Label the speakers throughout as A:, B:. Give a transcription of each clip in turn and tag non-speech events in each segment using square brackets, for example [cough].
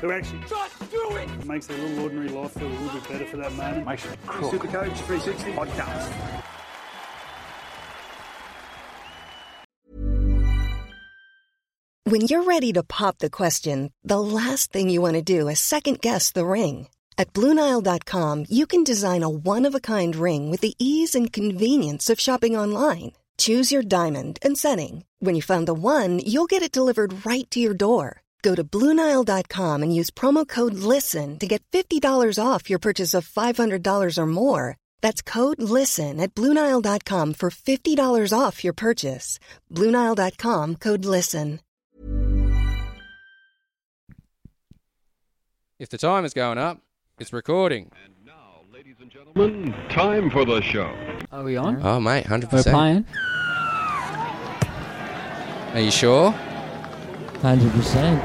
A: who actually just do it, makes their little ordinary life feel a little bit better for that moment. Makes it cool. Super Coach 360 podcast.
B: When you're ready to pop the question, the last thing you want to do is second guess the ring. At Bluenile.com, you can design a one of a kind ring with the ease and convenience of shopping online. Choose your diamond and setting. When you find the one, you'll get it delivered right to your door. Go to Bluenile.com and use promo code LISTEN to get $50 off your purchase of $500 or more. That's code LISTEN at Bluenile.com for $50 off your purchase. Bluenile.com code LISTEN.
C: If the time is going up, it's recording.
D: And now, ladies and gentlemen, time for the show.
E: are we on?
C: Oh, mate, hundred
E: We're
C: percent.
E: playing.
C: Are you sure?
E: Hundred percent.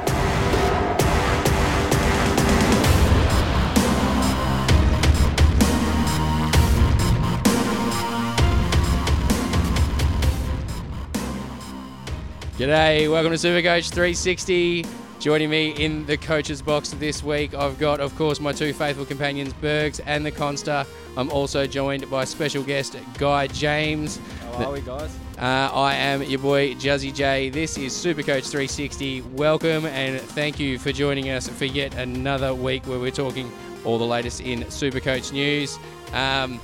C: G'day, welcome to Supercoach 360. Joining me in the coach's box this week, I've got, of course, my two faithful companions, Bergs and the Conster. I'm also joined by special guest Guy James. How are we, guys? Uh, I am your boy Juzzy J. This is Supercoach 360. Welcome and thank you for joining us for yet another week where we're talking all the latest in Supercoach news. Um,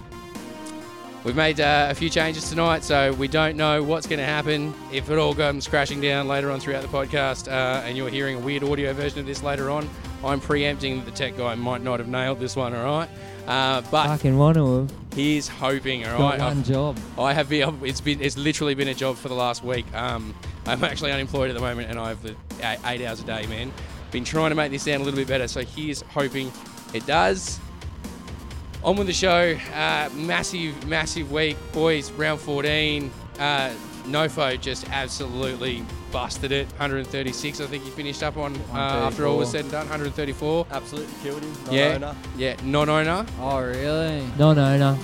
C: We've made uh, a few changes tonight, so we don't know what's going to happen. If it all comes crashing down later on throughout the podcast, uh, and you're hearing a weird audio version of this later on, I'm preempting that the tech guy might not have nailed this one, all right? Uh, but
E: Fucking want to have
C: he's hoping, all
E: got
C: right?
E: one
C: I've-
E: job.
C: I have been. It's been. It's literally been a job for the last week. Um, I'm actually unemployed at the moment, and I have the eight- eight hours a day, man. Been trying to make this sound a little bit better, so here's hoping it does. On with the show. Uh, massive, massive week, boys. Round 14. Uh, Nofo just absolutely busted it. 136, I think he finished up on uh, after all was said and done. 134.
F: Absolutely killed him. Not
C: yeah,
F: owner.
C: yeah, non-owner.
F: Oh, really?
E: No, no, no.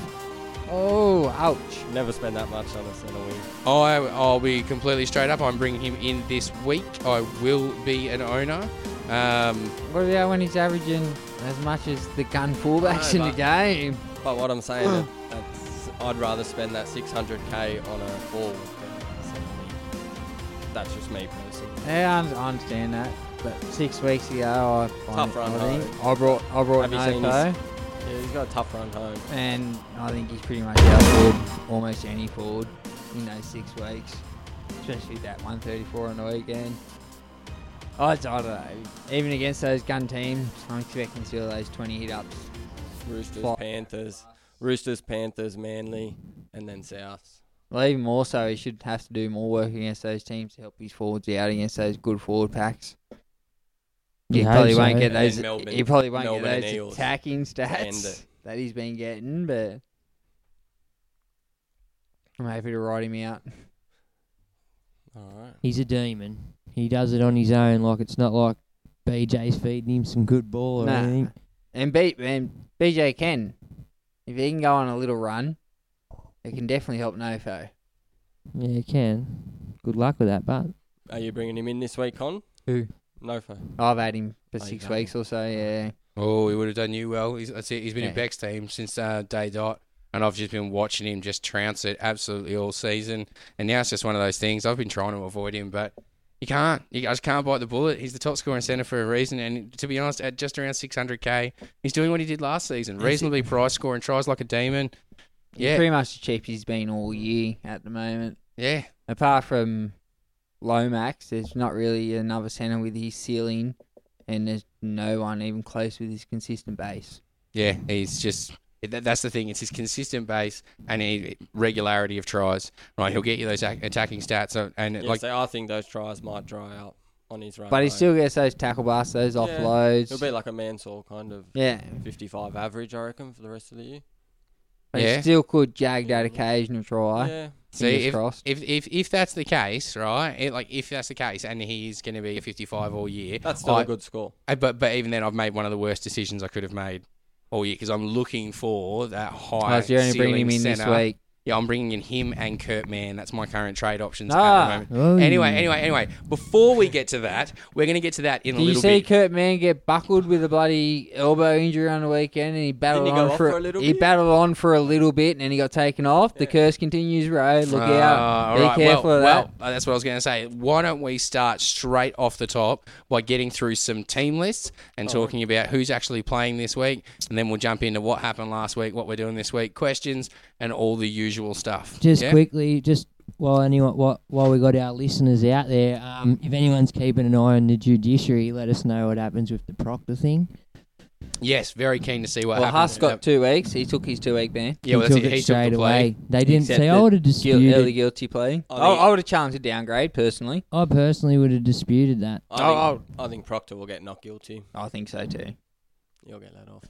F: Oh, ouch. Never spend that much on us in a win.
C: I, I'll be completely straight up. I'm bringing him in this week. I will be an owner. Um,
E: What about when he's averaging as much as the gun fullbacks
F: No,
E: in the
F: but-
E: game?
F: But what I'm saying, that,
E: [clears throat]
F: that's, I'd rather spend that 600k on a ball than send a win. That's just me personally.
E: Yeah, I un- I understand that. But six weeks ago, I, I,
F: Tough run
E: I think I brought I brought
F: Have you seen
E: Nofo,
F: his- Yeah, he's got a tough run home.
E: and I think he's pretty much outscored almost any forward in those six weeks, especially that 134 on the weekend. I, I don't know. Even against those gun teams, I'm expecting to see all those 20 hit ups.
F: Roosters,
E: Fuck.
F: Panthers, Roosters, Panthers, Manly, and then Souths.
E: Well, even more so, he should have to do more work against those teams to help his forwards out against those good forward packs. He
G: You
E: probably
G: hope
E: won't
G: so.
E: get those.
F: And Melbourne-
E: he probably won't
F: Melbourne
E: get
F: and uh,
E: those
F: Eels
E: attacking
F: end
E: stats
F: it.
E: that he's been getting, but I'm happy to write him out.
F: All right.
G: He's a demon. He does it on his own. Like it's not like BJ's feeding him some good ball or
E: Nah.
G: anything.
E: And B and BJ can, if he can go on a little run, it can definitely help Nofo.
G: Yeah, he can. Good luck with that, but
F: Are you bringing him in this week, Con?
G: Who?
F: Nofo.
E: I've had him for
F: Oh,
E: six
F: you've had
E: weeks or so. Yeah,
C: oh, he would have done you well. He's, that's it. He's been
E: Yeah.
C: in Beck's team since uh, day dot, and I've just been watching him just trounce it absolutely all season. And now it's just one of those things. I've been trying to avoid him, but you can't. You guys can't bite the bullet. He's the top scorer in centre for a reason. And to be honest, at just around 600k, he's doing what he did last season. Reasonably priced, scoring tries like a demon.
E: he's
C: Yeah,
E: pretty much the cheapest he's been all year at the moment.
C: yeah.
E: apart from Lomax, there's not really another centre with his ceiling, and there's no one even close with his consistent base.
C: Yeah, he's just that, that's the thing. It's his consistent base and he, regularity of tries. Right, he'll get you those ac- attacking stats uh, and
F: Yeah,
C: like
F: so I think those tries might dry up on his run.
E: But he
F: though.
E: still gets those tackle busts, those
F: Yeah,
E: offloads.
F: He'll be like a Mansell kind of
E: Yeah.
F: 55 average, I reckon, for the rest of the year.
E: But
C: Yeah.
E: he still could jag that occasional try.
F: Yeah.
C: See
E: Fingers
C: if,
E: crossed.
C: if if if that's the case, right? It, like if that's the case, and he's going to be a 55 all year,
F: That's still
C: I-
F: a good score.
C: I- but but even then, I've made one of the worst decisions I could have made all year because I'm looking for that high.
E: Oh, so you're only bringing
C: ceiling
E: him in this
C: centre.
E: week.
C: Yeah, I'm bringing in him and Kurt Mann. That's my current trade options
E: Ah.
C: at the moment. Anyway, anyway, anyway. Before we get to that, we're going to get to that in
E: Did
C: a
E: you
C: little
E: see
C: bit.
E: Kurt Mann get buckled with a bloody elbow injury on the weekend, and he battled
F: he go
E: on
F: off
E: for,
F: for a little
E: he
F: bit?
E: battled on for a little bit, and then he got taken off. The curse continues, Ray. Look
C: Ah,
E: out! Be
C: alright,
E: careful
C: well,
E: of that.
C: well, uh, that's what I was going to say. Why don't we start straight off the top by getting through some team lists
E: Oh.
C: and talking about who's actually playing this week, and then we'll jump into what happened last week, what we're doing this week, questions, and all the usual stuff.
G: Just
C: Yeah?
G: quickly, just while anyone, while, while we got our listeners out there, um, if anyone's keeping an eye on the judiciary, let us know what happens with the Proctor thing.
C: Yes, very keen to see what
E: Well,
C: happens.
E: Huss got two weeks. He took his two week ban.
C: yeah, well, that's
G: took
C: it.
G: it
C: He took
G: straight
C: the
G: away.
C: play.
G: They didn't
E: Except
G: say. I
E: that
G: would have
E: guil-
G: disputed.
E: early guilty plea.
C: Oh,
F: I
E: I,
F: think-
E: I would have challenged a downgrade personally.
G: I personally would have disputed that.
F: I,
E: Oh,
F: think, I think Proctor will get not guilty.
E: I think so too.
F: He'll get let off.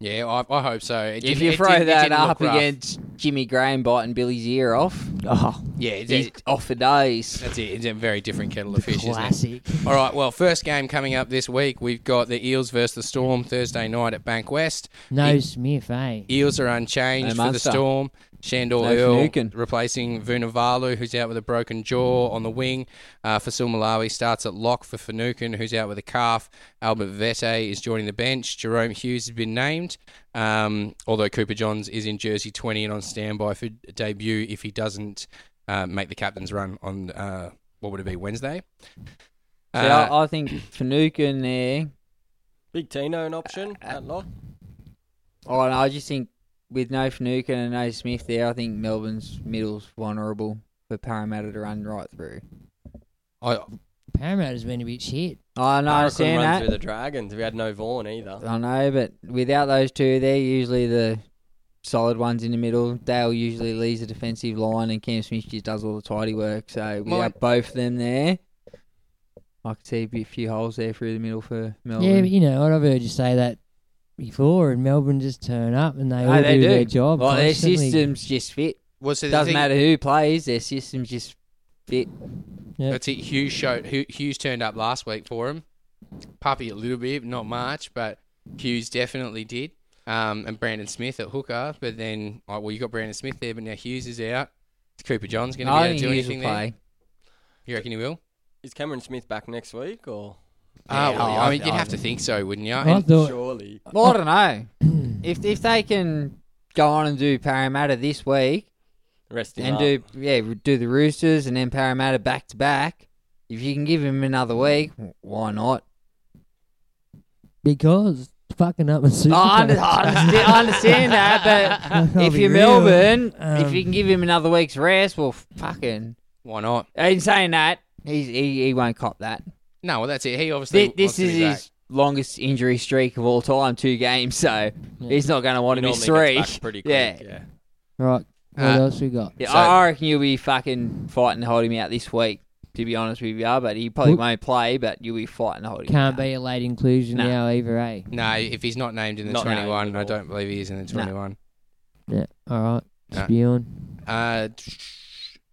C: Yeah, I, I hope so. It
E: If
C: didn't-
E: you
C: it
E: throw
C: didn't- it
E: that
C: didn't look
E: up
C: rough.
E: against Jimmy Graham biting Billy's ear off, oh,
C: yeah, it,
E: he's
C: it-
E: off for days.
C: that's it. It's a very different kettle of fish. Isn't it?
G: Classic.
C: All right. Well, first game coming up this week, we've got the Eels versus the Storm Thursday night at Bankwest.
G: No
C: E-
G: Smith, eh?
C: Eels are unchanged for
E: No
C: the
E: Munster.
C: Storm. Shandor
E: No
C: Earl
E: Finucane.
C: replacing Vunivalu, who's out with a broken jaw on the wing. Uh, Fasil Malawi starts at lock for Finucane, who's out with a calf. Albert Vette is joining the bench. Jerome Hughes has been named, um, although Cooper Johns is in jersey 20 and on standby for debut if he doesn't uh, make the captain's run on uh, what would it be, Wednesday?
E: See,
C: Uh,
E: I, I think Finucane there.
F: Big Tino an
G: Uh,
F: option at lock.
E: Oh, no, I just think with no Finucane and no Smith there, I think Melbourne's middle's vulnerable for Parramatta to run right through.
C: I,
G: Paramount has been a bit shit.
E: I know, I
F: Parra
E: understand
F: couldn't run
E: that.
F: through the Dragons. We had no Vaughan either.
E: I know, but without those two, they're usually the solid ones in the middle. Dale usually leads the defensive line, and Cam Smith just does all the tidy work. So
C: My-
E: without both of them there, I could see a bit- few holes there through the middle for
G: Yeah,
E: Melbourne.
G: but you know what? I've heard you say that before, and Melbourne just turn up and they
E: No,
G: all
E: they
G: do,
E: do.
G: their job.
E: Well, their
G: constantly.
E: systems just fit.
C: was the
E: Doesn't
C: thing-
E: matter who plays, their systems just fit.
G: Yeah.
C: That's it. Hughes showed. Hu- Hughes turned up last week for him. Puppy a little bit, not much, but Hughes definitely did. Um, and Brandon Smith at hooker, but then oh, well, you got Brandon Smith there, but now Hughes is out. Is Cooper John's going to be
E: I
C: able
E: think
C: to do
E: Hughes will
C: anything there?
E: play.
C: You reckon he will?
F: Is Cameron Smith back next week or
C: Ah,
E: Yeah,
C: well,
E: I-
C: I mean, you'd
E: I
C: have to think so, wouldn't you?
G: I
C: And-
G: thought
F: surely?
E: Well, I don't know. if if they can go on and do Parramatta this week,
F: Rest him
E: and
F: up.
E: do yeah do the Roosters and then Parramatta back to back. If you can give him
F: Hmm.
E: another week, why not?
G: because fucking up with super.
E: Oh, I, under, I, understand, I
G: [laughs]
E: understand that, but
G: I'll
E: if
G: be
E: you're
G: real,
E: Melbourne, if
G: um,
E: you can give him another week's rest, well, fucking.
C: Why not?
E: In saying that, he's, he he won't cop that.
C: No, well, that's it. He obviously
E: This, this
C: wants to
E: is
C: be back.
E: his longest injury streak of all time, two games. So he's not going to want
F: He
E: to miss
F: normally
E: three.
F: gets back pretty quick,
E: yeah.
F: yeah.
G: right. What
C: Uh,
G: else we got?
E: Yeah,
C: So-
E: I I reckon you'll be fucking fighting to hold him out this week. To be honest with you, but he probably
G: Who-
E: won't play. But you'll be fighting to hold him.
G: Can't
E: out.
G: be a late inclusion
E: Nah.
G: now either, eh?
C: No, if he's not named in the
F: Not named
C: twenty-one,
F: at
C: I
F: all.
C: don't believe he is in the
E: No.
C: twenty-one.
G: Yeah. All right.
C: Nah.
G: Spewing.
C: Uh,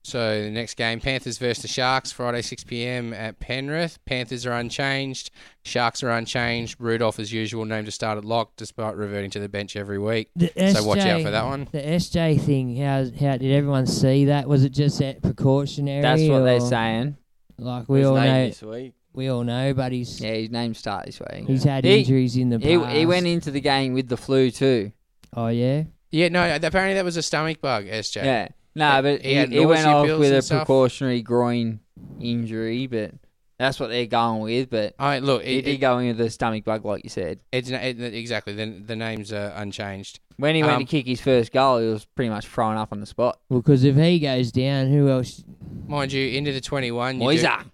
C: so the next game, Panthers versus the Sharks, Friday 6 p.m. at Penrith. Panthers are unchanged. Sharks are unchanged. Rudolph, as usual, named to start at lock, despite reverting to the bench every week.
G: The SJ,
C: So watch out for that one.
G: The SJ thing. How how did everyone see that? Was it just that precautionary?
E: That's what they're
G: or-
E: saying.
G: Like we
F: His
G: all
F: name
G: know,
F: this week.
G: we all know, but he's
E: Yeah, his name start this week.
G: he's had
E: He-
G: injuries in the
E: He,
G: past.
E: he went into the game with the flu too.
G: Oh yeah.
C: Yeah, no, apparently that was a stomach bug, SJ.
E: Yeah. No, but
C: He
E: he,
C: had
E: he went
C: nausea
E: off
C: pills
E: with
C: and
E: a
C: stuff.
E: precautionary groin injury, but that's what they're going with. But
C: All right, look,
E: he
C: it,
E: did
C: it,
E: go in with a stomach bug, like you said.
C: it's not- it, exactly. The, the names are unchanged.
E: When he went
C: Um,
E: to kick his first goal, he was pretty much thrown up on the spot.
G: Well, because if he goes down, who else?
C: Mind you, into the 21. You, do-
E: Moisa.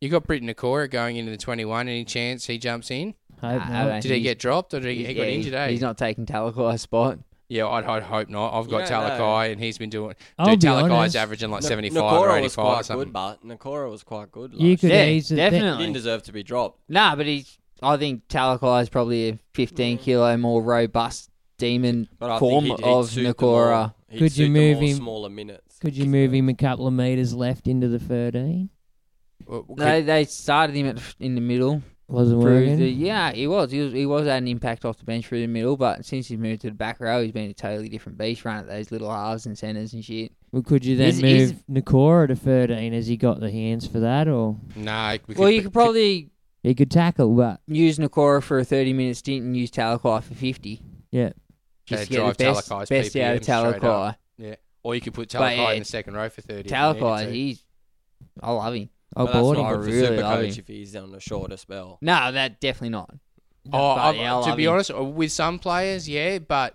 C: you got Britton Nakora going into the 21. Any chance he jumps in?
G: hope
E: Nah,
G: not.
E: mate,
C: Did he
E: he's-
C: get dropped or did he, he got
E: yeah,
C: injured? Eh?
E: He's not taking Talakai's spot.
C: Yeah, I'd, I'd hope not. I've got
F: You don't know.
C: Talakai, and he's been doing.
G: I'll
C: Dude,
G: be
C: Talakai's
G: honest.
C: averaging like
F: Na-
C: 75
F: Nakora
C: or
F: was
C: 85
F: quite
C: or something.
F: Good, but Nakora was quite good. Last
G: You could
E: Yeah,
G: easily-
F: year. He didn't
E: definitely.
F: deserve to be dropped.
E: Nah, but he's. I think Talakai is probably a 15 kilo more robust demon
F: But I
E: form
F: think he'd, he'd
E: of
F: suit them
E: Nakora.
F: all. He'd
G: Could
F: suit
G: you
F: them
G: move
F: all
G: him-
F: Smaller minutes.
G: Could you move him a couple of meters left into the 13?
C: Well, could-
E: They they started him at, in the middle.
G: Wasn't
E: Through
G: working.
E: the, yeah, he was. He was he was at an impact off the bench through the middle, but since he's moved to the back row, he's been a totally different beast. Running at those little halves and centers and shit.
G: well, could you then
E: Is-
G: move
E: is-
G: Nakora to 13? Has he got the hands for that? Or
C: Nah, we
E: well, you could probably
G: he could tackle, but
E: use Nakora for a thirty minute stint and use Talakai for fifty.
G: yeah.
E: Just
C: Yeah,
E: to get the
C: drive
E: best,
C: Talakai's
E: best out of
C: PPM straight
E: Talakai.
C: up. Yeah. Or you could put
E: But,
C: Talakai
E: yeah,
C: in the second row for 30. if you needed
E: Talakai,
C: to.
E: he's I love him.
G: I'll
F: But that's
G: board
F: not
G: him.
E: I
F: good for
E: really
F: super
E: love
F: coach
E: him.
F: if he's on a shorter spell.
E: No, that definitely not.
C: Oh,
E: But,
C: I've-
E: yeah, I
C: to
E: love
C: be
E: him.
C: honest, uh, with some players, yeah, but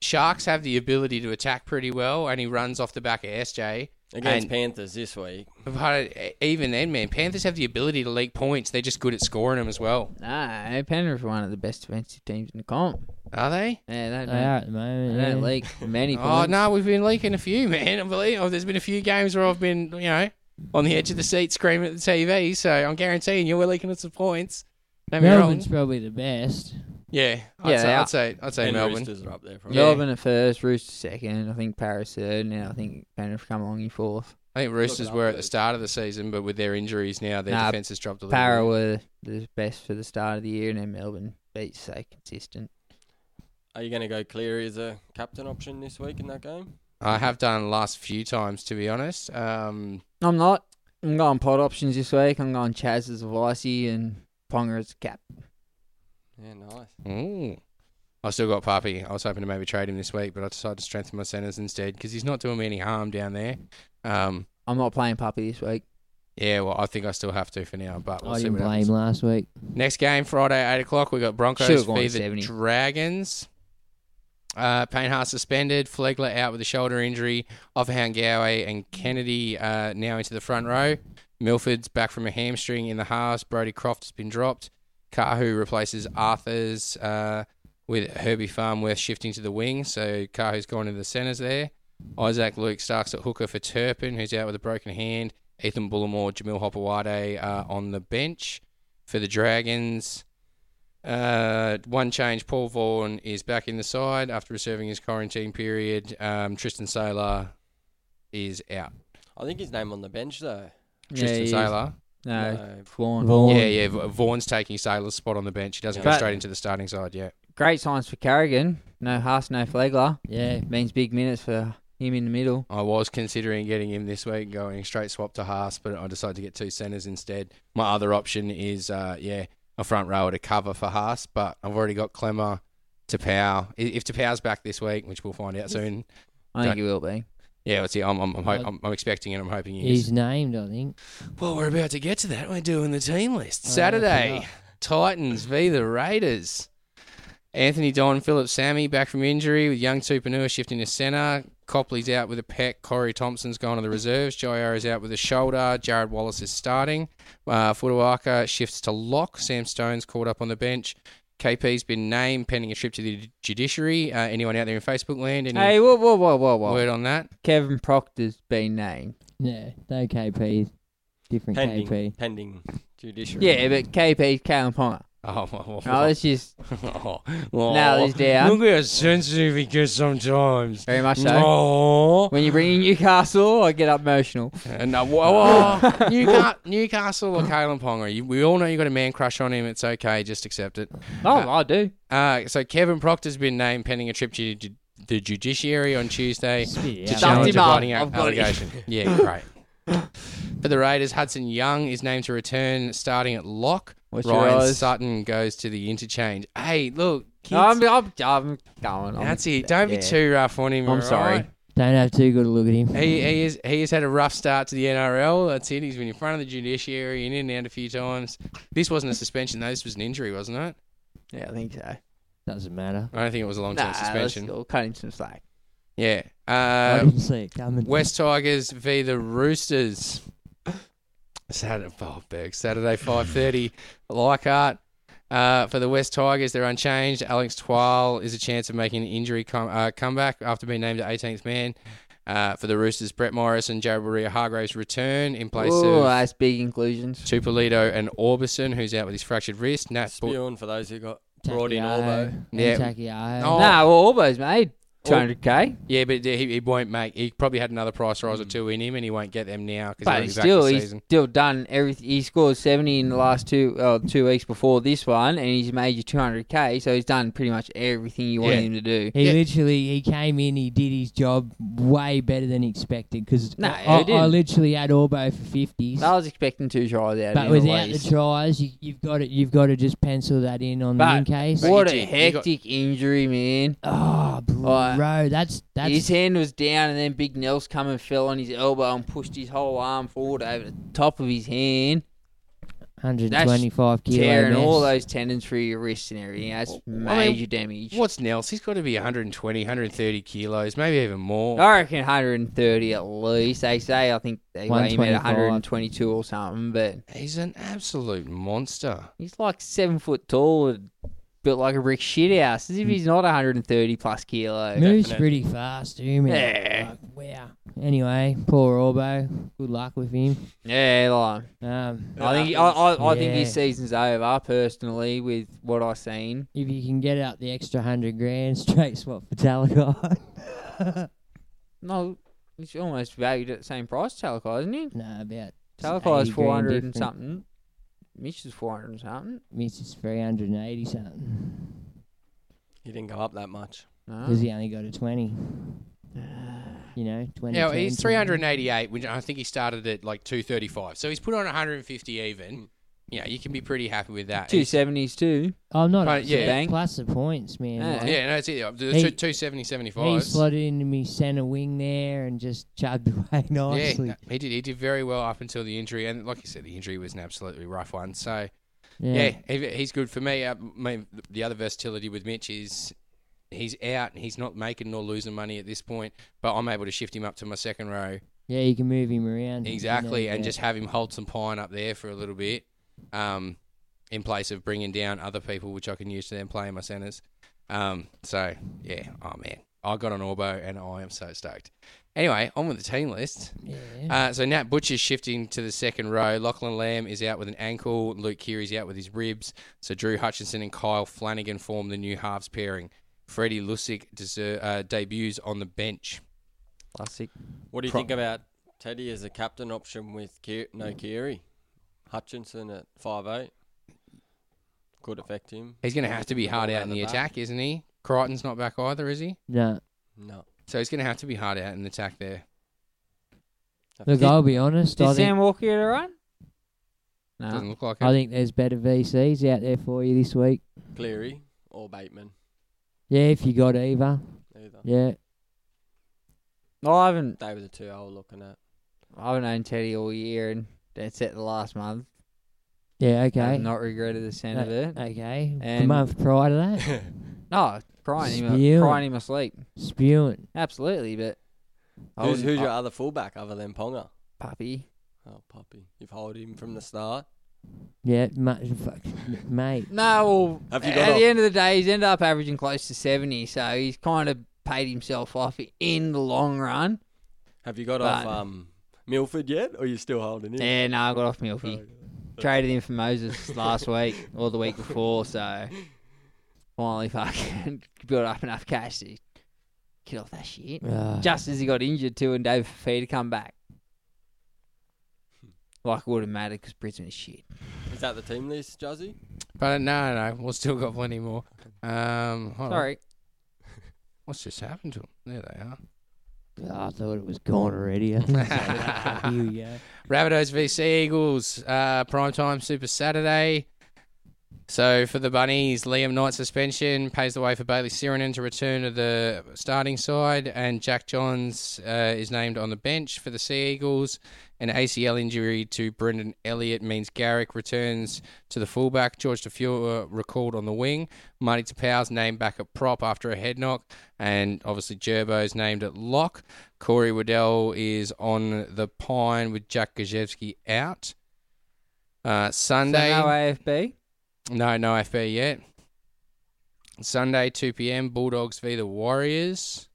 C: Sharks have the ability to attack pretty well, and he runs off the back of SJ.
F: Against
C: And-
F: Panthers this week.
C: But uh, even then, man, Panthers have the ability to leak points. They're just good at scoring them as well,
E: No, Penrith are one of the best defensive teams in the comp.
C: are they?
E: Yeah, they
G: They
E: don't,
G: are at the
E: they
G: moment.
E: don't
G: yeah.
E: leak many points.
C: Oh no, we've been leaking a few, [laughs] man. I believe oh, there's been a few games where I've been, you know, on the edge of the seat screaming at the TV. So I'm guaranteeing you, we're leaking us some points. Don't be wrong.
G: Melbourne's probably the best.
C: Yeah, I'd
E: Yeah,
C: say,
E: they are.
C: I'd say, I'd say
F: and
C: Melbourne.
F: Roosters are up there. Probably.
E: Melbourne at first, Roosters second. I think Paris third. Now I think Penrith come along in fourth.
C: I think Roosters were at the start of the season, but with their injuries now, their
E: Nah,
C: defense has dropped a little.
E: Para
C: bit.
E: were the best for the start of the year, and then Melbourne beat so consistent.
F: Are you going to go Cleary as a captain option this week in that game?
C: I have done last few times, to be honest. Um,
E: I'm not. I'm going pod options this week. I'm going Chaz as a vicey and Ponga as a cap.
F: Yeah, nice.
C: ooh. I still got Papi. I was hoping to maybe trade him this week, but I decided to strengthen my centers instead because he's not doing me any harm down there. Um,
E: I'm not playing Puppy this week.
C: yeah, well, I think I still have to for now, but we'll
G: I
C: see
G: didn't
C: what
G: blame
C: happens.
G: last week.
C: Next game Friday, eight o'clock. We got Broncos
E: Should've gone
C: v the
E: 70.
C: Dragons. Uh, Payne-Haas suspended. Flegler out with a shoulder injury. Offahangawe and Kennedy uh, now into the front row. Milford's back from a hamstring in the halves. Brody Croft has been dropped. Kahu replaces Arthur's uh, with Herbie Farmworth shifting to the wing. So Kahu's gone into the centres there. Isaac Luke starts at hooker for Turpin, who's out with a broken hand. Ethan Bullimore, Jamil Hopewade uh, on the bench for the Dragons. Uh, one change: Paul Vaughan is back in the side after serving his quarantine period. Um, Tristan Saylor is out.
F: I think his name on the bench though.
C: Tristan
E: he-
C: Saylor.
E: No,
F: No.
E: Vaughan.
G: Vaughan.
C: Yeah, yeah. Va- Vaughan's taking Saylor's spot on the bench. He doesn't go
E: But-
C: straight into the starting side yet.
E: Great signs for Carrigan. No Haas, no Flagler.
G: Yeah.
E: Means big minutes for him in the middle.
C: I was considering getting him this week, going straight swap to Haas, but I decided to get two centres instead. My other option is, uh, yeah, a front rower to cover for Haas, but I've already got Clemmer, Tapau. I- If Tapau's back this week, which we'll find out soon,
E: I think
C: Don't-
E: he will be.
C: Yeah, well, see, I'm, I'm, I'm, ho-
G: Uh,
C: I'm, I'm expecting it. I'm hoping he
G: He's
C: is.
G: named, I think.
C: Well, we're about to get to that. We're doing the team list.
G: Oh,
C: Saturday,
G: yeah.
C: Titans v the Raiders. Anthony Don, Philip Sammy back from injury with young Tupanua shifting to centre. Copley's out with a pec. Corey Thompson's gone to the reserves. Jair is out with a shoulder. Jared Wallace is starting. Uh, Furuaka shifts to lock. Sam Stone's called up on the bench. KP's been named pending a trip to the judiciary. Uh, anyone out there in Facebook land? Any
E: Hey, whoa, whoa, whoa, whoa, whoa!
C: word on that?
E: Kevin Proctor's been named.
G: Yeah, no KP. Different
F: Pending,
G: KP.
F: pending judiciary.
E: Yeah, but KP's Kalen Ponga.
C: Oh, [laughs] well,
E: Oh, let's just
C: oh,
E: nail this down.
C: Look how sensitive he gets sometimes.
E: Very much so.
C: Oh.
E: When you bring in Newcastle, I get up emotional.
C: And, uh, whoa,
E: [laughs]
C: whoa. Newca- Newcastle or Kalen Ponga. You, we all know you got a man crush on him. It's okay. Just accept it.
E: Oh, I do.
C: Uh, so Kevin Proctor's been named pending a trip to ju- the judiciary on Tuesday
G: Spit it
C: to
G: out.
C: challenge
E: him
C: a
E: up.
C: blighting
E: I've
C: a-
E: got it. [laughs]
C: allegation. yeah, great. For the Raiders, Hudson Young is named to return starting at lock.
E: Watch your
C: Ryan
E: eyes.
C: Sutton goes to the interchange. Hey, look, kids.
E: No, I'm, I'm, I'm going. I'm,
C: That's it. Don't
E: yeah.
C: be too uh, rough on him.
E: I'm
C: all right?
E: sorry.
G: Don't have too good a look at him.
C: He he is he has had a rough start to the NRL. That's it. He's been in front of the judiciary and in and out a few times. This wasn't a suspension though. This was an injury, wasn't it?
E: Yeah, I think so.
G: Doesn't matter.
C: I don't think it was a long term
E: Nah,
C: suspension.
E: let's all cut him some slack.
C: Yeah.
G: I
C: Uh,
G: didn't see it coming.
C: West Tigers v the Roosters. Saturday, oh, Berg, Saturday five thirty. Leichhardt. Uh, for the West Tigers, they're unchanged. Alex Twal is a chance of making an injury com- uh, comeback after being named the 18th man. Uh, for the Roosters, Brett Morris and Jared Maria Hargraves return in place
E: Ooh,
C: of
E: that's big inclusions.
C: Tupolito and Orbison, who's out with his fractured wrist. Nat Bo-
F: Spewing for those who got brought in
E: Takeo
F: Orbo.
E: and
C: Yeah.
E: Takeo.
C: Oh.
E: Nah, well, Orbo's made 200k,
C: yeah, but he, he won't make. He probably had another price rise or two in him, and he won't get them now because
E: but
C: he's
E: he's
C: back this
E: still he's
C: season.
E: still done everything. He scored 70 in the last two uh, two weeks before this one, and he's made you 200k. So he's done pretty much everything you wanted
C: Yeah.
E: him to do.
G: He
C: Yeah.
G: literally he came in, he did his job way better than expected because
E: No, he
G: I, I
E: didn't.
G: literally had Orbo for fifties.
E: I was expecting two tries out
G: But
E: of him
G: without
E: at
G: the
E: least.
G: tries, you, you've got to, You've got to just pencil that in on
E: But
G: the in case.
E: what
C: he
E: a
C: did. He got-
E: hectic injury, man!
G: Oh,
E: Like,
G: bro, that's
E: his
G: that's
E: hand was down, and then Big Nels come and fell on his elbow and pushed his whole arm forward over the top of his hand,
G: 125 kilo.
E: tearing all
G: mess.
E: those tendons through your wrist and everything. That's
C: I mean,
E: major damage.
C: What's Nels? He's got to be 120, 130 kilos, maybe even more.
E: I reckon 130 at least. They say I think they weigh him
G: 125.
E: at 122 or something, but
C: He's an absolute monster.
E: he's like seven foot tall and built like a brick shit house. As if
G: Hmm.
E: he's not 130 plus kilo.
G: Moves
F: definite.
G: pretty fast, too, man. Like, wow. Anyway, poor Orbo. Good luck with him.
E: Yeah, like
G: Um,
E: I think I, I, I think
G: Yeah.
E: this season's over personally with what I've seen.
G: if you can get out the extra hundred grand, [laughs] straight swap for Talakai. [laughs]
E: No, it's almost valued at the same price. Talakai, isn't it?
G: no, about
E: Talakai's
G: 80 grand
E: 400 and
G: difference.
E: something. Mitch is 400 and something.
G: Mitch is three hundred and eighty something
F: He didn't go up that much.
G: because
E: No.
G: he only got a twenty. You know, twenty.
C: Now he's
G: 10,
C: 388, which I think he started at like 235. So he's put on 150 even. Yeah, you can be pretty happy with that. He's-
E: 270s too.
G: Oh, I'm not.
C: But, yeah.
G: upset. plus the points, man.
E: Yeah.
G: Like,
C: Yeah, no, it's it. Uh,
G: He-
C: 270,
G: He
C: 75.
G: slotted into me centre wing there and just [laughs] chugged away nicely.
C: Yeah, he did. He did very well up until the injury, and like you said, the injury was an absolutely rough one. So yeah, he, he's good for me. Uh, my, the other versatility with Mitch is he's out. and He's not making nor losing money at this point, but I'm able to shift him up to my second row
G: Yeah, you can move him around.
C: exactly,
G: you know,
C: and
G: yeah.
C: just have him hold some pine up there for a little bit, um, in place of bringing down other people, which I can use to then play in my centres. Um, so yeah, oh man, I got an Orbo, and I am so stoked. Anyway, on with the team list.
G: Yeah.
C: Uh, so Nat Butcher's shifting to the second row. Lachlan Lamb is out with an ankle. Luke Keary's out with his ribs. So Drew Hutchinson and Kyle Flanagan form the new halves pairing. Freddie Lusick deser- uh, debuts on the bench.
E: Classic.
F: What do you
C: Pro-
F: think about Teddy as a captain option with Ki- no Kiri? Hutchinson at five eight could affect him.
C: He's going to have to be hard out in the attack, isn't he? Crichton's not back either, is he?
G: No.
F: No.
C: So he's going to have to be hard out in the attack there.
G: Look,
E: Did-
G: I'll be honest. I
E: Did
G: think,
E: Sam Walker get it right? No.
C: Doesn't look like it.
G: I think there's better VCs out there for you this week.
F: Cleary or Bateman
G: Yeah, if you got either.
F: either.
G: Yeah.
E: No, I haven't.
F: They were the two I was looking at.
E: I haven't owned Teddy all year, and that's it. The last month,
G: Yeah, okay. Uh,
E: I've not regretted the sound
G: No,
E: of it.
G: Okay. the
E: And-
G: month prior to
E: [laughs]
G: that,
E: No, crying
G: Spew.
E: him, crying him asleep.
G: spewing.
E: Absolutely, but I
F: Who's,
E: wouldn't-
F: who's your
E: I-
F: other fullback other than Ponga?
E: puppy?
F: Oh, puppy, you've held him from the start.
G: Yeah, ma- fuck, mate.
E: No, well,
F: Have you got
E: at the
F: a-
E: end of the day, he's ended up averaging close to seventy, so he's kind of paid himself off i- in the long run.
F: Have you got off
E: But-
F: um, Milford yet, or are you still holding him?
E: Yeah, no, I got off Milky. Traded him for Moses last week or the week before, so finally fucking [laughs] built up enough cash to get off that shit.
G: Ah.
E: just as he got injured too, and Dave Fafita come back. Like it would have mattered because Brisbane is shit.
F: Is that the team list, Juzzy?
C: But no, no, we've still got plenty more. Um, hold on.
E: Sorry,
C: What's just happened to them? There they are.
G: Oh, I thought it was gone already. I
C: [laughs]
G: was like, Here we go.
C: Rabbitohs v Sea Eagles, uh, primetime Super Saturday. So for the Bunnies, Liam Knight's suspension paves the way for Bailey Sirenen to return to the starting side, and Jack Johns uh, is named on the bench for the Sea Eagles. An ACL injury to Brendan Elliott means Garrick returns to the fullback. George DeFua recalled on the wing. Marty Tapau's named back at prop after a head knock, and obviously Gerbo's named at lock. Corey Waddell is on the pine with Jack Gajewski out. Uh,
E: so
C: Sunday,
E: no AFB.
C: No, no FB yet. Sunday, 2 p.m. Bulldogs v the Warriors.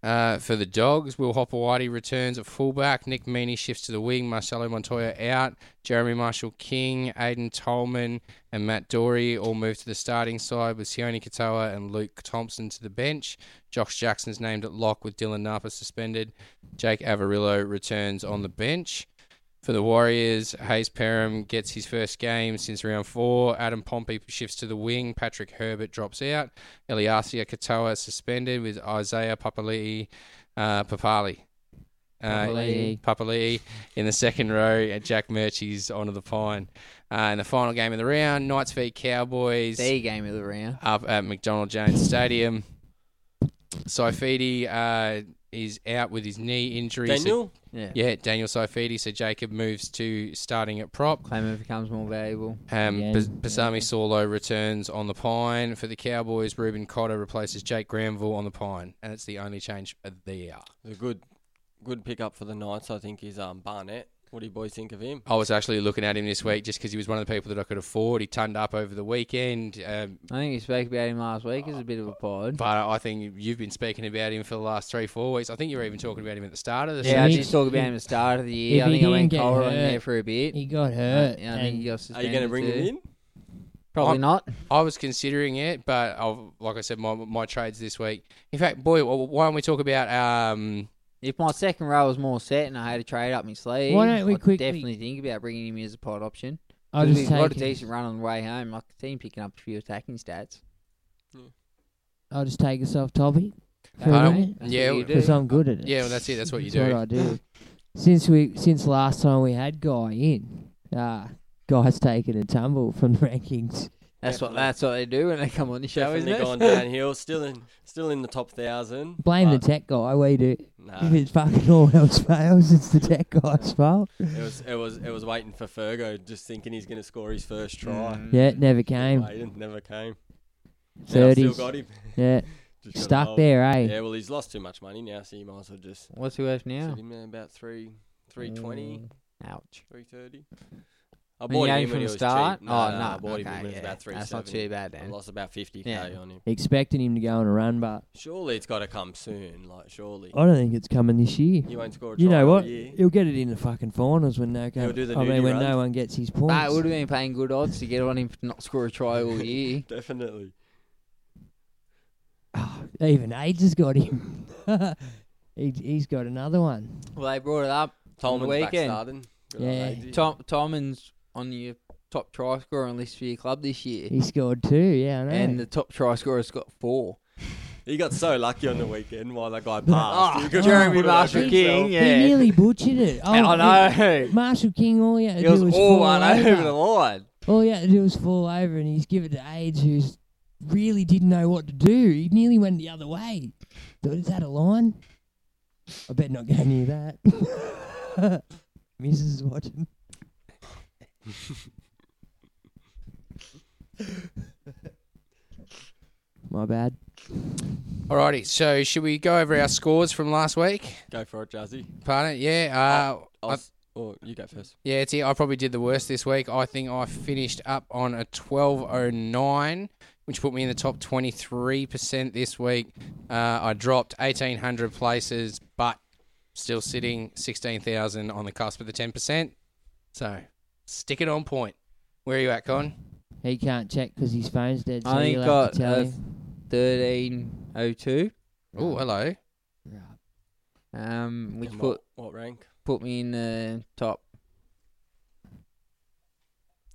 C: Uh, for the Dogs, Will Hopperwhitey returns at fullback. Nick Meaney shifts to the wing. Marcelo Montoya out. Jeremy Marshall King, Aiden Tolman, and Matt Dory all move to the starting side with Sione Katoa and Luke Thompson to the bench. Josh Jackson's named at lock with Dylan Napa suspended. Jake Avarillo returns on the bench. For the Warriors, Hayes Perham gets his first game since round four. Adam Pompey shifts to the wing. Patrick Herbert drops out. Eliasia Katoa suspended with Isaiah Papali'i, uh, Papali. Uh,
G: Papali'i.
C: Papali'i in the second row at Jack Murchie's onto the pine. Uh, in the final game of the round, Knights v Cowboys
E: The game of the round.
C: up at McDonald Jones Stadium. Saifidi uh, is out with his knee injury. so-
F: Daniel?
E: Yeah.
C: yeah, Daniel Saifidi. So Jacob moves to starting at prop.
E: Claimant becomes more valuable.
C: Um,
G: Again,
C: Bas- Basami Sorlo returns on the pine. For the Cowboys, Ruben Cotter replaces Jake Granville on the pine. And it's the only change of the year.
F: A good, good pickup for the Knights, I think, is um Barnett. What do you boys think of him?
C: I was actually looking at him this week just because he was one of the people that I could afford. He turned up over the weekend. Um,
E: I think you spoke about him last week as a bit of a pod.
C: but I think you've been speaking about him for the last three, four weeks. I think you were even talking about him at the start of the
E: Yeah, I
G: he-
E: just talked about him at the start of the year.
G: if
E: I
G: he
E: think I went
G: didn't get
E: Cora on
G: hurt,
E: there for a bit.
G: He got hurt.
E: yeah, I think
G: and-
E: he got
F: Are you
E: suspended.
F: going to bring
E: too.
F: him in? Oh.
E: Probably
C: I'm-
E: not.
C: I was considering it, but I've, like I said, my my trades this week. In fact, boy, wh- why don't we talk about um?
E: If my second row was more set and I had a trade up my sleeve,
G: Why don't we
E: I'd
G: quickly-
E: definitely think about bringing him in as a pod option.
G: I'll
E: 'Cause
G: just
E: We've got a
G: take.
E: decent run on the way home. I could see him picking up a few attacking stats.
G: I'll just take us off topic. For
C: I
G: a
C: don't-
G: minute.
E: That's
C: yeah,
E: what you
G: Because
E: do.
G: I'm good at it.
C: Yeah, well, that's it. That's what you
G: That's
C: do.
G: what I do. since we since last time we had Guy in, uh, Guy's taken a tumble from the rankings.
E: That's what that's what they do when they come on the show, isn't
F: Definitely
E: it? [laughs]
F: gone downhill. Still in, still in the top thousand.
G: Blame the
F: but
G: tech guy. We do. If
F: Nah,
G: it's fucking all else fails, it's the tech guy's fault.
F: it was, it was, it was waiting for Fergo, just thinking he's going to score his first try.
E: Mm.
G: Yeah, it never came.
F: Waiting, never came. Yeah, I still
G: Thirties.
F: got him.
G: Yeah,
F: [laughs] Just got
G: stuck
F: rolled.
G: there, eh?
F: Yeah, well, he's lost too much money now, so you might as well just
E: What's he worth now? Mm,
F: sit him there about three, three
G: Mm.
F: twenty,
E: Ouch.
F: three thirty. I
E: When you
F: bought
E: had
F: him
E: him
F: when
E: from
F: he
E: the
F: was
E: start?
F: cheap. No,
E: oh,
F: no,
E: no.
F: I bought him
E: okay,
F: when he was
E: yeah.
F: about three
E: That's not too bad
F: I
E: then.
F: lost about fifty k
E: Yeah.
F: on him.
G: Expecting him to go on a run, but
F: Surely it's got to come soon. Like surely
G: I don't think it's coming this year.
F: you won't score a try
G: You know
F: all
G: what?
F: year.
G: He'll get it in the fucking finals when no.
F: He'll do the
G: I mean,
F: nudie
G: when
F: run.
G: no one gets his points.
E: Mate, it would have been paying good odds to get on him to not score a try
F: [laughs]
E: all year.
F: Definitely.
G: Ah, Even AIDS has got him. [laughs] he, he's got another one.
E: well, they brought it up. On the
F: Tolman's back
E: weekend.
F: starting. Good on
G: Yeah.
F: Adesy.
E: Tom Tomlin's on your top try scoring list for your club this year,
G: He scored two. Yeah, I know.
E: and the top try scorer's got four.
F: He got so lucky on the weekend
G: [laughs]
F: while that guy passed.
E: Oh,
F: He could
E: Jeremy
F: put it over
E: Marshall
F: himself.
E: King,
G: he
E: yeah.
G: nearly butchered it. Oh,
E: [laughs] I know.
G: it- Marshall King, all he had to
E: It was
G: do was
E: all
G: fall
E: one
G: over. Oh,
E: over the line.
G: All he had to do was fall over, and he's given to AIDS, who's really didn't know what to do. He nearly went the other way. Thought, Is that a line? I better not go near that. [laughs] Mrs. is
E: [laughs]
G: watching. My bad.
C: Alrighty, so should we go over our scores from last week?
F: Go for it, Jazzy.
C: Pardon? Yeah. Uh,
F: I'll
C: I-
F: s- oh, you go first.
C: yeah, it's it. I probably did the worst this week. I think I finished up on a 1209, which put me in the top 23% this week. Uh, I dropped 1,800 places, but still sitting 16,000 on the cusp of the 10%. So stick it on point. Where are you at, Con?
G: He can't check because his phone's dead. So you'll
E: I think
G: have
E: got
G: to tell
E: uh,
G: him.
E: thirteen oh two,
C: Oh, hello.
G: Right.
E: um, which
F: And
E: put
F: what, what rank?
E: put me in the top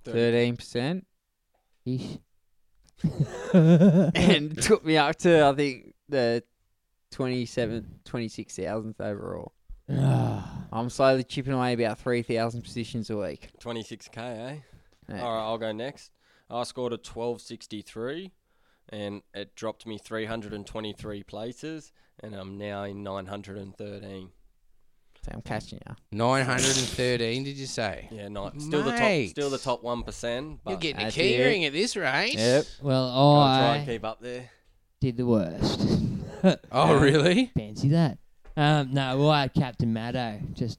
F: Thirty.
E: thirteen percent,
F: [laughs]
G: Ish.
E: and took me up to I think the 27, 26,000th overall.
G: Ah.
E: I'm slowly chipping away about three thousand positions a week.
F: 26k, eh?
E: Yeah.
F: All right, I'll go next. I scored a 1263 and it dropped me 323 places and I'm now in 913.
E: So I'm catching you.
C: 913, did you say?
F: Yeah, not still the top
C: Mate.
F: still the top 1%, but
C: You're getting a
E: That's
C: key
E: it.
C: ring at this rate.
E: Yep.
G: well,
F: I'll try and
G: I
F: keep up there.
G: did the worst.
C: Oh, really?
G: Fancy that. Um, no, well, I had Captain Maddo. Just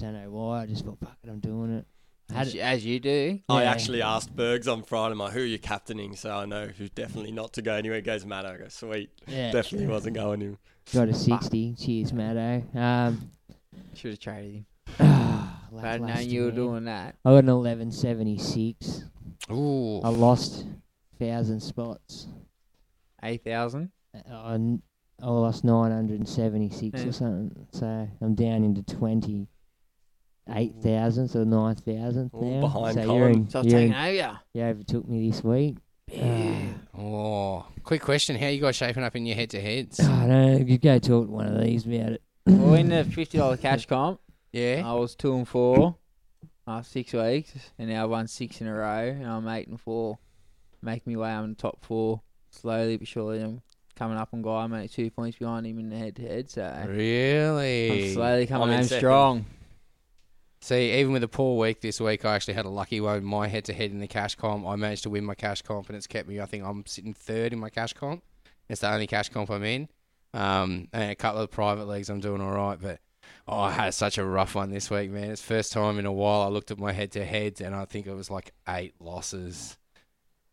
G: don't know why. I just thought, fuck it, I'm doing it.
E: As, as you do.
F: I actually asked Bergs on Friday, "My who are you captaining?" So I know who's definitely not to go anywhere. He goes Matto. I go sweet.
E: Yeah.
F: definitely wasn't going in.
G: Got a 60. Cheers, Matto.
E: Ah,
G: Um,
E: Should have traded him.
G: If
E: If I'd known you were doing that.
G: I got an 1176.
E: Ooh.
G: I lost 1,000 spots.
E: 8,000.
G: I, n- I lost 976
E: Yeah.
G: or something. So I'm down into 28,000, so 9,000
F: Ooh,
G: now.
F: behind
G: so
F: Colin.
E: So I've
G: you're
E: taken
G: in,
E: over.
G: you overtook me this week.
C: Oh, quick question: How you guys shaping up in your head-to-heads?
F: Uh,
G: I don't know. You go talk to one of these about it.
E: well, in the $50 cash comp,
C: Yeah.
E: I was 2 and 4 last six weeks, and now I've won six in a row, and I'm 8 and 4. Make me way, I'm in the top four. Slowly but surely, I'm coming up on Guy. I'm only two points behind him in the head to head, so um, I'm
C: Really?
E: slowly coming
F: I'm in
E: home
F: second.
E: strong.
C: See, even with a poor week this week, I actually had a lucky one. My head to head in the cash comp, I managed to win my cash comp, and it's kept me. I think I'm sitting third in my cash comp. It's the only cash comp I'm in. Um, and a couple of private leagues, I'm doing all right, but oh, I had such a rough one this week, man. It's first time in a while I looked at my head to heads, and I think it was like eight losses.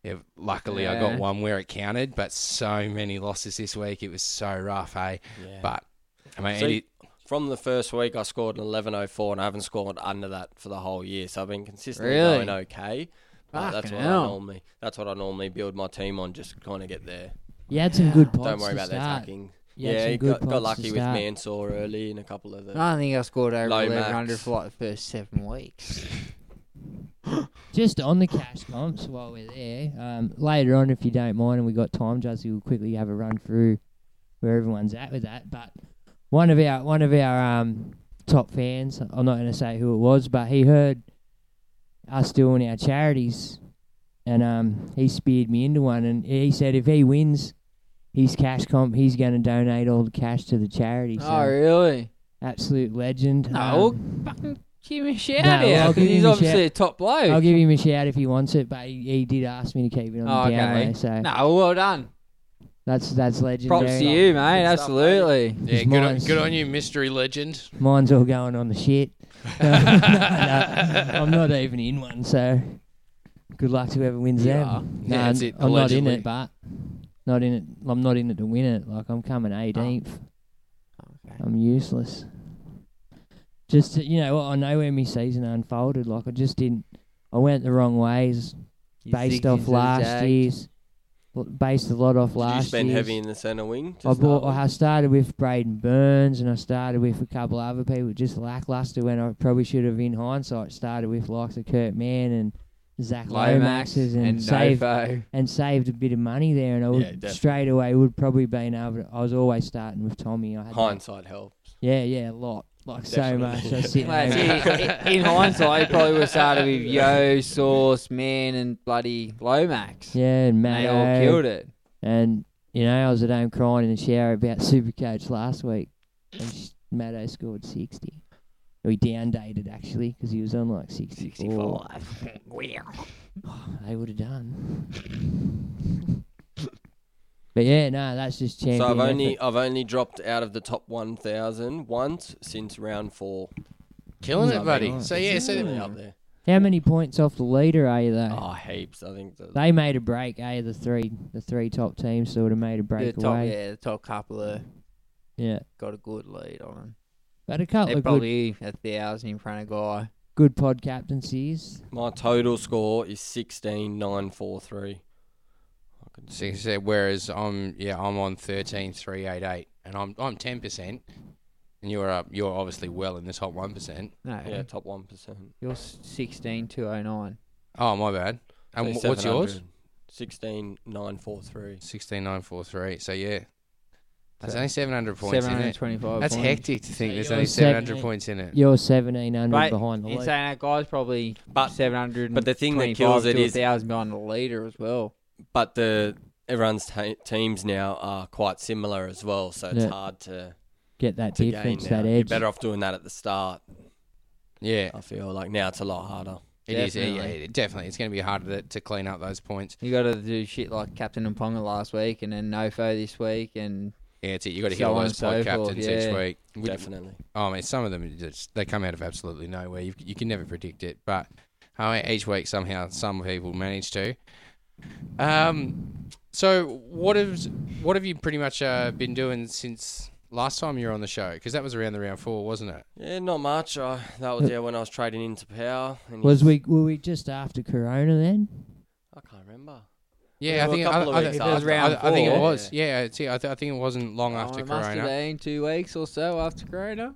C: Yeah, luckily, I
E: Yeah.
C: got one where it counted, but so many losses this week. It was so rough, hey.
F: Yeah.
C: But I mean,
F: So
C: it-
F: you- from the first week, I scored an 11.04, and I haven't scored under that for the whole year. So I've been consistently
E: Really?
F: going okay. But that's
E: Fucking
F: what
E: hell.
F: I normally. That's what I normally build my team on. Just kind of get there.
G: You had some good points
F: Don't worry
G: to
F: about their
G: start.
F: attacking.
G: You had
F: yeah,
G: some
F: he
G: good
F: got, got
G: points to
F: lucky with
G: start.
F: Mansour early in a couple of the.
E: I don't think I scored over
F: Low
E: 1100
F: max.
E: for like the first seven weeks.
G: [laughs] Just on the cash comps while we're there, um, later on, if you don't mind, and we got time, Jazzy will quickly have a run through where everyone's at with that. But one of our one of our um, top fans, I'm not going to say who it was, but he heard us doing our charities, and um, he speared me into one, and he said if he wins. His cash comp, he's going to donate all the cash to the charity. So,
E: oh, really?
G: absolute legend.
E: No,
G: Um,
E: fucking give him a shout
G: no,
E: out
G: I'll
E: 'cause
G: give
E: he's
G: him a
E: obviously
G: shout.
E: a top bloke.
G: I'll give him a shout if he wants it, but he, he did ask me to keep it on
E: Oh,
G: the down
E: okay.
G: low, so
E: no, well done.
G: that's that's legendary.
E: Props to you, mate.
F: Good stuff, mate.
E: Absolutely.
C: yeah,
G: It's
C: good on,
G: mine.
C: good on you, mystery legend.
G: Mine's all going on the
F: [laughs]
G: shit. [laughs] No, no,
E: [laughs]
G: no, I'm not even in one, so good luck to whoever wins
E: You
G: them.
E: are.
G: No,
C: Yeah, that's it,
G: I'm not in
C: allegedly.
G: it, but not in it. I'm not in it to win it. Like I'm coming 18th.
E: Okay.
G: I'm useless. Just to, you know, what I know where my season unfolded. Like I just didn't. I went the wrong ways.
E: You
G: based
E: zigged into
G: off
E: the
G: last
E: jag.
G: year's. l- Based a lot off
F: Did you
G: last
F: spend
G: year's.
F: heavy in the centre wing? to
G: I
F: start
G: bought.
F: with?
G: I started with Braden Burns, and I started with a couple other people, just lackluster. When I probably should have, in hindsight, started with likes of Kurt Mann and Zach
E: Lomax
G: Lomaxes,
E: and,
G: and,
E: and
G: saved
E: Novo.
G: and saved a bit of money there. And I would,
F: Yeah, definitely.
G: straight away would probably been able. To, I was always starting with Tommy. I had
F: Hindsight helps.
G: Yeah, yeah, a lot, like
F: Definitely.
G: so much. I was
F: [laughs]
G: sitting
E: Well,
G: there-
E: see, in hindsight, he probably would have started with Yo, Sauce, Man, and bloody Lomax.
G: yeah, and
E: And
G: Matt
E: they all killed it.
G: And you know, I was at home crying in the shower about [laughs] Supercoach last week, and sh- Maddo scored sixty. We downdated actually because he was on like 64.
E: 64. wow.
G: [sighs] They would have done. [laughs] but yeah, no, that's just champion.
F: So I've
G: effort.
F: only I've only dropped out of the top 1,000 once since round four.
C: Killing
F: So
C: it,
F: I've
C: buddy.
F: been
C: So yeah, so
F: consistently up there.
G: Mm. How many points off the leader are you though?
F: Oh, heaps. I think the,
G: They made a break. Eh, the three, the three top teams sort of made a
E: The
G: break
E: top,
G: away.
E: yeah, the top couple of
G: yeah.
E: got a good lead on them.
G: but a couple
E: They're
G: of
E: probably a thousand in front of Guy.
G: good, good pod captaincies.
F: my total score is 16,943. I could
C: So you said, whereas I'm yeah I'm on thirteen three eight eight and I'm I'm ten percent and you're up you're obviously well in the top one percent.
E: No,
F: Yeah, top one percent.
E: you're 16209.
C: Oh my bad. And wh- what's yours?
F: Sixteen nine four three.
C: Sixteen nine four three. So yeah, that's only seven hundred points in it.
E: 725
C: That's
E: points.
C: hectic to think there's
G: you're
C: only
G: second.
C: seven hundred points in it.
G: You're 1700
E: But
G: behind the
E: in
G: lead.
E: saying that, Guy's probably
F: But-
E: 700.
F: Uh, but the thing that kills it is-
E: 1,000 behind the leader as well.
F: But the everyone's ta teams now are quite similar as well, so it's
G: Yeah.
F: hard to,
G: Get that
F: to gain
G: difference,
F: now.
G: that
F: You're
G: edge.
F: better off doing that at the start.
C: Yeah,
F: I feel like now it's a lot harder.
C: it is. Yeah,
E: Definitely.
C: yeah, definitely. It's going to be harder to, to clean up those points.
E: You got to do shit like Captain and Ponga last week, and then Nofo this week, and
C: Yeah, it's it. You got to
E: So
C: hit all
E: on
C: those
E: and
C: pod
E: so forth,
C: captains each
E: yeah.
C: week. Would-
F: Definitely.
C: Oh, I mean, some of them are just they come out of absolutely nowhere. You you can never predict it, but How each week somehow some people manage to. Um, so what have what have you pretty much uh, been doing since last time you were on the show? Because that was around the round four, wasn't it?
F: Yeah, not much. I, that was yeah when I was trading into power. And
G: Was we were we just after Corona then?
F: I can't remember.
C: Yeah, I
F: well, a
C: think I,
F: couple of
C: I-
F: weeks
C: I-
F: after.
C: I- I think it was. Yeah, it's, yeah I, th- I think it wasn't long
E: Oh,
C: after
E: it must
C: Corona.
E: have been two weeks or so after Corona.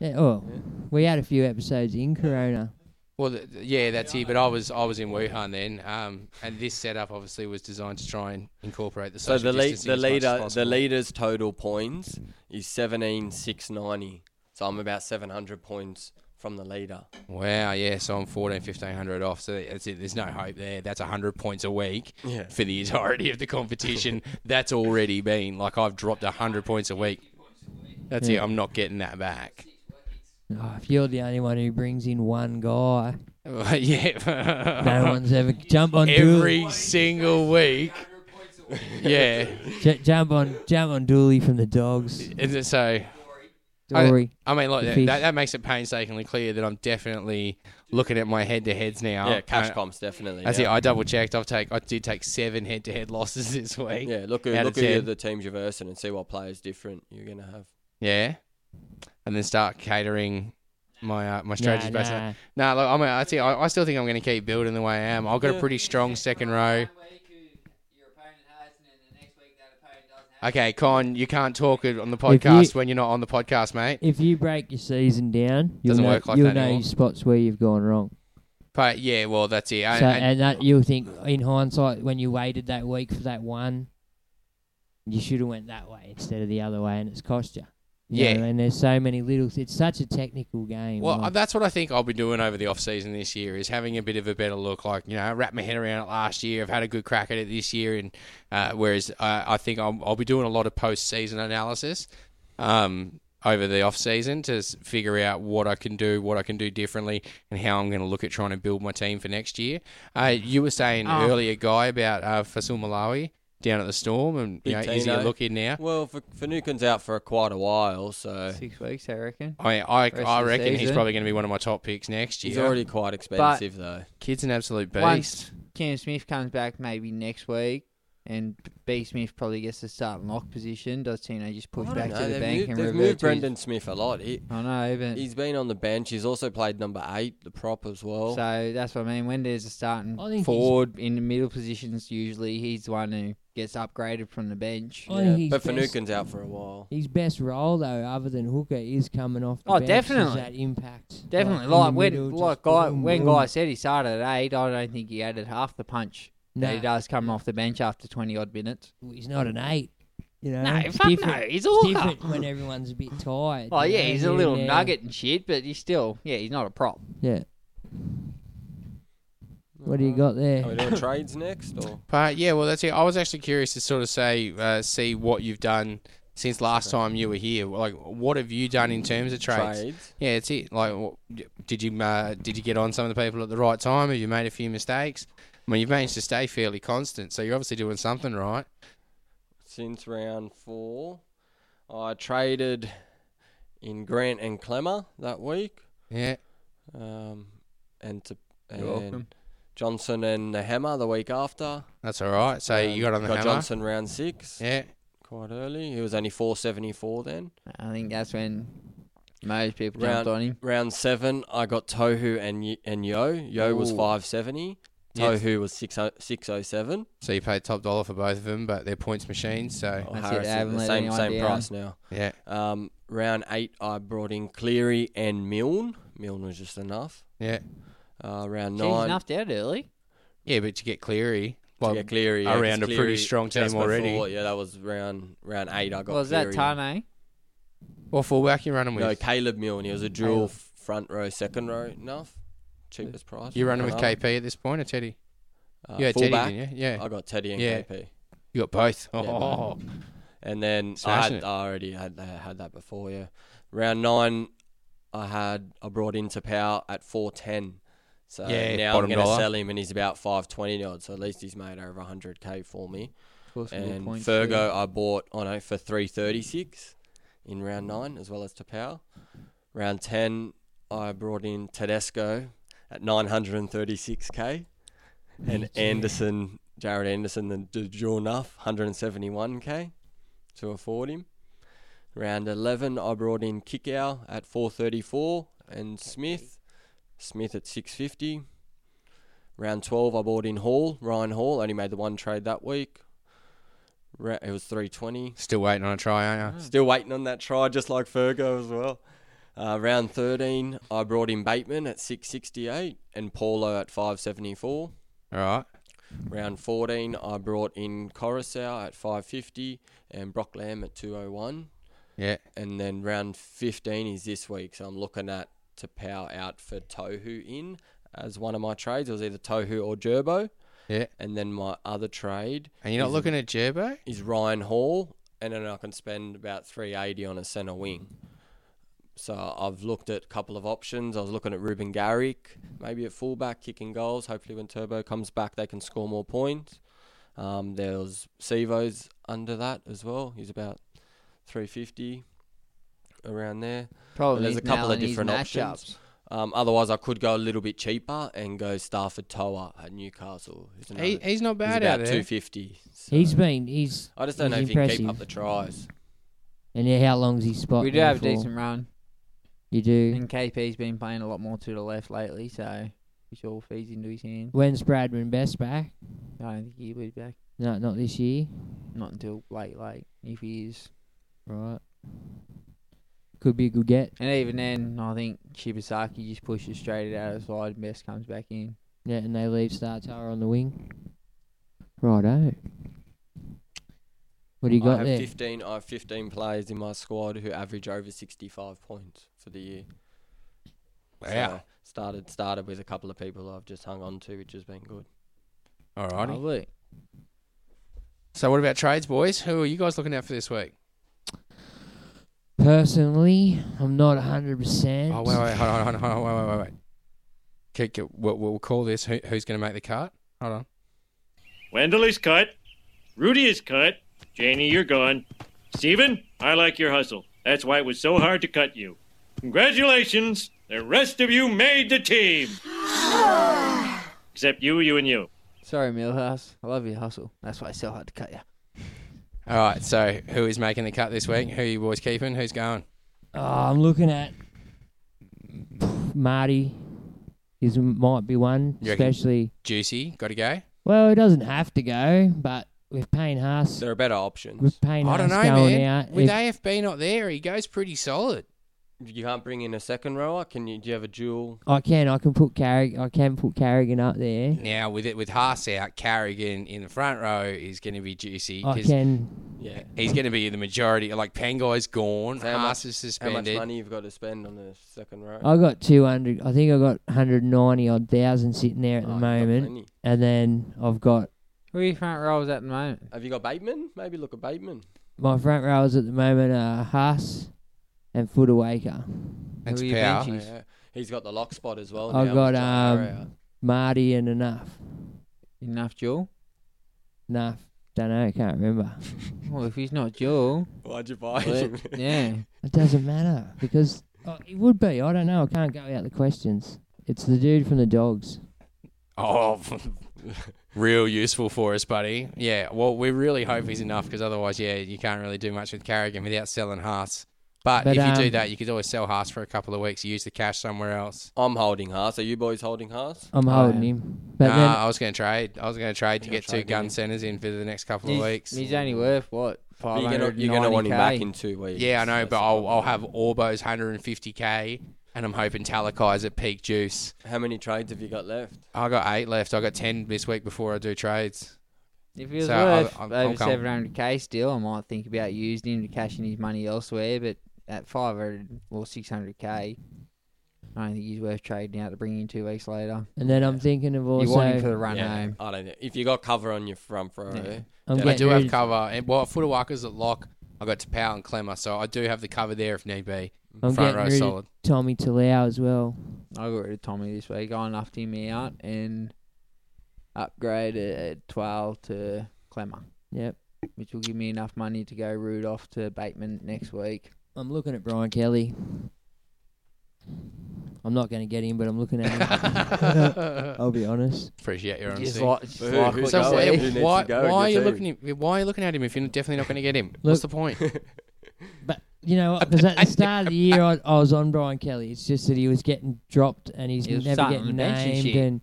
G: Yeah, oh, we had a few episodes in Corona.
C: Well, th- th- yeah, that's it. But I was I was in Wuhan then, um, and this setup obviously was designed to try and incorporate the
F: So
C: social
F: the lead,
C: distancing
F: the
C: as much as
F: leader, the
C: possible.
F: leader's total points is seventeen six ninety. So I'm about seven hundred points from the leader.
C: Wow, yeah. So I'm 14, 1500 off. So that's it. There's no hope there. That's 100 points a week
F: Yeah.
C: for the entirety of the competition. that's already been like I've dropped 100 points a week. That's
G: Yeah.
C: it. I'm not getting that back. [laughs]
G: Oh, if you're the only one who brings in one guy,
C: yeah.
G: no one's ever jump on
C: every
G: Dooley.
C: single week. yeah.
G: J- jump on jump on Dooley from the dogs.
C: Is it so? I-
G: Dory.
C: I, mean, like
G: the
C: that,
G: fish.
C: that, that makes it painstakingly clear that I'm definitely looking at my head-to-heads now.
F: yeah, cash
C: Uh,
F: comps definitely.
C: That's
F: yeah.
C: it. I double checked. I've take. I did take seven head-to-head losses [laughs] this week.
F: yeah, look
C: Out
F: at
C: of
F: look at
C: 10.
F: the teams you're versing and see what players different you're gonna have.
C: Yeah, and then start catering my uh, my strategies
G: Nah,
C: based on.
G: nah.
C: Nah, look, I'm. A, I, tell you, I, I still think I'm going to keep building the way I am. I've got a
F: Yeah.
C: pretty strong second row. Okay, Con, you can't talk it on the
G: If you-
C: podcast when you're not on the podcast, mate.
G: If you break your season down, you'll
C: Doesn't
G: know,
C: work like
G: you'll
C: that
G: know
C: anymore.
G: your spots where you've gone wrong.
C: But yeah, well, that's it. And-
G: so,
C: and-
G: and, that you'll think in hindsight when you waited that week for that one, you should have went that way instead of the other way, and it's cost you. You know
C: Yeah.
G: what I mean? there's so many little. It's such a technical game.
C: Well,
G: like-
C: that's what I think I'll be doing over the off season this year is having a bit of a better look. Like you know, I wrapped my head around it last year. I've had a good crack at it this year, and uh, whereas I, I think I'm, I'll be doing a lot of post season analysis um, over the off season to s- figure out what I can do, what I can do differently, and how I'm going to look at trying to build my team for next year. Uh, you were saying
E: Oh.
C: earlier, guy, about uh, Fasil Malawi down at the Storm, and you know,
F: Big
C: is he a
F: Tino.
C: look in now?
F: Well, for Fanukin's out for quite a while, so
E: Six weeks, I reckon.
C: I mean, I,
E: Rest of
C: I
E: the
C: reckon he's
E: season.
C: probably going to be one of my top picks next year.
F: he's already quite expensive though.
C: Kid's an absolute beast.
E: Once Cam Smith comes back maybe next week, and B Smith probably gets the starting lock position. Does Tino just push
F: I don't
E: back
F: know,
E: to the
F: they've
E: bank
F: moved,
E: and
F: they've
E: revert
F: moved
E: to his-
F: Brendan Smith a lot. He,
E: I know, but
F: he's been on the bench. He's also played number eight, the prop as well.
E: so that's what I mean. When there's a starting
G: I think he's-
E: forward in the middle positions, usually he's the one who gets upgraded from the bench.
G: I think
F: yeah,
G: he's
F: but
G: best-
F: Fanukin's out for a while.
G: His best role though, other than hooker, is coming off. The
E: Oh,
G: bench, is
E: definitely.
G: that impact.
E: Definitely,
G: in
E: like
G: the
E: when,
G: middle, just
E: like guy,
G: boom,
E: when
G: boom.
E: guy said he started at eight, I don't think he added half the punch that he
G: Nah.
E: does coming off the bench after twenty odd minutes.
G: he's not an eight. You know,
E: No,
G: it's
E: fuck no,
G: different-
E: he's
G: it's
E: all
G: different
E: [laughs] up.
G: when everyone's a bit tired.
E: Oh
G: you
E: yeah,
G: know,
E: he's
G: here
E: a
G: and
E: little
G: there.
E: nugget and shit, but he's still, yeah, he's not a prop.
G: Yeah. What do you got
F: Are we
G: there?
F: doing trades next, or
C: But yeah, well, that's it. I was actually curious to sort of say, uh, see what you've done since last time you were here. Like, what have you done in terms of trades?
F: Trades.
C: Yeah, it's it. Like, what, did you uh, did you get on some of the people at the right time? Have you made a few mistakes? I mean, you've managed to stay fairly constant, so you're obviously doing something right.
F: since round four? I traded in Grant and Clemmer that week,
C: Yeah.
F: um, and to and
E: You're welcome.
F: Johnson and the Hammer the week after.
C: That's all right. So
F: Um,
C: you got on the
F: got
C: hammer.
F: Johnson round six
C: Yeah.
F: quite early. He was only four seventy four then.
E: I think that's when most people
F: Round-
E: jumped on him.
F: Round seven, I got Tohu and y- and Yo. Yo was
E: Ooh.
F: five seventy.
C: Yes.
F: Tohu was six six oh seven.
C: So you paid top dollar for both of them, but they're points machines. So
F: Oh,
E: That's it,
F: Harris
E: they
F: is
E: haven't
F: the
E: let
F: same
E: anyone
F: same
E: down.
F: price now.
C: yeah.
F: Um, round eight, I brought in Cleary and Milne. Milne was just enough.
C: Yeah.
F: Uh, round
E: Jeez,
F: nine,
E: knocked out early.
C: Yeah, but you get Cleary.
F: to
C: Well,
F: get Cleary yeah, 'cause
C: around a pretty
F: Cleary
C: strong team
F: just
C: already.
F: before- yeah, that was round round eight. I got.
E: Was that eh?
F: Cleary.
E: Tane?
C: what fullback you running with?
F: No, Caleb Milne. He was a
E: Mm,
F: dual f- front row, second row. Enough, cheapest price.
C: You're running with
F: Enough.
C: KP at this point, or Teddy?
F: Uh,
C: you had
F: fullback,
C: Teddy, didn't you? Yeah.
F: I got Teddy and
C: Yeah.
F: KP.
C: you got both. Oh,
F: both. And then I,
C: Smashing
F: had,
C: it.
F: I already had I had that before, yeah. Round nine, I had I brought into power at four ten, so
C: Yeah,
F: now I'm
C: bottom
F: going to
C: dollar.
F: sell him, and he's about five twenty odd. So at least he's made over hundred k for me. And
E: points
F: Fergo, I bought on it for three thirty six in round nine, as well as to power. Round ten, I brought in Tedesco at 936k, and
E: Gee.
F: Anderson, Jared Anderson, the dual nuff, 171k to afford him. Round 11, I brought in Kickow at 434 and Smith, Smith at 650. Round 12, I bought in Hall, Ryan Hall, only made the one trade that week. Ra- It was 320.
C: Still waiting on a try, aren't you?
F: Still waiting on that try, just like Fergo as well. Uh, round 13, I brought in Bateman at 668 and Paulo at 574.
C: All right.
F: Round 14, I brought in Coruscant at 550 and Brock Lamb at 201.
C: Yeah.
F: And then round 15 is this week. So I'm looking at to power out for Tohu in as one of my trades. It was either Tohu or Gerbo.
C: Yeah.
F: And then my other trade.
C: And you're not
F: is-
C: looking at Gerbo?
F: Is Ryan Hall. And then I can spend about 380 on a centre wing. So I've looked at a couple of options. I was looking at Ruben Garrick, maybe at fullback, kicking goals. Hopefully, when Turbo comes back, they can score more points. Um, there was Sevo's under that as well. He's about 350 around there.
E: Problem
F: But there's
E: is
F: a couple
E: now
F: of
E: in his
F: different
E: matchups.
F: options. Um, otherwise, I could go a little bit cheaper and go Stafford Toa at Newcastle. who's
C: He-
F: another-
C: he's not bad
F: about
C: out there.
F: 250. so-
G: He's been he's.
F: I just don't know
G: he's
F: if he
G: impressive.
F: can keep up the tries.
G: And yeah, how long's he spot?
E: We do
G: now
E: have a
G: for?
E: decent run,
G: You do.
E: and KP's been playing a lot more to the left lately, so which all feeds into his hands.
G: When's Bradman best back?
E: I don't think he'll be back.
G: No, not this year.
E: Not until late, late, if he is.
G: Right. Could be a good get.
E: And even then, I think Shibasaki just pushes straight out of the side and Best comes back in.
G: Yeah, and they leave Startar on the wing. Righto. What do you
F: I
G: got
F: have
G: there?
F: 15. I have 15 players in my squad who average over 65 points for the year.
C: Wow.
F: So started started with a couple of people I've just hung on to, which has been good.
C: All
E: Oh,
C: righty.
E: look.
C: So what about trades, boys? Who are you guys looking out for this week?
G: Personally, I'm not 100%.
C: Oh, wait, wait, hold on, hold on, hold on, wait, wait, wait, wait. Kick it. We'll, we'll call this who, who's going to make the cut. Hold on.
H: Wendell is cut. Rudy is cut. Janie, you're gone. Steven, I like your hustle. That's why it was so hard to cut you. Congratulations! The rest of you made the team! Except you, you, and you.
E: Sorry, Millhouse. I love your hustle. That's why it's so hard to cut you.
C: All right. So who is making the cut this week? Who are you boys keeping? Who's going?
G: Oh, I'm looking at Marty. Is might be one,
C: You reckon-
G: especially.
C: Juicy. Got to go.
G: Well, he doesn't have to go, but with Payne Haas,
F: There are better options.
G: with Payne
C: I
G: Haas
C: don't know,
G: going
C: man.
G: out,
C: With
G: if-
C: AFB not there, he goes pretty solid.
F: You can't bring in a second rower. Can you? Do you have a dual?
G: I can, I can put Carrig- I can put Carrigan up there.
C: Now with it with Haas out, Carrigan in the front row is going to be juicy
G: I
C: 'cause
G: can.
F: Yeah.
C: he's going to be the majority. Like Pangai's gone,
F: So how
C: Haas
F: much-
C: is
F: How much
C: suspended.
F: money you've got to spend on the second row?
G: I got 200. I think I got 190 odd thousand sitting there at
F: Oh,
G: the
F: you've got
G: moment,
F: plenty.
G: and then I've got
E: Who are your front rows at the moment?
F: Have you got Bateman? Maybe look at Bateman.
G: my front rowers at the moment are Haas and Footawaker,
C: That's
E: Who are your
C: power.
E: benchies?
F: Yeah. He's got the lock spot as well.
G: I've
F: now
G: got,
F: with Jara
G: um,
F: out.
G: Marty and enough.
E: Enough duel?
G: Nah, don't know. Can't remember.
E: [laughs] Well, if he's not duel,
F: Why'd you buy
E: well,
F: him?
E: yeah.
G: It doesn't matter because oh, it would be. I don't know. I can't go out the questions. It's the dude from the dogs.
C: Oh, [laughs] real useful for us, buddy. Yeah. Well, we really hope he's enough because otherwise, yeah, you can't really do much with Carrigan without selling Haas. But,
G: But,
C: if you do
G: um,
C: that, you could always sell Haas for a couple of weeks, use the cash somewhere else.
F: I'm holding Haas. Are you boys holding Haas?
G: I'm
E: Oh,
G: holding
E: yeah.
G: him. But
C: nah,
G: then
C: I was going to trade. I was going to trade to
F: You're
C: get two
F: trading
C: gun
F: him.
C: centers in for the next couple of
E: He's,
C: weeks.
E: he's only worth, what,
F: But
E: 500
F: You're gonna, you're gonna want him back in two weeks.
C: Yeah, I know,
F: That's
C: but
F: the
C: I'll,
F: problem.
C: I'll have Orbo's 150k, and I'm hoping Talakai's at peak juice.
F: How many trades have you got left?
C: I got eight left. I got ten this week before I do trades.
E: If he was
C: So, I'll-
E: worth
C: I'll- I'll
E: over
C: come.
E: 700k still, I might think about using him to cash in his money elsewhere, but at 500 or 600k, I don't think he's worth trading out to bring in two weeks later.
G: and then I'm thinking of
E: you want him for
G: also.
E: the run
F: Yeah,
E: home.
F: I don't know. If you got cover on your front row,
E: Yeah.
G: I'm
F: Yeah,
C: I
G: getting
C: do have
G: rid-
C: cover, and well, Footawaka's at lock. I got Tapau and Clemmer, so I do have the cover there if need be.
G: I'm
C: Front
G: getting
C: row
G: rid of
C: solid.
G: Tommy Talau as well.
E: I got rid of Tommy this week. I knocked him out and upgraded Twal to Clemmer,
G: Yep.
E: which will give me enough money to go Rudolph to Bateman next week.
G: I'm looking at Brian Kelly. I'm not going to get him, but
C: [laughs]
G: I'm looking at him. [laughs] I'll be honest.
C: Appreciate your honesty.
G: Just like- just
C: So
G: like what you
C: why,
G: said. Who needs to
C: why,
G: go in
C: why are
G: the
C: you
G: team?
C: looking? at- Why are you looking at him if you're definitely not going to get him? What's the point?
G: You know, because at the start of the year, I, I was on Brian Kelly. It's just that he was getting dropped and he's
E: He was
G: never
E: starting
G: getting
E: to mention
G: named
E: shit.
G: and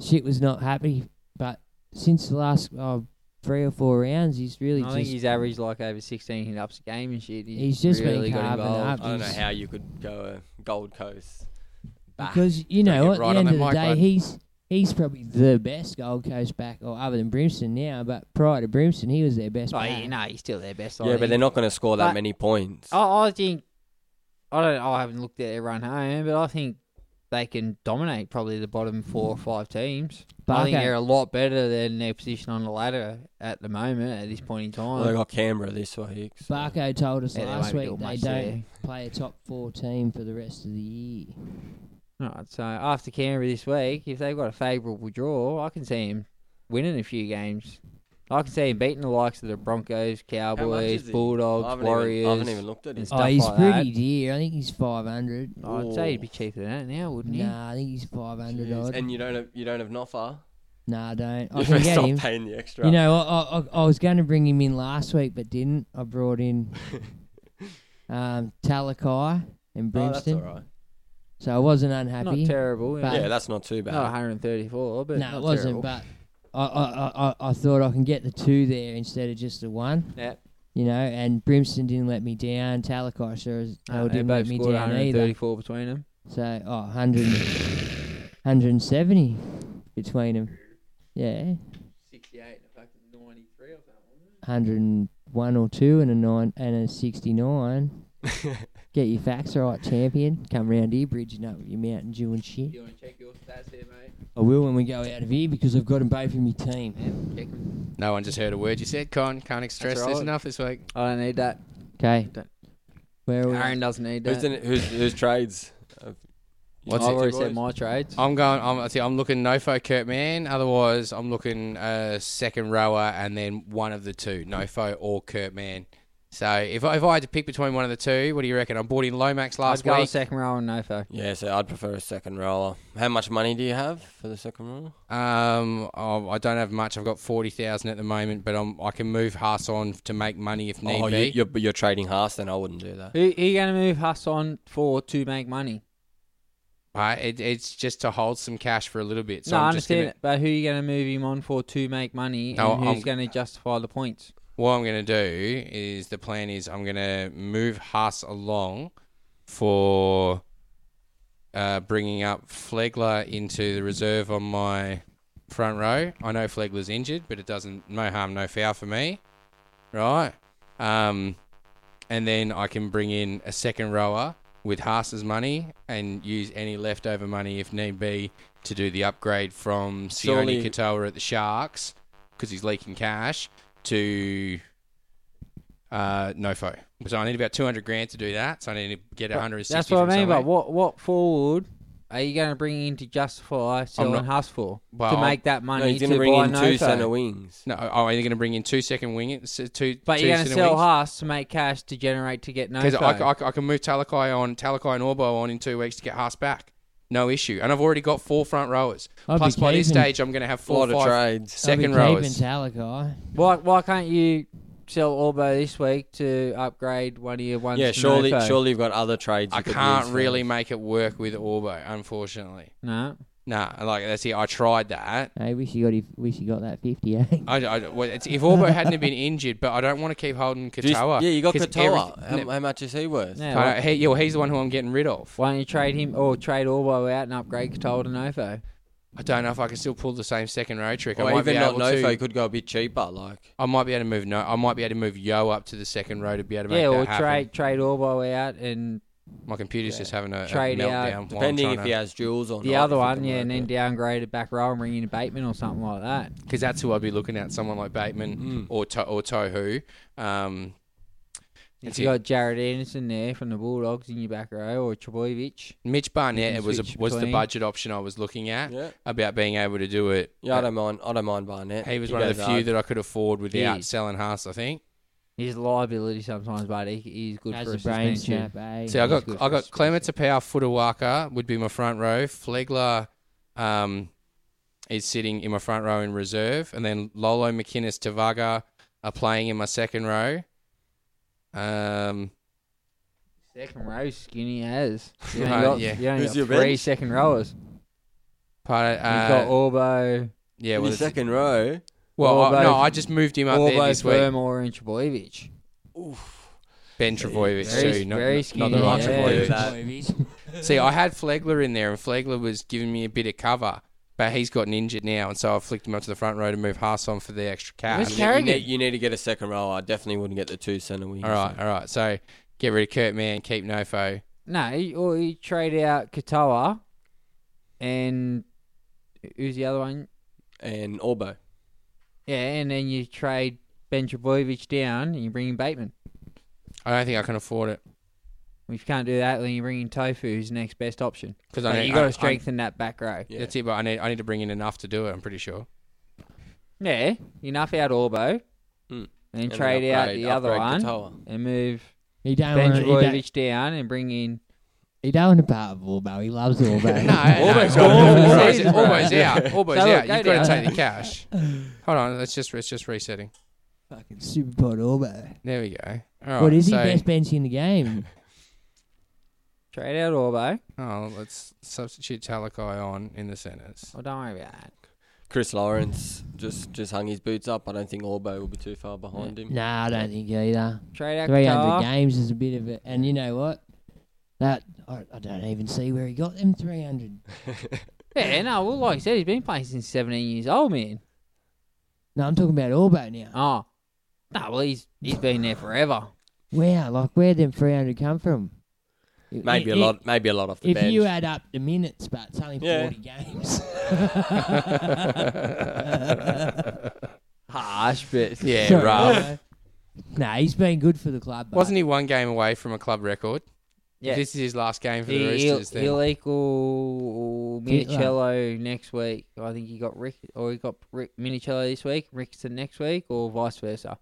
G: shit was not happy. But since the last oh, three or four rounds, he's really
E: I
G: just
E: think he's averaged like over 16 hit ups a game and shit.
G: He's just been
E: really got
G: carving
E: involved.
G: up.
F: I don't know how you could go a Gold Coast. back.
G: Because you
F: Don't
G: know,
F: get
G: at
F: right
G: the
F: on
G: end
F: that
G: of the
F: mic,
G: day,
F: bud.
G: he's he's probably the best Gold Coast back, or other than Brimson now. But prior to Brimson, he was their best.
E: Oh,
G: back.
E: yeah, no, he's still their best. I
F: Yeah, but
E: think.
F: they're not going to score that
E: But-
F: many points.
E: I, I think I don't. I haven't looked at everyone home, but I think they can dominate probably the bottom four or five teams. I think
F: Barker.
E: they're a lot better than their position on the ladder at the moment at this point in time.
F: Well, they got oh, Canberra this week. so-
G: Barco told us
E: Yeah, they
G: last
E: won't be
G: week
E: doing
G: they
E: much
G: don't
E: there.
G: play a top four team for the rest of the year.
E: Right, so after Canberra this week, if they've got a favourable draw, I can see him winning a few games. I can see him beating the likes of the Broncos, Cowboys,
F: is he? I
E: Bulldogs,
F: haven't even- I
E: Warriors.
F: haven't even looked at him.
G: Oh,
E: and stuff
G: he's
E: like that. Oh,
G: pretty dear. I think he's five hundred.
E: I'd say he'd be cheaper than that now, wouldn't he?
G: Nah, I think he's five hundred odd.
F: and you don't have you don't have Noffa.
G: Nah, I don't. I can
F: You better
G: get
F: stop
G: him.
F: paying the extra.
G: You know, I, I, I was going to bring him in last week, but didn't. I brought
F: [laughs]
G: in um, Talakai and
E: Oh, that's
G: Brimston.
E: all right.
G: So I wasn't unhappy.
E: Not terrible.
G: but- Oh,
F: Yeah, that's not too bad.
E: Not 134, but
G: no,
E: not
G: it wasn't.
E: terrible.
G: But I, I, I, I- I thought I can get the two there instead of just the one.
E: Yep.
G: You know, and Brimston didn't let me down. Talakai sure as
E: No,
G: hell
E: they
G: didn't
E: both
G: let me
E: scored
G: down either.
E: 134 between them.
G: So, oh, 100, 170 between them. Yeah.
E: 68 and fucking 93 or something.
G: 101 or 2 and a 9 and a
E: [laughs]
G: 69. Get your facts right, champion. Come round here, bridging up with your Mountain Dew and shit.
E: You want to check your stats there, mate?
G: I will when we go out of here because I've got them both in my team.
E: Check 'em.
C: no one just heard a word you said, Con. Can't stress this
E: right.
C: enough this week.
E: I don't need that.
G: Okay.
E: Don't-
G: Where are we?
E: Aaron doesn't need
F: Who's,
E: that.
F: in, who's, who's trades? Uh,
C: What's
E: I've
C: it,
E: already
C: two
E: said
C: boys?
E: my trades.
C: I'm going. I'm, see, I'm looking Nofo Kurtman. Otherwise, I'm looking uh, second rower and then one of the two, Nofo or Kurtman. So if I, if I had to pick between one of the two, what do you reckon? I bought in Lomax last
E: I'd go
C: week.
E: second row and no fuck.
F: Yeah, so I'd prefer a second roller. How much money do you have for the second roller?
C: Um, oh, I don't have much. I've got forty thousand at the moment, but I'm, I can move Haas on to make money if need
F: oh,
C: be.
F: you, you're, but you're trading Haas, then I wouldn't do that.
E: Who, who you going to move Huss on for to make money?
C: Uh, it, it's just to hold some cash for a little bit. So
E: no, I
C: I'm just
E: understand
C: gonna,
E: it, but who you going to move him on for to make money
C: No,
E: and
C: I'm-
E: who's going to justify the points?
C: What I'm going to do is the plan is I'm going to move Haas along for uh, bringing up Flegler into the reserve on my front row. I know Flegler's injured, but it doesn't no harm, no foul for me, right? Um, and then I can bring in a second rower with Haas's money and use any leftover money if need be to do the upgrade from Sione
F: Surely-
C: Katoa at the Sharks because he's leaking cash to uh, Nofo. So I need about 200 grand to do that. So I need to get 160.
E: That's what I
C: from
E: mean. But
C: somewhere.
E: what what forward are you going to bring in to justify selling
C: not-
E: Huss for
C: Well,
E: to
C: I'll-
E: make that money
F: no, he's
E: to
F: gonna bring
E: buy
F: in
E: no
F: two
E: fuck?
F: centre wings.
C: No, oh, are you going to bring in two second wing? s- Two,
E: But
C: two
E: you're going to
C: centre
E: sell
C: wings?
E: Haas to make cash to generate to get no
C: Because I,
E: fuck.
C: c- I c- I can move Talakai on, Talakai and Orbo on in two weeks to get Haas back. No issue. And I've already got four front rowers.
G: I'd be
C: Plus, by this
G: keeping-
C: stage, I'm going to have four
F: Lot of
C: five
F: trades.
C: second
G: I'll be
C: rowers.
G: keeping Talakai.
E: Why why can't you sell Orbo this week to upgrade one of your ones?
F: Yeah,
E: to
F: surely,
E: Nofo?
F: surely you've got other trades. You
C: I
F: could
C: can't
F: use for-
C: really make it work with Orbo, unfortunately.
E: No.
C: Nah, like that's it. I tried that.
G: Hey, wish you got his, wish you got that fifty eh?
C: [laughs]
G: eight.
C: I, I- well, it's, if Orbo hadn't have been injured, but I don't want to keep holding
F: Do you-
C: Katoa.
F: yeah, you got
C: 'cause
F: Katoa.
C: everyth-
F: how, how much is he worth?
E: Yeah,
C: Uh,
E: why-
C: he, yeah, well, he's the one who I'm getting rid of.
E: Why don't you trade him or trade Orbo out and upgrade Katoa to Nofo?
C: I don't know if I can still pull the same second row trick. I
F: Or
C: might
F: even
C: be
F: not
C: able
F: Nofo
C: to.
F: he could go a bit cheaper. Like
C: I might be able to move. No, I might be able to move Yo up to the second row to be able to make
E: Yeah,
C: that
E: or
C: happen.
E: trade trade Orbo out and
C: My computer's just having a, a
E: Trade out,
C: meltdown. while I'm
F: depending if he has jewels or
E: the
F: not.
E: other
F: if he
E: one,
F: can
E: yeah, and
F: work
E: then
F: it.
E: downgrade it back row and bring in Bateman or something like that.
C: because that's who I'd be looking at. Someone like Bateman or to, or Tohu. Um,
E: If
C: that's
E: you
C: it.
E: got Jared Anderson there from the Bulldogs in your back row or Trebojevic.
C: Mitch Barnett
E: can
C: was a,
E: switch
C: was the
E: between.
C: budget option I was looking at
F: Yeah.
C: about being able to do it. Uh,
F: Yeah, I don't mind. I don't mind Barnett.
C: He was one of
F: goes
C: the few
F: hard.
C: that I could afford without
E: He-
C: selling Haas. I think.
E: He's a liability sometimes, but he, he's good
C: Has
E: for
C: a
E: a
C: brain
E: suspension.
C: snap, See, I got I got Clement Tapau Futawaka would be my front row. Flegler um, is sitting in my front row in reserve, and then Lolo McInnes Tavaga are playing in my second row. Um,
E: second row skinny
C: [laughs]
E: as. You
C: Right,
E: only got,
C: yeah.
E: you only
C: Who's
E: got
C: your
E: three
C: bench?
E: second rowers.
C: part,
E: You've got
C: uh,
E: Orbo.
C: yeah, well,
F: In your
C: it's-
F: second row.
C: Well, I- no, I just moved him up there this week.
E: Vermor and Trebojevic.
C: Ben Travojevic
E: Very-
C: too, not,
E: very
C: not
E: skinny,
C: the right
E: yeah.
C: Travojevic.
E: Trbojevic.
C: See, I had Flegler in there, and Flegler was giving me a bit of cover, but he's gotten injured now, and so I flicked him up to the front row to move Haas on for the extra
F: You
C: cash.
F: need- You need, you need to get a second row. I definitely wouldn't get the two centre wings.
C: All right, all right. So get rid of Kurt Mann, keep Nofo.
E: No, he, or he trade out Katoa and who's the other one?
F: And Orbo.
E: Yeah, and then you trade Ben Trebojevic down and you bring in Bateman.
C: I don't think I can afford it.
E: If you can't do that, then you bring in Tofu, who's the next best option.
C: 'Cause
E: Because
C: I know-
E: you
C: I-
E: got
C: I'm-
E: to strengthen that back row. Yeah,
C: That's it, but I need, I need to bring in enough to do it, I'm pretty
E: [laughs]
C: sure.
E: you nuff out Orbo,
F: Mm.
E: and,
F: And then
E: trade out
F: upgrade-
E: the other one,
F: upgrade Katoa.
E: and move
G: He don't
E: Ben
G: wanna- he don't-
E: Trbojevic down and bring in.
G: He don't want to part with Orbo. He loves Orbo. no,
E: [laughs]
C: Always always always out. Always
E: So
C: out.
E: look,
C: You've
E: go
C: got to
E: down.
C: take the cash. Hold on, let's just it's just resetting.
G: Fucking Superpod Orbo.
C: There we go. All right.
G: what is he?
C: so-
G: Best bench in the game.
E: Trade out Orbo.
C: Oh, let's substitute Talakai on in the
G: [laughs]
C: centres.
E: Oh, don't worry about that.
F: Chris Lawrence just just hung his boots up. I don't think Orbo will be too far behind him.
G: nah, I don't think either.
E: Trade out
G: 300
E: Qatar.
G: games is a bit of it. And you know what? That I, I don't even see where he got them 300.
E: [laughs] Yeah, no, well, like I said, he's been playing since 17 years old, man.
G: No, I'm talking about Orbo now.
E: Oh, no, well, he's he's been there forever.
G: Wow, like where them 300 come from?
F: Maybe a
G: If-
F: lot. Maybe a lot off the
G: If
F: bench.
G: you add up the minutes, but it's only
F: Yeah.
G: 40 games.
E: Harsh, but
C: Yeah,
G: [laughs] Sorry,
C: rough.
G: Orbo. nah, he's been good for the club. But
C: Wasn't he one game away from a club record?
E: Yeah.
C: If This is his last game for the
E: He, will
C: Roosters. Then
E: he'll equal
G: Did, uh,
E: Minicello next week. I think he got Rick, or he got Rick Minicello this week, Rickson next week, or vice versa.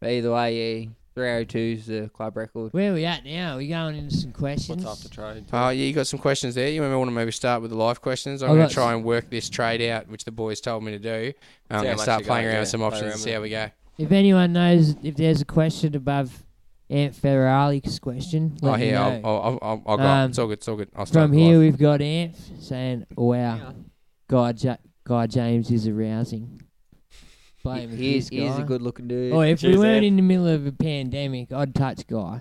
E: But either way, yeah, 302 is the club record.
G: Where are we at now? Are we going into some questions?
F: What's after trade?
C: Oh, yeah, you got some questions there. You want to maybe start with the live questions? I'm
G: I
C: going
G: got-
C: to try and work this trade out, which the boys told me to do. I'm
F: how
C: going to
F: much
C: start
F: you
C: playing
F: got,
C: around
F: yeah,
C: with some
F: play
C: options
F: around
C: and see
F: with
C: how we go.
G: If anyone knows if there's a question above Aunt Ferrari's question,
C: Oh,
G: let me
C: here, I'll,
G: know.
C: I'll, I'll, I'll go.
G: Um,
C: it's all good. It's all good. I'll start
G: From
C: with
G: here,
C: live.
G: we've got Amp saying, "Wow, Guy, ja- Guy James is arousing."
E: He,
G: Blame
E: he is,
G: this
E: he is
G: guy.
E: a good looking dude.
G: Oh, if we
F: Cheers,
G: weren't
F: Ant.
G: in the middle of a pandemic, I'd touch Guy.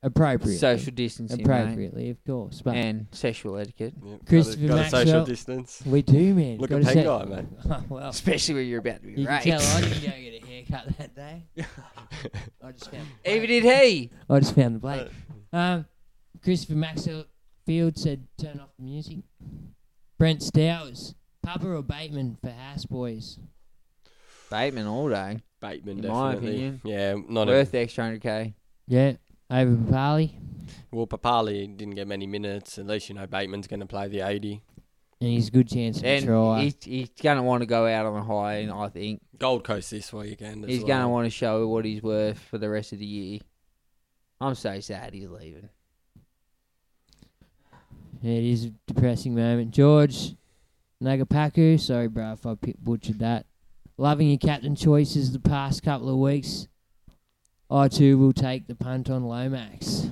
G: Appropriately.
E: Social distancing, mate.
G: Appropriately, of course. But
E: And sexual etiquette.
F: Yeah, got a-
G: Christopher
F: got a, social
G: Maxwell.
F: distance.
G: we do, man.
F: Look
G: Gotta
F: at
G: say-
F: Peg Guy, mate.
G: [laughs] well,
E: Especially when you're about to be
G: Oh. you
E: raped.
G: can tell
E: [laughs]
G: I didn't go get a haircut that day. I just found
E: Even did he.
G: I just found the blade.
E: Uh,
G: Um, Christopher Maxwell Field said, "Turn off the music." Brent Stowers, Papa or Bateman for House Boys.
E: Bateman all day.
F: Bateman,
E: In my
F: definitely.
E: opinion.
F: Yeah, not a
E: Worth the extra 100k.
G: Yeah, over Papali,
F: Well, Papali didn't get many minutes. At least you know Bateman's going to play the 80.
G: and he's a good chance to
E: And
G: try.
E: he's, he's going to want to go out on a high, and I think
F: Gold Coast this weekend. As
E: he's
F: well.
E: going to want to show what he's worth for the rest of the year. I'm so sad he's leaving.
G: it is a depressing moment. George Nagapaku, sorry, bro, if I pi- butchered that. Loving your captain choices the past couple of weeks. I too will take the punt on Lomax.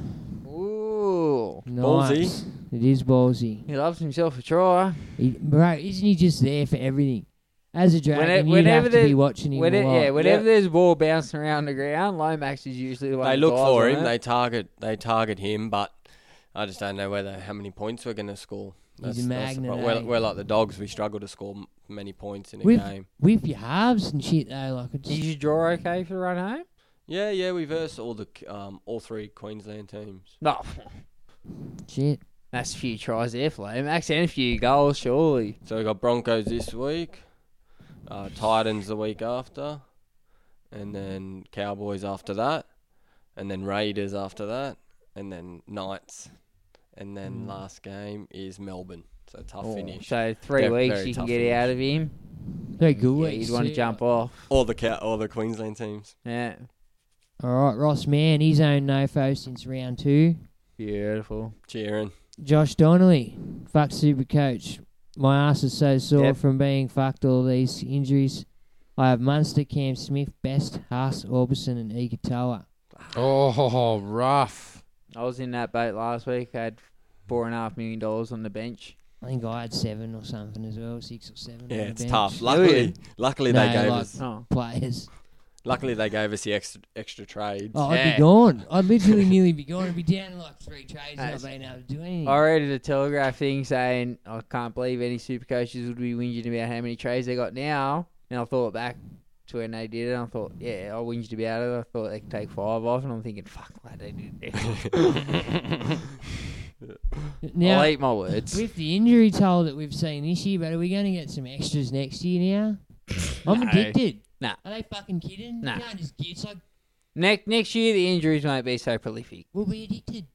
E: Ooh.
F: Ballsy.
G: Nice. It is ballsy.
E: He loves himself a try.
G: He, bro, isn't he just there for everything? As a dragon,
E: Whene-
G: you'd have to
E: there-
G: be watching him
E: when
G: a
E: it-
G: lot.
E: yeah, whenever there's ball bouncing around the ground, Lomax is usually the one.
F: They
E: that
F: look
E: dives
F: for
E: on
F: him.
E: it.
F: They target. They target him, but I just don't know whether how many points we're going to score.
G: He's a
F: the
G: magnet,
F: problem.
G: eh?
F: we're, we're like the dogs. We struggle to score m- many points in a
G: We've-
F: game.
G: With your halves and shit, though, like I
E: Did
G: just,
E: you draw okay for the run home?
F: Yeah, yeah. We versed all the c- um all three Queensland teams.
E: No.
G: shit.
E: That's a few tries there for Lomax and a few goals, surely.
F: So we got Broncos this week, uh, Titans the week after, and then Cowboys after that, and then Raiders after that, and then Knights, and then
G: Hmm.
F: last game is Melbourne. So tough
E: Oh,
F: finish.
E: So three
F: They're
E: weeks
F: very
E: you can
F: tough
E: get
F: finish.
E: out of him.
G: They're good
E: Yeah,
G: weeks,
E: you'd want to
G: too.
E: jump off.
F: All the cow- all the Queensland teams.
E: Yeah.
F: All right, Ross Mann, he's owned Nofo since round two.
E: Beautiful.
I: Cheering.
F: Josh Donnelly, fuck super coach. My ass is so sore
E: Yep.
F: from being fucked all these injuries. I have Munster, Cam Smith, Best, Haas, Orbison, and Ikatoa.
E: Oh,
C: [laughs]
E: rough. I was in that boat last week. I had four and a half million dollars on the bench.
F: I think I had seven or something as well, six or seven.
I: Yeah,
F: on the
I: it's
F: bench.
I: tough. Luckily, luckily they
F: No,
I: gave
F: like
I: us
F: [laughs]
E: Oh.
F: players.
I: Luckily they gave us the extra extra trade.
F: Oh, I'd be gone. I'd literally nearly be gone. I'd be down in like three trades, not being able to do anything.
E: I read a Telegraph thing saying, I can't believe any super coaches would be whinging about how many trades they got now. And I thought back to when they did it, and I thought, yeah, I whinged about it. I thought they could take five off, and I'm thinking, fuck, why they did
F: [laughs]
E: that.
F: Now-
E: I'll eat my words.
F: With the injury toll that we've seen this year, but are we going to get some extras next year
E: [laughs]
F: now? I'm
E: No.
F: addicted.
E: Nah.
F: Are they fucking kidding?
E: Nah.
F: You can't just get, it's like,
E: Next next year, the injuries won't be so prolific.
F: we'll be addicted.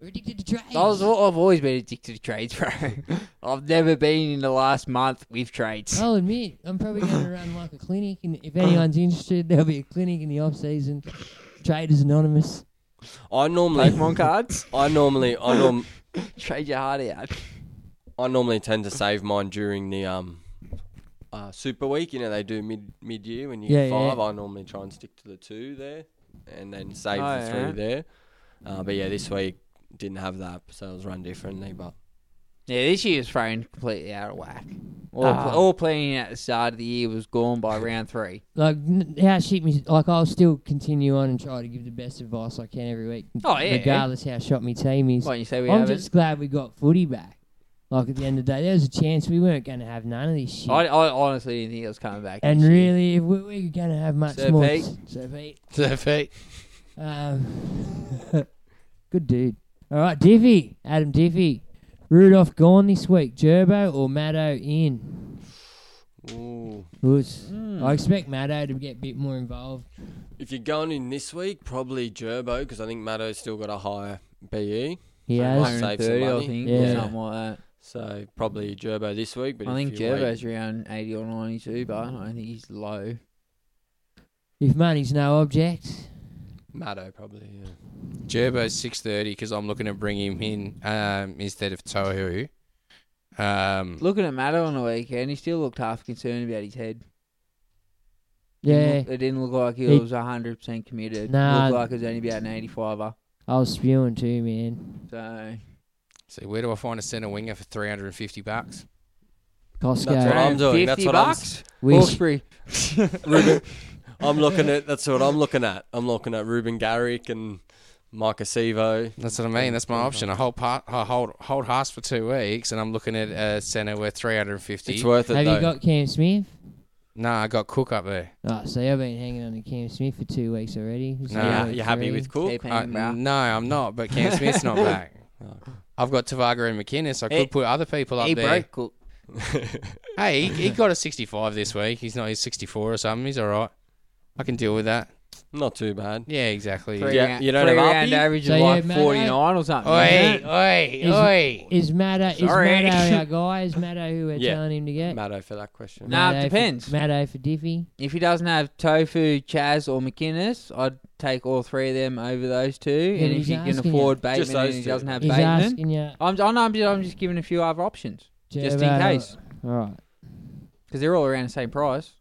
F: We're addicted to trades.
E: I was, I've always been addicted to trades, bro. [laughs] I've never been in the last month with trades.
F: I'll admit, I'm
E: [laughs]
F: probably going to run like a clinic, and if anyone's interested, there'll be a clinic in the off season. Traders Anonymous.
I: I normally
E: Pokemon cards. [laughs]
I: I normally I norm
E: Trade your heart out.
I: I normally tend to save mine during the um uh, super week. You know they do mid mid year when you get
F: Yeah, yeah.
I: five. I normally try and stick to the two there, and then save
E: Oh,
I: the three
E: yeah.
I: there. Uh, but yeah, this week didn't have that, so it was run differently. But
E: Yeah, this year was thrown completely out of whack. All,
F: Ah.
E: all planning at the start of the year was gone by round three.
F: Like n- how shit me. Like I'll still continue on and try to give the best advice I can every week.
E: Oh, yeah.
F: Regardless how shot me team is.
E: What, you say we
F: I'm
E: haven't?
F: just glad we got footy back. Like at the end of the day, there was a chance we weren't going to have none of this shit.
E: I, I honestly didn't think it was coming back.
F: and
E: this year.
F: really, if we, we're going to have much
E: Sir
F: more.
E: Pete.
F: Sir Pete.
C: Sir Pete.
F: Um, [laughs] good dude. All right, Diffie. Adam Diffie. Rudolph gone this week. Gerbo or Maddo in?
I: Ooh.
F: Who's-
E: Hmm.
F: I expect Maddo to get a bit more involved.
I: if you're going in this week, probably Gerbo because I think Matto's still got a higher BE.
F: He
I: so
F: has.
I: might save some
E: 130, I
I: money.
E: think, or Yeah. something like that.
I: So probably Gerbo this week. But
E: I
I: if
E: think
I: you wait-
E: Gerbo's around 80 or 92, but I don't think he's low.
F: If money's no object.
I: Maddo probably. Yeah.
C: Gerbo's six thirty because I'm looking to bring him in um, instead of Tohu. Um,
E: Looking at Maddo on the weekend, he still looked half concerned about his head.
F: Yeah.
E: It didn't look like he,
F: He-
E: was 100% committed.
F: Nah.
E: looked like it was only about an 85er.
F: I was spewing too, man.
E: So,
C: see, where do I find a centre winger for three hundred and fifty bucks?
F: Costco.
I: That's what I'm doing. That's
E: 50
I: what I'm.
E: bucks?
I: s-
F: We-
E: Hawkesbury.
I: Ruben, I'm looking at. That's what I'm looking at. I'm looking at Ruben Garrick and Mike Acevo.
C: That's what I mean. That's my option. I hold part, I hold hold Haas for two weeks, and I'm looking at a centre where three hundred and fifty.
I: It's worth it
F: Have
I: though.
F: you got Cam Smith?
C: No, I got Cook up there.
F: Oh, so you've been hanging on to Cam Smith for two weeks already. Is
C: No.
F: that
C: Yeah,
F: week
C: you're happy
F: three?
C: with Cook? Keep hanging,
I: Mm,
C: Uh, bro. no, I'm not, but Cam Smith's
E: [laughs]
C: not back. I've got Tavaga and McInnes. I could
E: Hey,
C: put other people up
E: he
C: there.
E: broke Cook.
C: hey, he, he got a 65 this week. He's not. He's 64 or something. He's all right. I can deal with that.
I: [laughs] Not too bad.
C: Yeah, exactly.
E: Three
C: yeah,
E: round- three round average
F: So,
E: of
F: yeah,
E: like
F: Maddo-
E: 49 or something.
I: Oh,
C: Oi,
E: isn't it?
C: oi,
F: Is,
C: oi.
F: is Maddo, is
E: Sorry. [laughs]
F: Maddo our guy? Is Maddo who we're
I: Yeah.
F: telling him to get?
I: Maddo for that question.
E: Nah, it
F: Maddo for-
E: depends.
F: Maddo for Diffie.
E: If he doesn't have Tofu, Chaz, or McInnes, I'd take all three of them over those two.
F: Yeah,
E: and
F: he's
E: if you can
F: asking
E: afford
I: Just
F: you.
E: Bateman and
I: those
E: he
I: two.
E: doesn't have
F: He's
E: Bateman,
F: asking you.
E: I'm, I know, I'm, just, I'm just giving a few other options just in
F: Gerbo.
E: case
F: All right.
E: because they're all around the same price.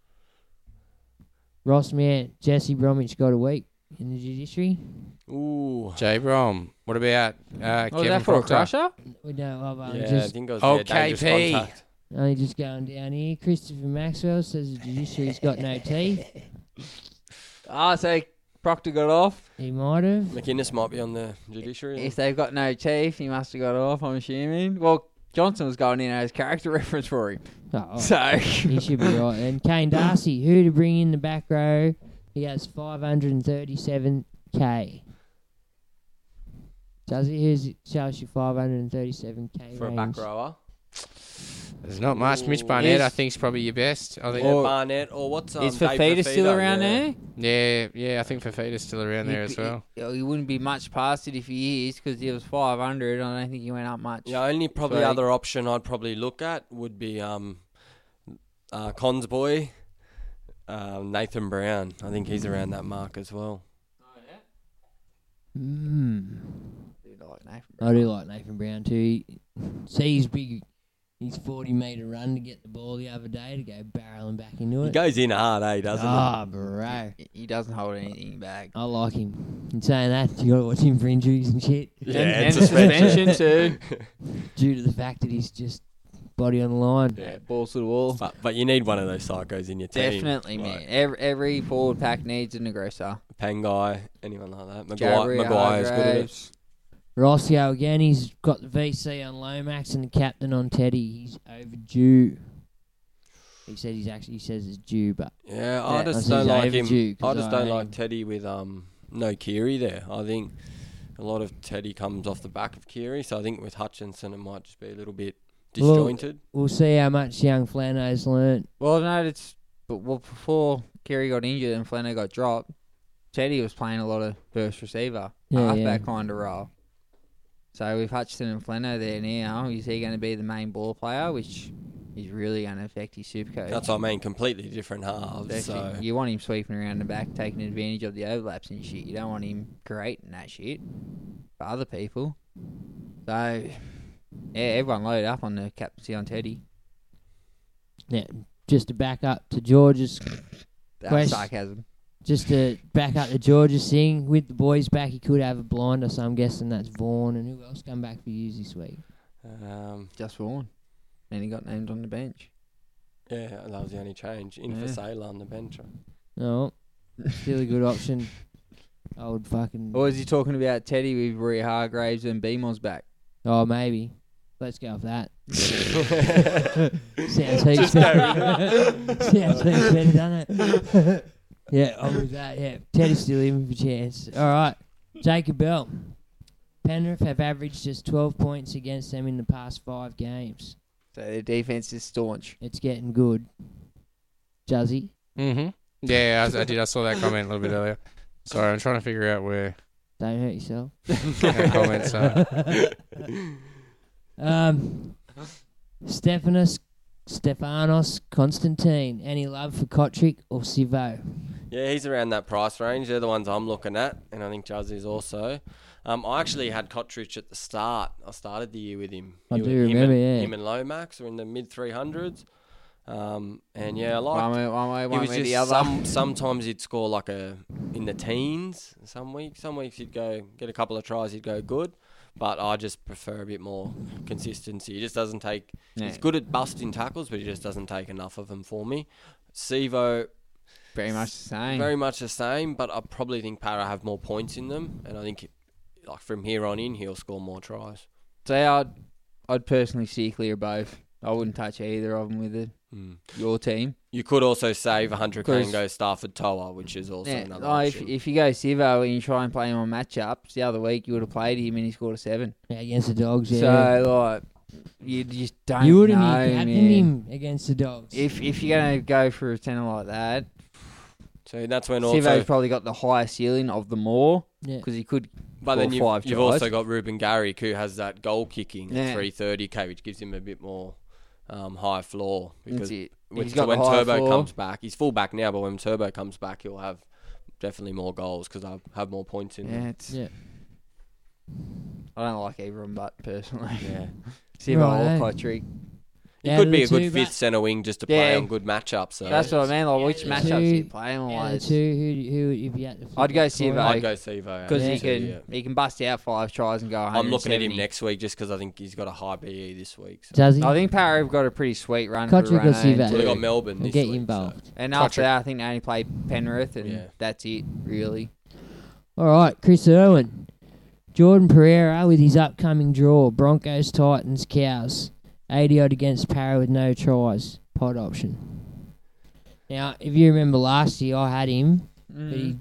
F: Ross Mann, Jesse Bromwich got a week in the judiciary.
I: Ooh.
C: J. Brom. What about uh,
E: Oh, is
C: Kevin
E: that for a
C: Proctor?
E: crusher?
F: We don't love only
I: Yeah, I
F: just
I: think I was
C: Oh,
I: their dangerous
C: KP.
I: contact.
F: only just going down here. Christopher Maxwell says the judiciary's got no teeth.
E: Ah, so Proctor got off.
F: He might have.
I: McInnes might be on the judiciary.
E: If they've got no chief, he must have got off, I'm assuming. Well, Johnson was going in as character [laughs] reference for him.
F: Oh,
C: [laughs]
F: oh.
E: So,
F: he should be right. And Kane Darcy, who to bring in the back row? He has 537k. Does he? Who's it? Shows you 537k
I: for a
F: range.
I: back rower.
C: There's not much. Mitch Barnett, I think, is probably your best. I think.
I: Or Barnett, or what's um,
E: is
I: Dave
E: Fafita still
I: Fafita?
E: around
I: Yeah.
C: yeah,
E: there?
C: yeah. I think Fafita's still around there as well.
E: He, he wouldn't be much past it if he is because he was 500. I don't think he went up much.
I: Yeah, only probably
E: Sorry.
I: other option I'd probably look at would be um, uh,
F: uh,
I: Cons boy, um, Nathan Brown. I think he's around that mark as well.
E: like Nathan.
G: I do like Nathan Brown too. He- See his big, his forty meter run to get the ball the other day to go barreling back into
F: He
G: it.
F: goes in hard, eh? Doesn't
G: Ah,
F: he?
G: bro.
E: He, he doesn't hold anything back.
G: I like him. In saying that, you got to watch him for injuries and shit.
F: Yeah, And- and and
G: [laughs]
F: suspension. suspension
G: too. Due to the fact that he's just body on the line.
F: Yeah,
E: balls to the wall.
F: But, but you need one of those psychos in your team.
E: Definitely, man. Every, every forward pack needs an aggressor.
F: Pangai, anyone like that. Maguire,
E: Gabriel
F: Maguire's good at it.
E: Hargraves.
G: Rossio again. He's got the VC on Lomax and the captain on Teddy. He's overdue. He says he's actually. He says it's due, but
F: Yeah, I just
G: says
F: don't
G: he's
F: like
G: overdue
F: him.
G: 'cause
F: I just
G: hate
F: don't
G: him.
F: like Teddy with um no Kiri there. I think a lot of Teddy comes off the back of Kiri, so I think with Hutchinson it might just be a little bit
G: We'll-
F: disjointed.
G: We'll, see how much young Flano's learnt.
E: Well, no, it's but well before Kerry got injured and Flano got dropped, Teddy was playing a lot of first receiver,
G: Yeah,
E: halfback
G: yeah.
E: kind of role. So with Hutchinson and Flano there now, is he going to be the main ball player, which is really going to affect his super
G: eh,
E: coach?
F: That's what I mean, completely different halves. So
E: You want him sweeping around the back, taking advantage of the overlaps and shit. You don't want him creating that shit for other people. So, yeah, everyone load up on the captaincy on Teddy.
G: Yeah, just to back up to George's
E: That was
G: quest-
E: sarcasm.
G: Just to back up to George's thing with the boys back, he could have a blinder. So I'm guessing that's Vaughan and who else come back for you this week?
F: um,
E: Just Vaughan. And he got named on the bench.
F: yeah, that was the only change. In for
E: Yeah.
F: Sailor on the bench.
G: No, still a good option. I would fucking.
E: Or is he talking about Teddy with Rory Hargraves and Beamon's back?
G: Oh, maybe. Let's go with that. Sounds heaps
E: Just
G: better.
E: go.
G: [laughs] Sounds heaps better, doesn't it? yeah, I'm with that. Yeah, Teddy's still in for chance. All right, Jacob Bell. Penrith have averaged just 12 points against them in the past five games.
E: So their defense is staunch.
G: It's getting good. Juzzy.
J: Mm-hmm. Yeah, I, I did. I saw that comment a little bit earlier. Sorry, I'm trying to figure out where
G: Don't hurt
C: [laughs]
G: yourself.
J: that comments are.
G: um, Stephanos, Stephanos, Constantine. Any love for Kotrick or Sivo?
F: Yeah, he's around that price range. They're the ones I'm looking at, and I think Jazz is also. Um, I actually had Kotrich at the start. I started the year with him.
G: I
F: He-
G: do
F: him
G: remember,
F: and,
G: yeah.
F: Him and Lomax were in the mid 300s. Um, and yeah, I liked.
E: One way- one way,
F: he
E: one
F: was
E: way,
F: just
E: the other.
F: Some, sometimes he'd score like a in the teens. Some weeks, some weeks he'd go get a couple of tries. He'd go good, but I just prefer a bit more consistency. He just doesn't take.
E: Yeah.
F: He's good at busting tackles, but he just doesn't take enough of them for me. Sivo,
E: Very much the same.
F: very much the same, but I probably think Para have more points in them, and I think like from here on in he'll score more tries.
E: So yeah, I'd, I'd personally steer clear of both. I wouldn't touch either of them with it.
F: Mm.
E: Your team.
F: You could also save 100k
E: Because-
F: and go Stafford Toa, which is also
E: Yeah,
F: another
E: like, if,
F: option.
E: if you go Sivo and you try and play him on matchups, the other week you would have played him and he scored a seven.
G: Yeah, against the Dogs, yeah.
E: So like, you just don't.
G: You
E: know,
G: wouldn't be captaining
E: man.
G: him against the Dogs.
E: If if you're gonna go for a tenner like that,
F: So that's when
E: Sivo's
F: also,
E: probably got the highest ceiling of them all
G: Yeah.
E: because he could.
F: but then
E: score
F: you've,
E: five
F: you've
E: tries.
F: also got Ruben Garrick who has that goal kicking
E: Yeah.
F: at 330k, which gives him a bit more um, high floor
E: That's
F: because
E: it.
F: when-
E: He's got
F: when
E: the high
F: Turbo
E: floor.
F: comes back, he's full back now, but when Turbo comes back, he'll have definitely more goals because I have more points in.
E: Yeah,
F: them.
E: it's,
G: Yeah.
E: I don't like either of them, but personally, [laughs]
F: Yeah.
E: Sivo
G: Righto.
E: or Kotrick.
F: He
G: Out
F: could
G: of
F: be
G: the
F: a good
G: two,
F: fifth
G: but-
F: centre wing just to
E: Yeah.
F: play on good matchups. So
E: That's what I mean. Like, which
G: Two-
E: matchups are you playing on?
G: out of the
E: those?
G: two, who, who, if you had to flip
E: I'd go
G: a coin-
E: Sivo.
F: I'd go Sivo.
E: because
F: yeah.
E: he can he can bust out five tries and go.
F: I'm looking at him
E: 170.
F: next week just because I think he's got a high BE this week. So.
G: Does he?
E: I think Parra have got a pretty sweet run. for
G: Kotrick or
E: Renee and
G: Sivo?
F: Well, they got
E: Tuiru.
F: Melbourne
G: We'll
F: this
G: get
F: week.
G: you involved.
E: And after
J: Kotrick.
E: that, I think they only play Penrith, and
F: Yeah.
E: that's it, really.
G: All right, Chris Irwin. Jordan Pereira with his upcoming draw. Broncos, Titans, Cows. 80 odd against Para with no tries. Pod option. Now, if you remember last year, I had him, but he,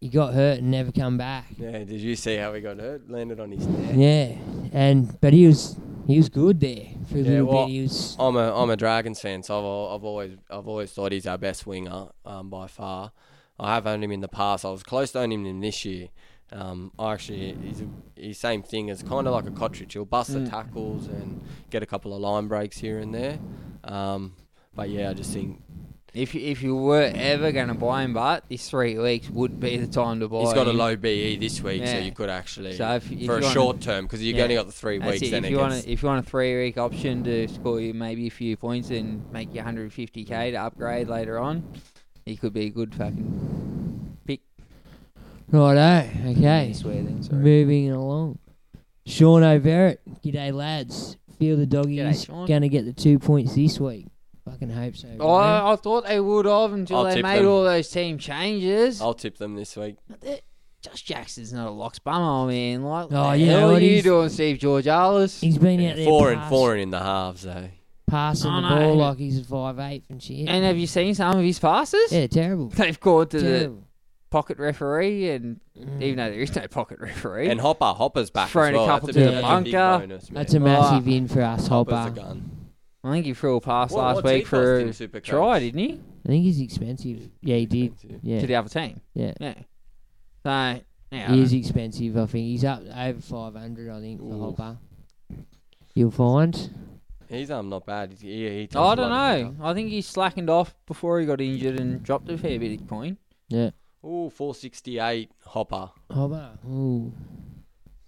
G: he got hurt and never come back.
F: So. Yeah, did you see how he got hurt? Landed on his neck.
G: Yeah, and but he was he was good there for a
F: Yeah,
G: little
F: well,
G: bit. He was
F: I'm a I'm a Dragons fan, so I've, al- I've always I've always thought he's our best winger um, by far. I have owned him in the past. I was close to owning him this year. Um, I actually he's, he's same thing as kind of like a Cottridge. He'll bust
G: Mm.
F: the tackles and get a couple of line breaks here and there. Um, but yeah, I just think
E: If you, if you were ever going to buy him, but these three weeks would be the time to buy.
F: He's got a
E: him.
F: low BE this week, so you could actually- for a
E: wanna-
F: short term, 'cause you've only got the three
E: That's
F: weeks
E: it.
F: then
E: if you want
F: against-
E: a, if you want a three week option to score you maybe a few points and make you 150k to upgrade later on, he could be a good fucking pick.
G: Righto, okay.
E: You swear then, sorry.
G: Moving along. Sean O'Verrett. G'day, lads. Feel the doggies
E: Sean.
G: going to get the two points this week. Fucking hope so.
E: Oh, I, I thought they would have until
F: I'll
E: they
F: tip
E: made
F: them.
E: all those team changes.
F: I'll tip them this week.
E: Josh Jackson's not a locks bummer, man. Like,
G: Oh,
E: what the
G: you know
E: hell are
G: what,
E: you
G: he's-
E: doing, Steve George Arliss?
G: He's been out there
F: Four and
G: pass-
F: four and in the halves though.
G: passing
E: I
G: the
E: know.
G: ball like he's a five eight and shit.
E: And have you seen some of his passes?
G: Yeah, terrible.
E: They've called to
G: Terrible.
E: the pocket referee, and even though there is no pocket referee,
F: Mm. And Hopper, Hopper's back.
E: thrown
F: as well.
E: a couple
F: that's
E: to
F: bit-
E: the
F: that's a big
E: bunker.
F: bonus, man.
G: That's a massive win for us,
F: Hopper's
G: Hopper.
F: a gun.
E: I think he threw a pass
F: What-
E: last
F: what's he
E: week for
F: cost
E: a
F: in Supercoach?
E: try, didn't he?
G: I think he's expensive. Yeah, he did. Yeah.
E: To the other team.
G: Yeah.
E: Yeah. So yeah,
G: He is expensive, I think. He's up over 500, I think, for Hopper. You'll find.
F: He's um not bad. He's- He, he takes a
E: Oh, I
F: lot
E: don't
F: of
E: know. I think he slackened off before he got injured and dropped a fair bit of coin.
G: Yeah.
F: Ooh, 468 Hopper.
G: Hopper. Ooh.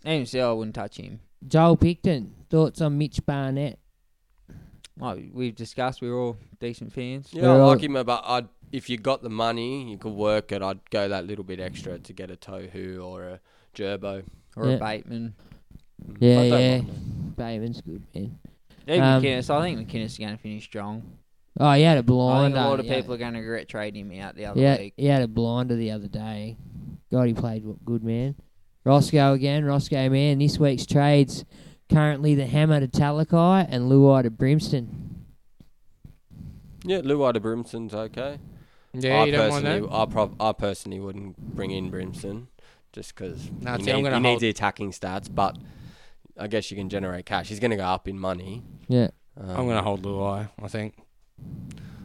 E: Even so, I wouldn't touch him.
G: Joel Picton. Thoughts on Mitch Barnett?
E: Like we've discussed, we're all decent fans.
F: Yeah, I like him, but I'd if you got the money, you could work it. I'd go that little bit extra to get a Tohu or a Gerbo
E: Or a Yeah. Bateman.
G: Yeah,
F: I don't
G: yeah.
F: mind
G: Bateman's good, man.
E: Even
G: Um,
E: McInnes, I think McInnes is going to finish strong.
G: Oh, he had a
E: I
G: blinder.
E: think a lot of
G: yeah.
E: people are going to regret trading him out the other
G: yeah,
E: week.
G: he had a blinder the other day. God, he played w- good, man. Roscoe again, Roscoe, man. This week's trades currently the hammer to Talakai and Luai to Brimston.
F: Yeah, Luai to Brimson's okay.
J: Yeah,
F: I
J: you don't mind
F: personally- I, prob- I personally wouldn't bring in Brimson just because
J: Nah,
F: he,
J: see, I'm
F: need-
J: gonna
F: he needs
J: hold-
F: the attacking stats, but I guess you can generate cash. He's going to go up in money. Um,
G: Yeah.
J: I'm going to hold Luai, I think.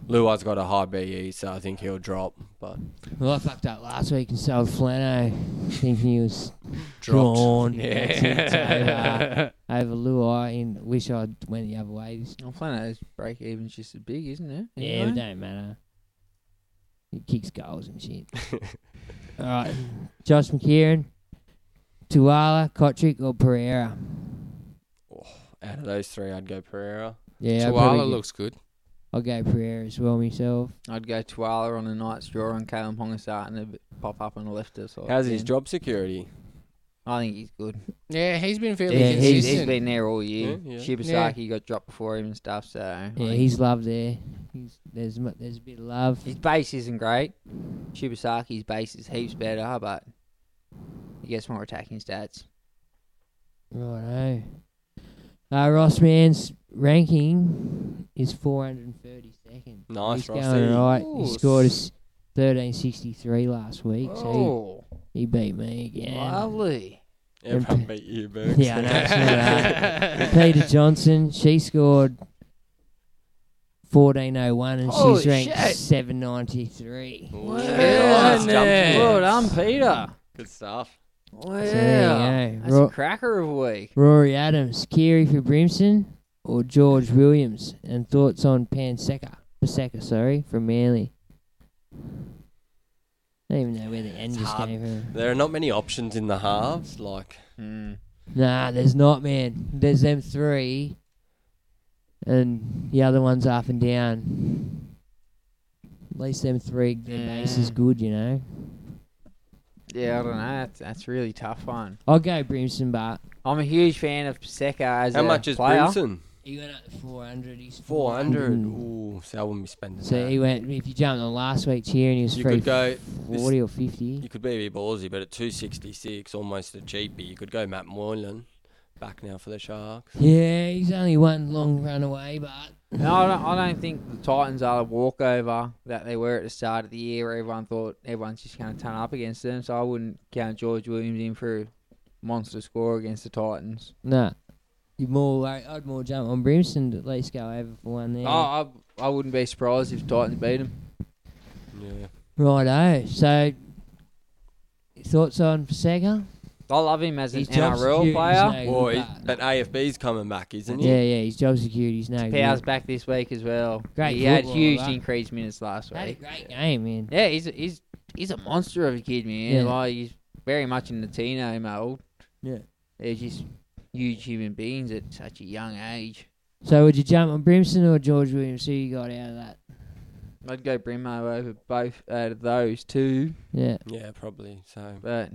F: Luai's got a high BE, so I think he'll drop. But
G: Well, I fucked up last week and sold Flano, thinking he was
F: Dropped.
G: drawn.
F: Yeah.
G: That's it. It's over, over Luai, and wish I would went the other way. This
E: I'm playing those break evens just as big, isn't it?
G: Yeah, it don't matter. He kicks goals and shit. All right, Josh McKieran, Tuala, Kotrick, or Pereira.
F: [laughs] out of those three, I'd go Pereira.
G: Yeah, I'd probably
J: Tuala
G: give-
J: looks good.
G: I'll go Pereira as well myself.
E: I'd go Tuala on a night's draw and Kalen Ponga starting to pop up on the left or side.
F: How's his job security?
E: I think he's good.
J: Yeah, he's been fairly
E: Yeah,
J: consistent.
E: he's, he's been there all year.
J: Yeah, yeah.
E: Shibasaki got dropped before him and stuff, so. I
G: Yeah,
E: think
G: he's loved there. He's, there's mu- there's a bit of love.
E: His base isn't great. Shibasaki's base is heaps better, but he gets more attacking stats.
G: Righto. Uh, Ross Man's ranking is 432nd.
F: Nice,
G: He's
F: Rossi.
G: going right.
E: Ooh,
G: He scored us 1363 last week,
J: Oh.
G: so he, he beat me again.
E: Lovely.
G: And
F: Everyone
G: Pe-
F: beat you, Bergs.
G: Yeah, I know. it's
F: [laughs]
G: not right. Peter Johnson, she scored 1401 and
E: Holy
G: she's ranked
E: shit.
G: 793.
E: Well
F: Nice
E: done,
F: jump, Peter.
E: well done, Peter.
F: Good stuff.
E: Wow.
G: there you go.
E: That's
G: Ro-
E: a cracker of a week.
G: Rory Adams, Kiri for Brimson, or George Williams? And thoughts on Panseka? Paseka, sorry, from Manly. I don't even know where the end just came from.
F: There are not many options in the halves. Like,
G: Nah, there's not, man. There's them three, and the other one's up and down. At least them three, their base is good, you know.
E: Hmm. Yeah, I don't know. That's, that's a really tough one.
G: I'll go Brimson, but
E: I'm a huge fan of Paseka as
F: how
E: a
F: much is
E: player.
F: Brimson?
G: He went up to 400. He's
F: 400.
G: Mm.
F: Ooh, so I wouldn't be spending
G: so
F: that.
G: he went. If you jumped on last week's here and he was
F: You
G: free
F: could go
G: forty or fifty.
F: You could be a bit ballsy, but at 266, almost a cheapie, you could go Matt Moylan back now for the Sharks.
G: Yeah, he's only one long run away, but
E: No, I don't, I don't think the Titans are the walkover that they were at the start of the year where everyone thought everyone's just going to turn up against them. So I wouldn't count George Williams in for a monster score against the Titans.
G: nah. You more like I'd more jump on Brimson to at least go over for one there.
F: Ah.
E: Oh, I, I wouldn't be surprised if Titans beat him.
F: Yeah.
G: Righto. So, thoughts on Sega?
E: I love him as an
K: His
F: job
E: NRL player.
K: Well, he- but AFB's coming back, isn't he?
F: Yeah, yeah, his job security's no
E: Powers
F: good.
E: back this week as well.
F: Great
E: he had
F: footballer,
E: huge
F: that.
E: increased minutes last week.
F: Had a great game, man.
E: Yeah, he's he's he's a monster of a kid, man.
F: Yeah.
E: Like he's very much in the Tino mold.
F: Yeah.
E: they're just huge human beings at such a young age.
F: So would you jump on Brimson or George Williams? Who you got out of that?
E: I'd go Brimo over both out of those two.
F: Yeah.
K: Yeah, probably. So,
E: but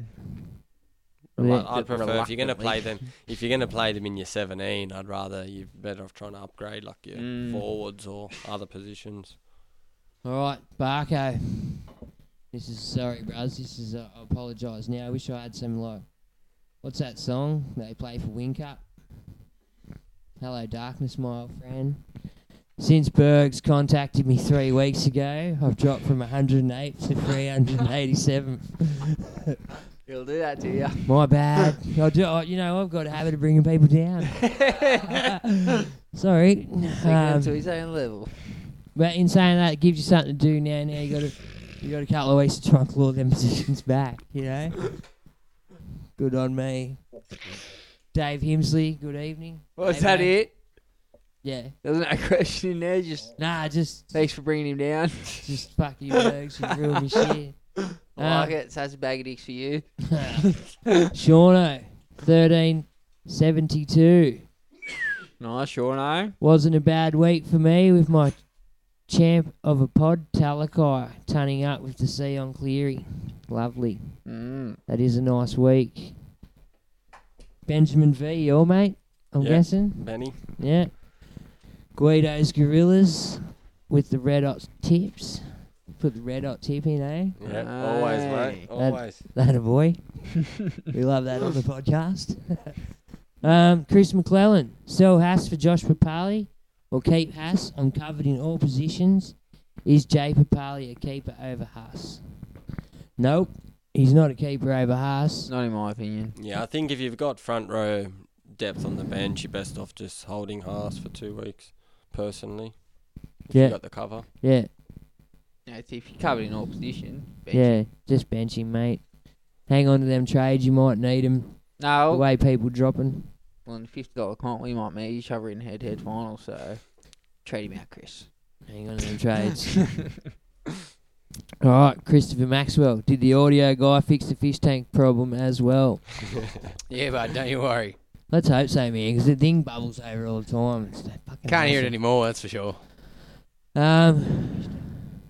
K: I'd, I'd prefer if you're going to
E: Reluctantly.
K: play them. If you're going to play them in your 17, I'd rather you're better off trying to upgrade like your
F: Mm.
K: forwards or other positions.
F: All right, Barco. This is sorry, bros. This is uh, I apologise now. I wish I had some like, what's that song they play for Win Cup? Hello, darkness, my old friend. Since Bergs contacted me three weeks ago, I've dropped from 108 to 387.
E: He'll do that to you.
F: My bad. I do. I, you know, I've got a habit of bringing
K: [laughs]
F: people down. Sorry. Um,
E: to his own level.
F: but in saying that, it gives you something to do now. Now you got to, you got a couple of weeks to try and claw them positions back. You know. Good on me, Dave Himsley. Good evening.
E: Was
F: Hey,
E: that
F: mate.
E: it?
F: Yeah.
E: There was no [laughs] question in there. Just
F: nah, just
E: thanks for bringing him down.
F: [laughs] Just fuck you, Bergs. You ruined my shit.
E: I
F: Uh,
E: like it. So that's a bag of dicks for you.
F: [laughs] Shauno, thirteen seventy-two.
E: nice, sure no.
F: Wasn't a bad week for me with my champ of a pod, Talakai, turning up with the sea on Cleary. Lovely.
E: Mm.
F: That is a nice week. Benjamin V, your mate, I'm
K: Yeah,
F: guessing.
K: Benny.
F: Yeah. Guido's Gorillas with the red hot tips. Put the red hot tip in, eh?
K: Yeah, always, mate.
F: That-
K: Always.
F: That a boy. we love that on the podcast. [laughs] um, Chris McClellan, sell Haas for Josh Papali or keep Haas. I'm covered in all positions. Is Jay Papali a keeper over Haas? Nope. He's not a keeper over Haas.
E: Not in my opinion.
K: Yeah, I think if you've got front row depth on the bench, you're best off just holding Haas for two weeks, personally. If
F: Yeah.
K: you got the cover.
F: Yeah,
E: Yeah, it's if you're covered in all position. bench
F: yeah. Just bench him, mate. Hang on to them trades. You might need them.
E: No.
F: The way people dropping.
E: Well, in fifty dollar comp, we might meet each other in head head final. So trade him out, Chris.
F: Hang on to them trades. [laughs] All right, Christopher Maxwell. Did the audio guy fix the fish tank problem as well?
C: Yeah, but don't you worry.
F: Let's hope so, man, because the thing bubbles over all the time. It's that fucking
C: Can't hear it
F: awesome.
C: anymore, that's for sure.
F: Um.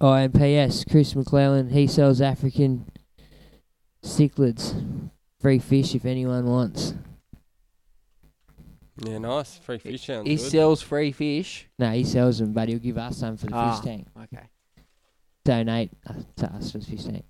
F: Oh, and P.S. Chris McClellan. He sells African cichlids, free fish if anyone wants.
K: Yeah, nice. Free fish sounds
E: he
K: good.
E: sells free fish.
F: No, he sells them, but he'll give us some for the
E: Ah,
F: fish tank.
E: Okay.
F: Donate us- to us for the fish tank.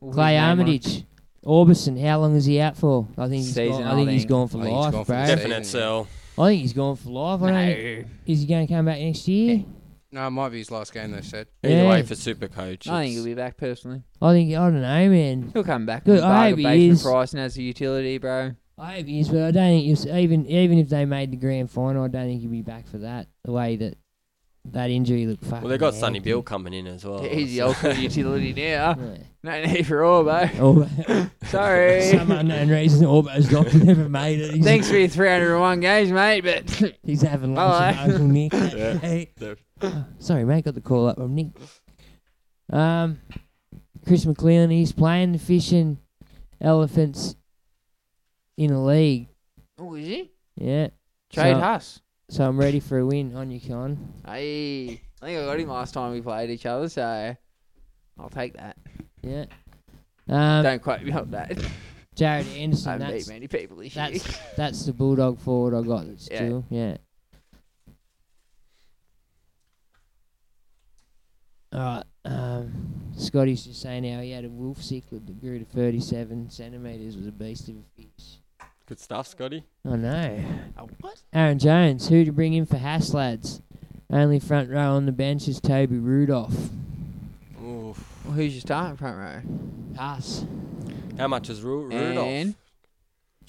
E: Well, his
F: Clay
E: name on it.
F: Armitage, Orbison. How long is he out for? I think he's
E: Season,
F: gone, I
E: I
F: think he's
E: think.
F: gone for
E: I think he's
F: life,
E: gone for
F: bro.
E: the
K: Definite sell.
F: I think he's gone for life. I don't think- Is he going to come back next year?
C: No, it might be his last game, they said.
K: Either
F: Yeah.
K: way, for super coach.
E: I think he'll be back personally.
F: I think I don't know, man.
E: He'll come back.
F: Good,
E: with a
F: I
E: bargain
F: hope he
E: basement
F: is.
E: price and as a utility, bro.
F: I hope he is, but I don't think he's, even even if they made the grand final, I don't think he'll be back for that. The way that that injury looked fucking.
K: Well, they've got
F: bad.
K: Sonny Bill coming in as well.
E: He's the
K: so-
E: [laughs]
K: [laughs]
E: ultimate utility now.
F: Yeah.
E: No need for Orbo.
F: Orbo.
E: Sorry.
F: Some unknown reason, Orbo's doctor never made it.
E: [laughs]
F: He's,
E: Thanks for your 301 games, mate, but
F: He's having lunch
E: Hello.
F: with Uncle Nick.
E: Yeah.
F: Hey. Sorry, mate, got the call up from Nick. Um, Chris McLean, he's playing the fishing elephants in a league.
E: Oh, is he?
F: Yeah.
E: Trade
F: So-
E: Huss.
F: So I'm ready for a win on your con.
E: Hey, I think I got him last time we played each other, so I'll take that.
F: Yeah. Um,
E: Don't quote me on that.
F: Jared
E: I
F: Anderson,
E: haven't beat
F: that's,
E: many people this year.
F: that's,
E: [laughs]
F: that's the Bulldog forward I got that's
E: Yeah.
F: due. Yeah. Alright. Um, Scotty's just saying how he had a wolf cichlid that grew to 37 centimetres was a beast of a fish.
K: Good stuff, Scotty.
F: I know.
E: what?
F: Aaron Jones, who to bring in for Hass lads? Only front row on the bench is Toby Rudolph.
K: Oof.
E: Well, who's your starting front row?
F: Hass.
K: How much is Ru- Rudolph?
E: And,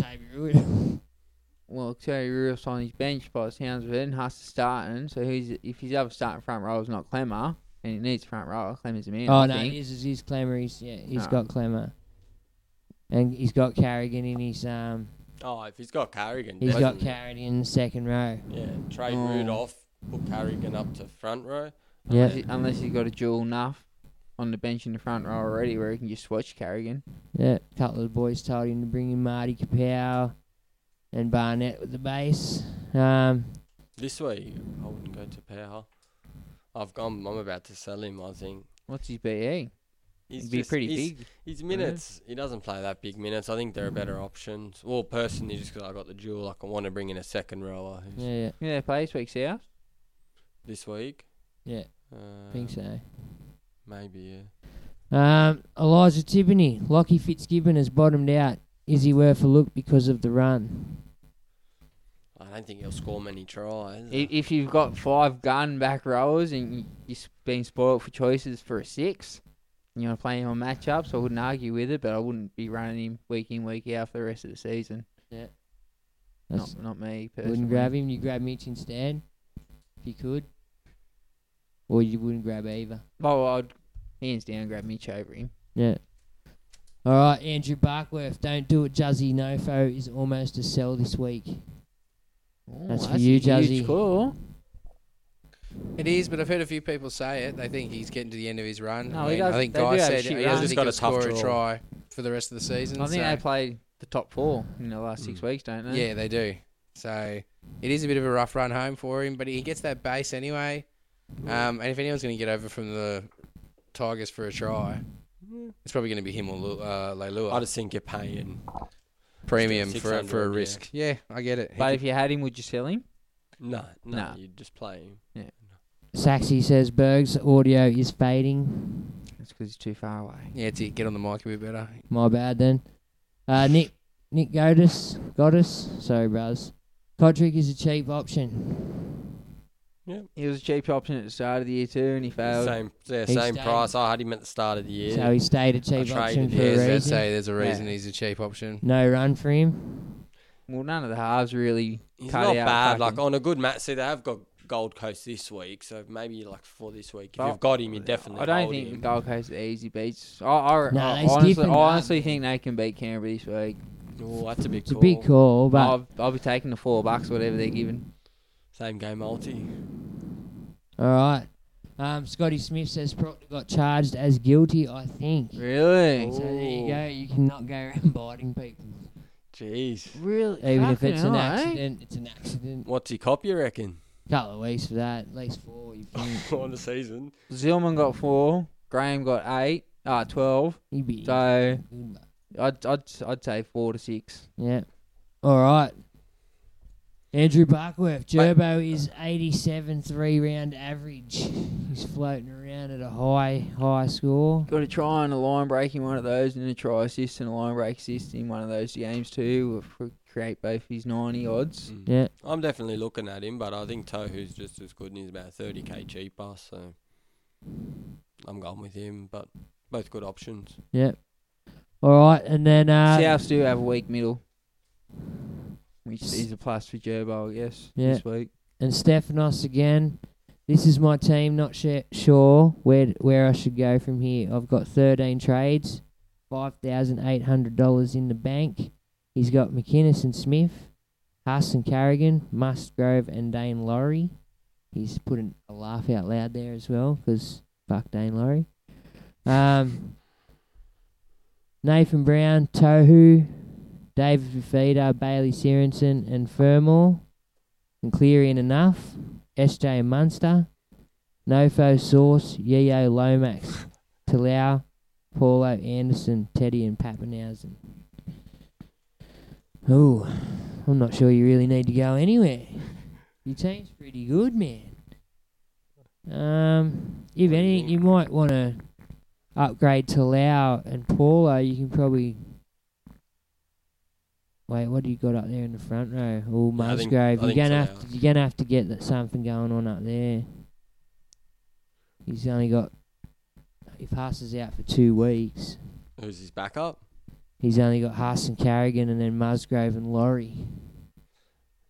F: Toby Rudolph.
E: well, Terry Rudolph's on his bench by the sounds of it, and Huss is starting, so who's, if his other starting front row is not Clemmer, and he needs front row, Clemmer's a man.
F: oh
E: I
F: no,
E: think.
F: his is his clamour. He's yeah, he's
E: Ah.
F: got clamour.
B: and he's got Carrigan in his um.
F: Oh, if he's got Carrigan,
B: He's got
F: doesn't-
B: Carrigan in the second row.
F: Yeah, trade
B: Oh.
F: Rudolph, put Carrigan up to front row. Uh,
E: Unless, he, unless he's got a dual nuff on the bench in the front row already where he can just watch Carrigan.
B: Yeah, a couple of the boys told him to bring in Marty Kapow and Barnett with the base. Um,
F: This way, I wouldn't go to Power. I've gone. I'm about to sell him. I think.
E: What's his BE?
F: He's
E: He'd be
F: just-
E: pretty
F: he's-
E: big.
F: His
E: wouldn't he?
F: minutes, he doesn't play that big minutes. I think there are
B: Mm.
F: better options. Well, personally, just because I got the duel, I can want to bring in a second rower. who's-
B: yeah,
E: yeah. Yeah, play this week's out.
F: This week.
B: Yeah.
F: Uh,
B: think so.
F: Maybe. Yeah.
B: Um, Eliza Tiffany, Lockie Fitzgibbon has bottomed out. Is he worth a look because of the run?
F: I don't think he'll score many tries.
E: If, if you've got five gun back rowers and you- you've been spoiled for choices for a six, and you want to play him on matchups, I wouldn't argue with it, but I wouldn't be running him week in, week out for the rest of the season.
B: Yeah.
E: Not, not me personally.
B: Wouldn't grab him. You grab Mitch instead, if you could. Or you wouldn't grab either.
E: Oh, I'd hands down grab Mitch over him.
B: Yeah. All right, Andrew Barkworth, don't do it, Juzzy. Nofo is almost a sell this week. that's for
E: that's
B: you,
E: a huge
B: Juzzy.
E: call.
C: It is, but I've heard a few people say it. They think he's getting to the end of his run.
E: No,
C: I,
E: he
C: mean,
E: does-
C: I think
E: they do
C: Guy
E: have a
C: said
E: shit
C: he
E: run.
C: doesn't
E: He's
C: think
E: got
C: he'll
E: a tough
C: score
E: draw.
C: a try for the rest of the season.
E: I think
C: so-
E: they eh? play the top four in the last six weeks, don't they?
C: Yeah, they do. So it is a bit of a rough run home for him, but he gets that base anyway. Um, and if anyone's going to get over from the Tigers for a try, it's probably going to be him or Lu- uh, Leilua.
F: I just think you're paying
C: premium for a- for a
F: 600, yeah.
C: risk. Yeah, I get it. He
E: But
C: could-
E: if you had him, would you sell him?
F: No, no,
E: Nah.
F: you just play him.
E: Yeah.
B: Saxy says Berg's audio is fading.
E: That's because he's too far away.
C: yeah, to get on the mic a bit better.
B: My bad then. Uh, Nick Nick Godis Godis, sorry, Buzz. Kotrick is a cheap option.
E: He was a cheap option at the start of the year too, and he failed.
F: Same, yeah,
B: He's
F: same
B: staying.
F: price. I had him at the start of the year.
B: So he stayed a cheap
F: I
B: option
F: traded
B: for
F: him.
B: a
C: As I'd
B: reason?
C: say, there's a reason
E: Yeah.
C: he's a cheap option.
B: No run for him.
E: Well, none of the halves really
F: He's
E: cut
F: not
E: out.
F: bad. Like
E: fucking-
F: on a good match, see they have got Gold Coast this week, so maybe like for this week, if
E: But
F: you've got him, you definitely.
E: I don't
F: hold
E: think the
F: him.
E: Gold Coast are easy beats. I, I,
B: Nah,
E: I
B: it's
E: honestly, I
B: different, man.
E: honestly think they can beat Canberra this week.
F: Oh, that's a big.
B: It's a big call, but
E: I'll, I'll be taking the four bucks, whatever they're giving.
F: Same game multi.
B: all right. Um, Scotty Smith says Proctor got charged as guilty, I think.
E: Really?
B: So there you
F: Ooh.
B: go. You cannot go around [laughs] biting people,
F: Jeez.
E: Really?
B: even if
E: Fucking
B: it's an
E: hell, eh?
B: accident. It's an accident.
F: What's he cop? You reckon?
B: Couple of weeks for that, at least four.
F: [laughs]
B: You think?
F: on the season.
E: Zillman got four. Graham got eight. Uh, twelve.
B: You be
E: So
B: good, mate.
E: I'd I'd I'd say four to six.
B: Yeah. All right. Andrew Barkworth, Gerbo is 87 three round average. He's floating around at a high, high score.
E: Got a try and a line break in one of those, and a try assist and a line break assist in one of those games too. Will create both his ninety odds.
B: Yeah.
F: mm. I'm definitely looking at him, but I think Tohu's just as good, and he's about 30k cheaper, so I'm going with him. But both good options.
B: Yeah. All right. And then, uh,
E: Souths do have a weak middle, which is a plus for Gerbo, I guess.
B: Yeah.
E: This week.
B: and Stephanos again. This is my team. Not sure, sure where where I should go from here. I've got 13 trades, five thousand eight hundred dollars in the bank. He's got McInnes and Smith, Huss and Carrigan, Musgrove and Dane Laurie. He's putting a laugh out loud there as well because fuck Dane Laurie. Um, Nathan Brown, Tohu, David Fafita, Bailey Sirensen, and Fermor and Cleary and Enough, SJ and Munster, Nofo Source, Yeo Lomax, Talau, Paulo Anderson, Teddy and Pappenhausen. Ooh, I'm not sure you really need to go anywhere. Your team's pretty good, man. Um, if anything, you might want to upgrade Talau and Paulo. You can probably. Wait, what do you got up there in the front row? Oh,
F: Yeah, I think-
B: Musgrove.
F: I
B: You're
F: think
B: gonna have
F: Talau.
B: to, you're gonna have to get that something going on up there. He's only got. He passes out for two weeks.
F: Who's Oh, his backup?
B: He's only got Haas and Carrigan and then Musgrove and Laurie.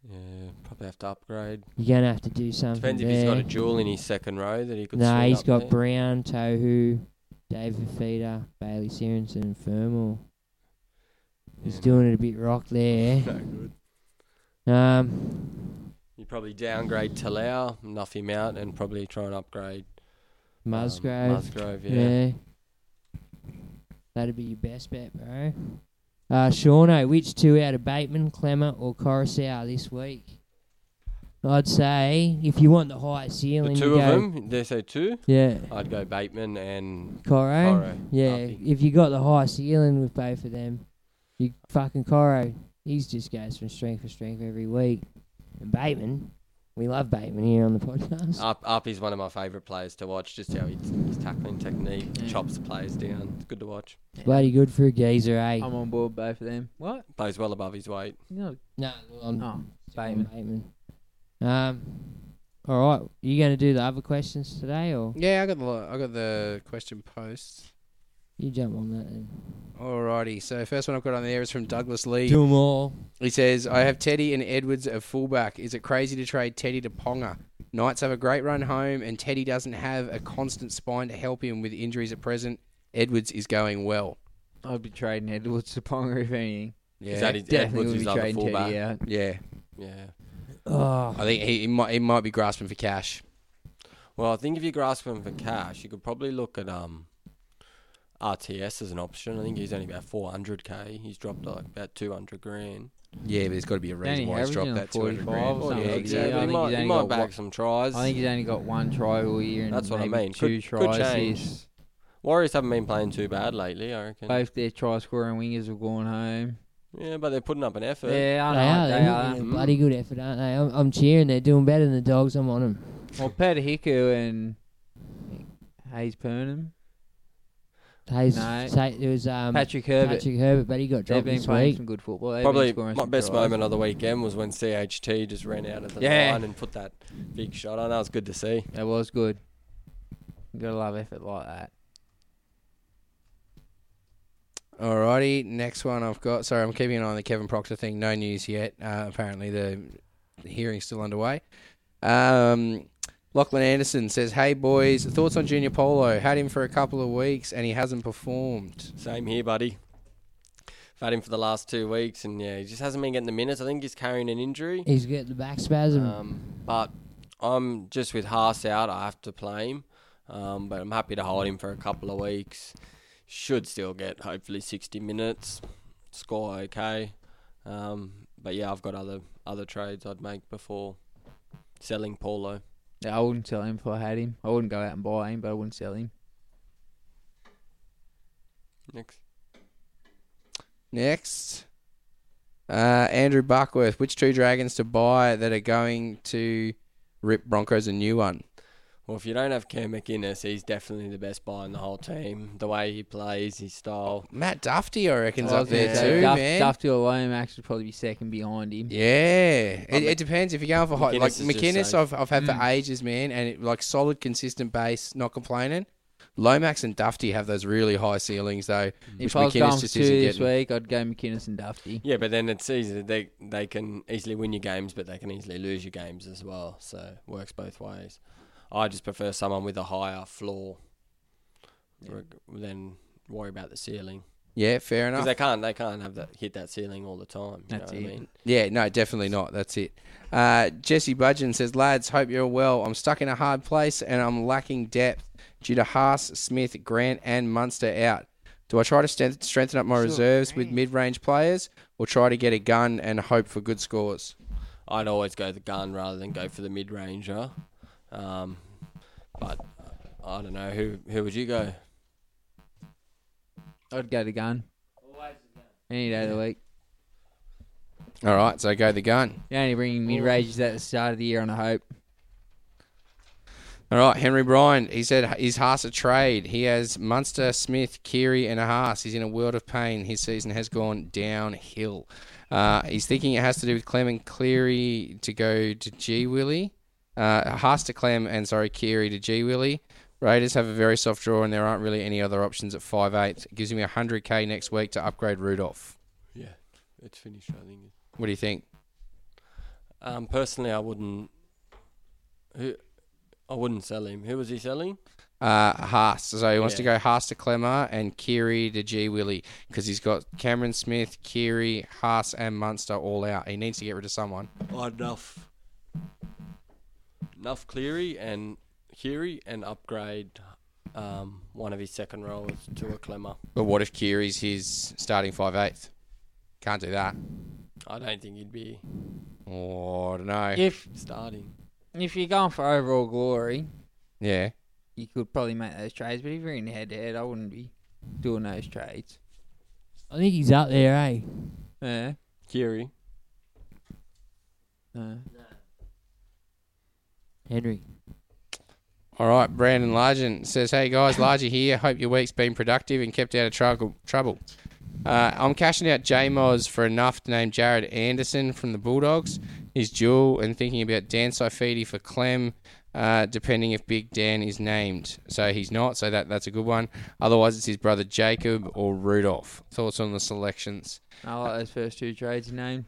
F: Yeah, probably have to upgrade.
B: You're gonna have to do something
F: Depends
B: there.
F: if he's got a jewel in his second row that he could.
B: nah,
F: swing
B: he's
F: up
B: got
F: there.
B: Brown, Tohu, David Feeder, Bailey Sirensen, and Fermor.
L: He's doing it a bit rock there.
F: So good.
L: Um,
F: You probably downgrade Talau, nuff him out, and probably try and upgrade um,
L: Musgrove.
F: Musgrove, yeah.
L: That'd be your best bet, bro. Uh, Shauno, which two out of Bateman, Clemmer, or Coruscant this week? I'd say if you want the high
F: The
L: ceiling,
F: two
L: you
F: of
L: go
F: them, they say two.
L: Yeah.
F: I'd go Bateman and
L: Coro.
F: Coro.
L: Yeah, if you got the high ceiling with both of them, you fucking Coro. He's just goes from strength to strength every week. And Bateman, we love Bateman here on the podcast.
F: Up, up is one of my favourite players to watch. Just how he, his tackling technique chops the players down. It's good to watch.
L: Bloody good for a geezer, eh?
E: I'm on board both of them. What?
F: Plays well above his weight.
E: No.
L: No, on
E: oh,
L: Bateman. Um, all right, you going to do the other questions today, or
C: Yeah, I got the lo- I got the question post.
L: you jump on that? Then?
C: Alrighty, so first one I've got on there is from Douglas Lee.
L: Do 'em all.
C: He says, "I have Teddy and Edwards at fullback. Is it crazy to trade Teddy to Ponga? Knights have a great run home, and Teddy doesn't have a constant spine to help him with injuries at present. Edwards is going well.
E: I'd be trading Edwards to Ponga if anything.
C: Yeah,
F: Is that his-
E: Definitely
F: Edwards
E: would
F: is
E: be
F: other
E: trading Teddy
F: fullback?
E: out.
C: Yeah,
F: yeah.
L: Oh.
C: I think he, he might he might be grasping for cash.
F: Well, I think if you grasp him for cash, you could probably look at um, RTS as an option. I think he's only about 400k. He's dropped like about 200 grand.
C: Yeah, but there's got to be a
E: Danny
C: reason why he's dropped
E: Harrison
C: that 200
E: on 45
C: grand.
E: or
C: yeah,
E: something.
F: exactly.
E: Yeah, I
F: he
E: think
F: might,
E: he's
F: he
E: only
F: might
E: got
F: bag
E: one-
F: some tries.
E: I think he's only got one try all year. And
F: That's what I
E: maybe
F: mean.
E: Two
F: Could,
E: tries.
F: could change.
E: this.
F: Warriors haven't been playing too bad lately, I reckon.
E: Both their try scoring wingers have gone home.
F: Yeah, but they're putting up an effort.
E: Yeah, I
L: They
E: know
L: are.
E: they
L: They're
E: are. Mm-hmm.
L: a bloody good effort, aren't they? I'm, I'm cheering. They're doing better than the dogs. I'm on them.
E: Well, Pat Hiku and Hayes Purnham.
L: Hayes,
E: No.
L: say, it was um,
E: Patrick Herbert.
L: Patrick Herbert, but he got
E: They've
L: dropped
E: been
L: this
E: playing
L: week.
E: some good football. They've
F: Probably
E: been scoring
F: my
E: some
F: best
E: tries.
F: moment of the weekend was when CHT just ran out of the
E: Yeah.
F: line and put that big shot on. That was good to see.
E: That was good. You gotta love effort like that.
C: Alrighty, next one I've got. Sorry, I'm keeping an eye on the Kevin Proctor thing. No news yet. Uh, apparently, the, the hearing's still underway. Um, Lachlan Anderson says, "Hey boys, thoughts on Junior Polo? Had him for a couple of weeks and he hasn't performed.
F: Same here, buddy. I've had him for the last two weeks, and yeah, he just hasn't been getting the minutes. I think he's carrying an injury.
L: He's got the back spasm.
F: Um, but I'm just with Haas out. I have to play him, um, but I'm happy to hold him for a couple of weeks. Should still get hopefully 60 minutes. Score okay, um, but yeah, I've got other other trades I'd make before selling Paulo.
E: Yeah, I wouldn't sell him if I had him. I wouldn't go out and buy him, but I wouldn't sell him.
F: Next,
C: Next, uh, Andrew Buckworth. Which two dragons to buy that are going to rip Broncos a new one?
F: well, if you don't have Cam McInnes, he's definitely the best buy in the whole team. The way he plays, his style.
C: Matt Dufty, I reckon's
E: I
C: up
E: was gonna
C: there
E: say,
C: too,
E: Oh, Duff,
C: man.
E: Duff to Lomax would probably be second behind him.
C: Yeah,
E: Like
C: it, it depends if you're going for hot.
E: Oh, McInnes
C: Like
E: is just
C: McInnes,
E: safe.
C: I've I've had
E: Mm.
C: for ages, man, and it, like solid, consistent base, not complaining. Lomax and Dufty have those really high ceilings though, which
E: Mm. If I was going
C: McInnes
E: for
C: just
E: two
C: isn't
E: this
C: getting.
E: week, I'd go McInnes and Dufty.
F: Yeah, but then it's easy. They they can easily win your games, but they can easily lose your games as well. So it works both ways. I just prefer someone with a higher floor, reg- than worry about the ceiling.
C: Yeah, fair
F: 'Cause
C: enough.
F: they can't they can't have that hit that ceiling all the time. You
E: That's
F: know what
E: it.
F: I mean?
C: Yeah, no, definitely not. That's it. Uh, Jesse Budgeon says, lads, hope you're well. I'm stuck in a hard place and I'm lacking depth due to Haas, Smith, Grant, and Munster out. Do I try to sten- strengthen up my reserves with mid range players or try to get a gun and hope for good scores?
F: I'd always go the gun rather than go for the mid ranger. Um, but I don't know who who would you go?
E: I'd go to gun. Any day of the week.
C: All right, so go the gun.
E: You only bring mid ranges at the start of the year on a hope.
C: All right, Henry Bryan. He said, "Is Haas a trade? He has Munster, Smith, Keary, and a Haas. He's in a world of pain. His season has gone downhill. Uh, he's thinking it has to do with Clem and Cleary to go to G Willie, uh, Haas to Clem, and sorry, Keary to G Willie. Raiders have a very soft draw, and there aren't really any other options at 5'8". It gives me 100k next week to upgrade Rudolph.
F: Yeah, it's finished. I think.
C: What do you think?
F: Um, personally, I wouldn't. Who, I wouldn't sell him. Who was he selling?
C: Uh, Haas. So he wants to
F: Yeah.
C: go Haas to Clemmer and Kiri to G Willie because he's got Cameron Smith, Kiri, Haas, and Munster all out. He needs to get rid of someone.
F: Oh, enough. Enough Cleary and Kiri and upgrade um, one of his second rollers to a Clemmer.
C: But what if Kiri's his starting five eighth? Can't do that.
F: I don't think he'd be
C: Oh, I don't know.
E: If
F: starting.
E: if you're going for overall glory,
C: yeah.
E: you could probably make those trades. But if you're in head to head, I wouldn't be doing those trades.
B: I think he's up there, eh?
E: Yeah.
F: Kiri.
E: Henry.
C: All right, Brandon Largent says, "Hey guys, Larger here. Hope your week's been productive and kept out of trouble. Trouble. Uh, I'm cashing out J Moz for enough to name Jared Anderson from the Bulldogs. His dual and thinking about Dan Saifidi for Clem, uh, depending if Big Dan is named. So he's not. So that that's a good one. Otherwise, it's his brother Jacob or Rudolph. Thoughts on the selections?
E: I like those first two trades you named.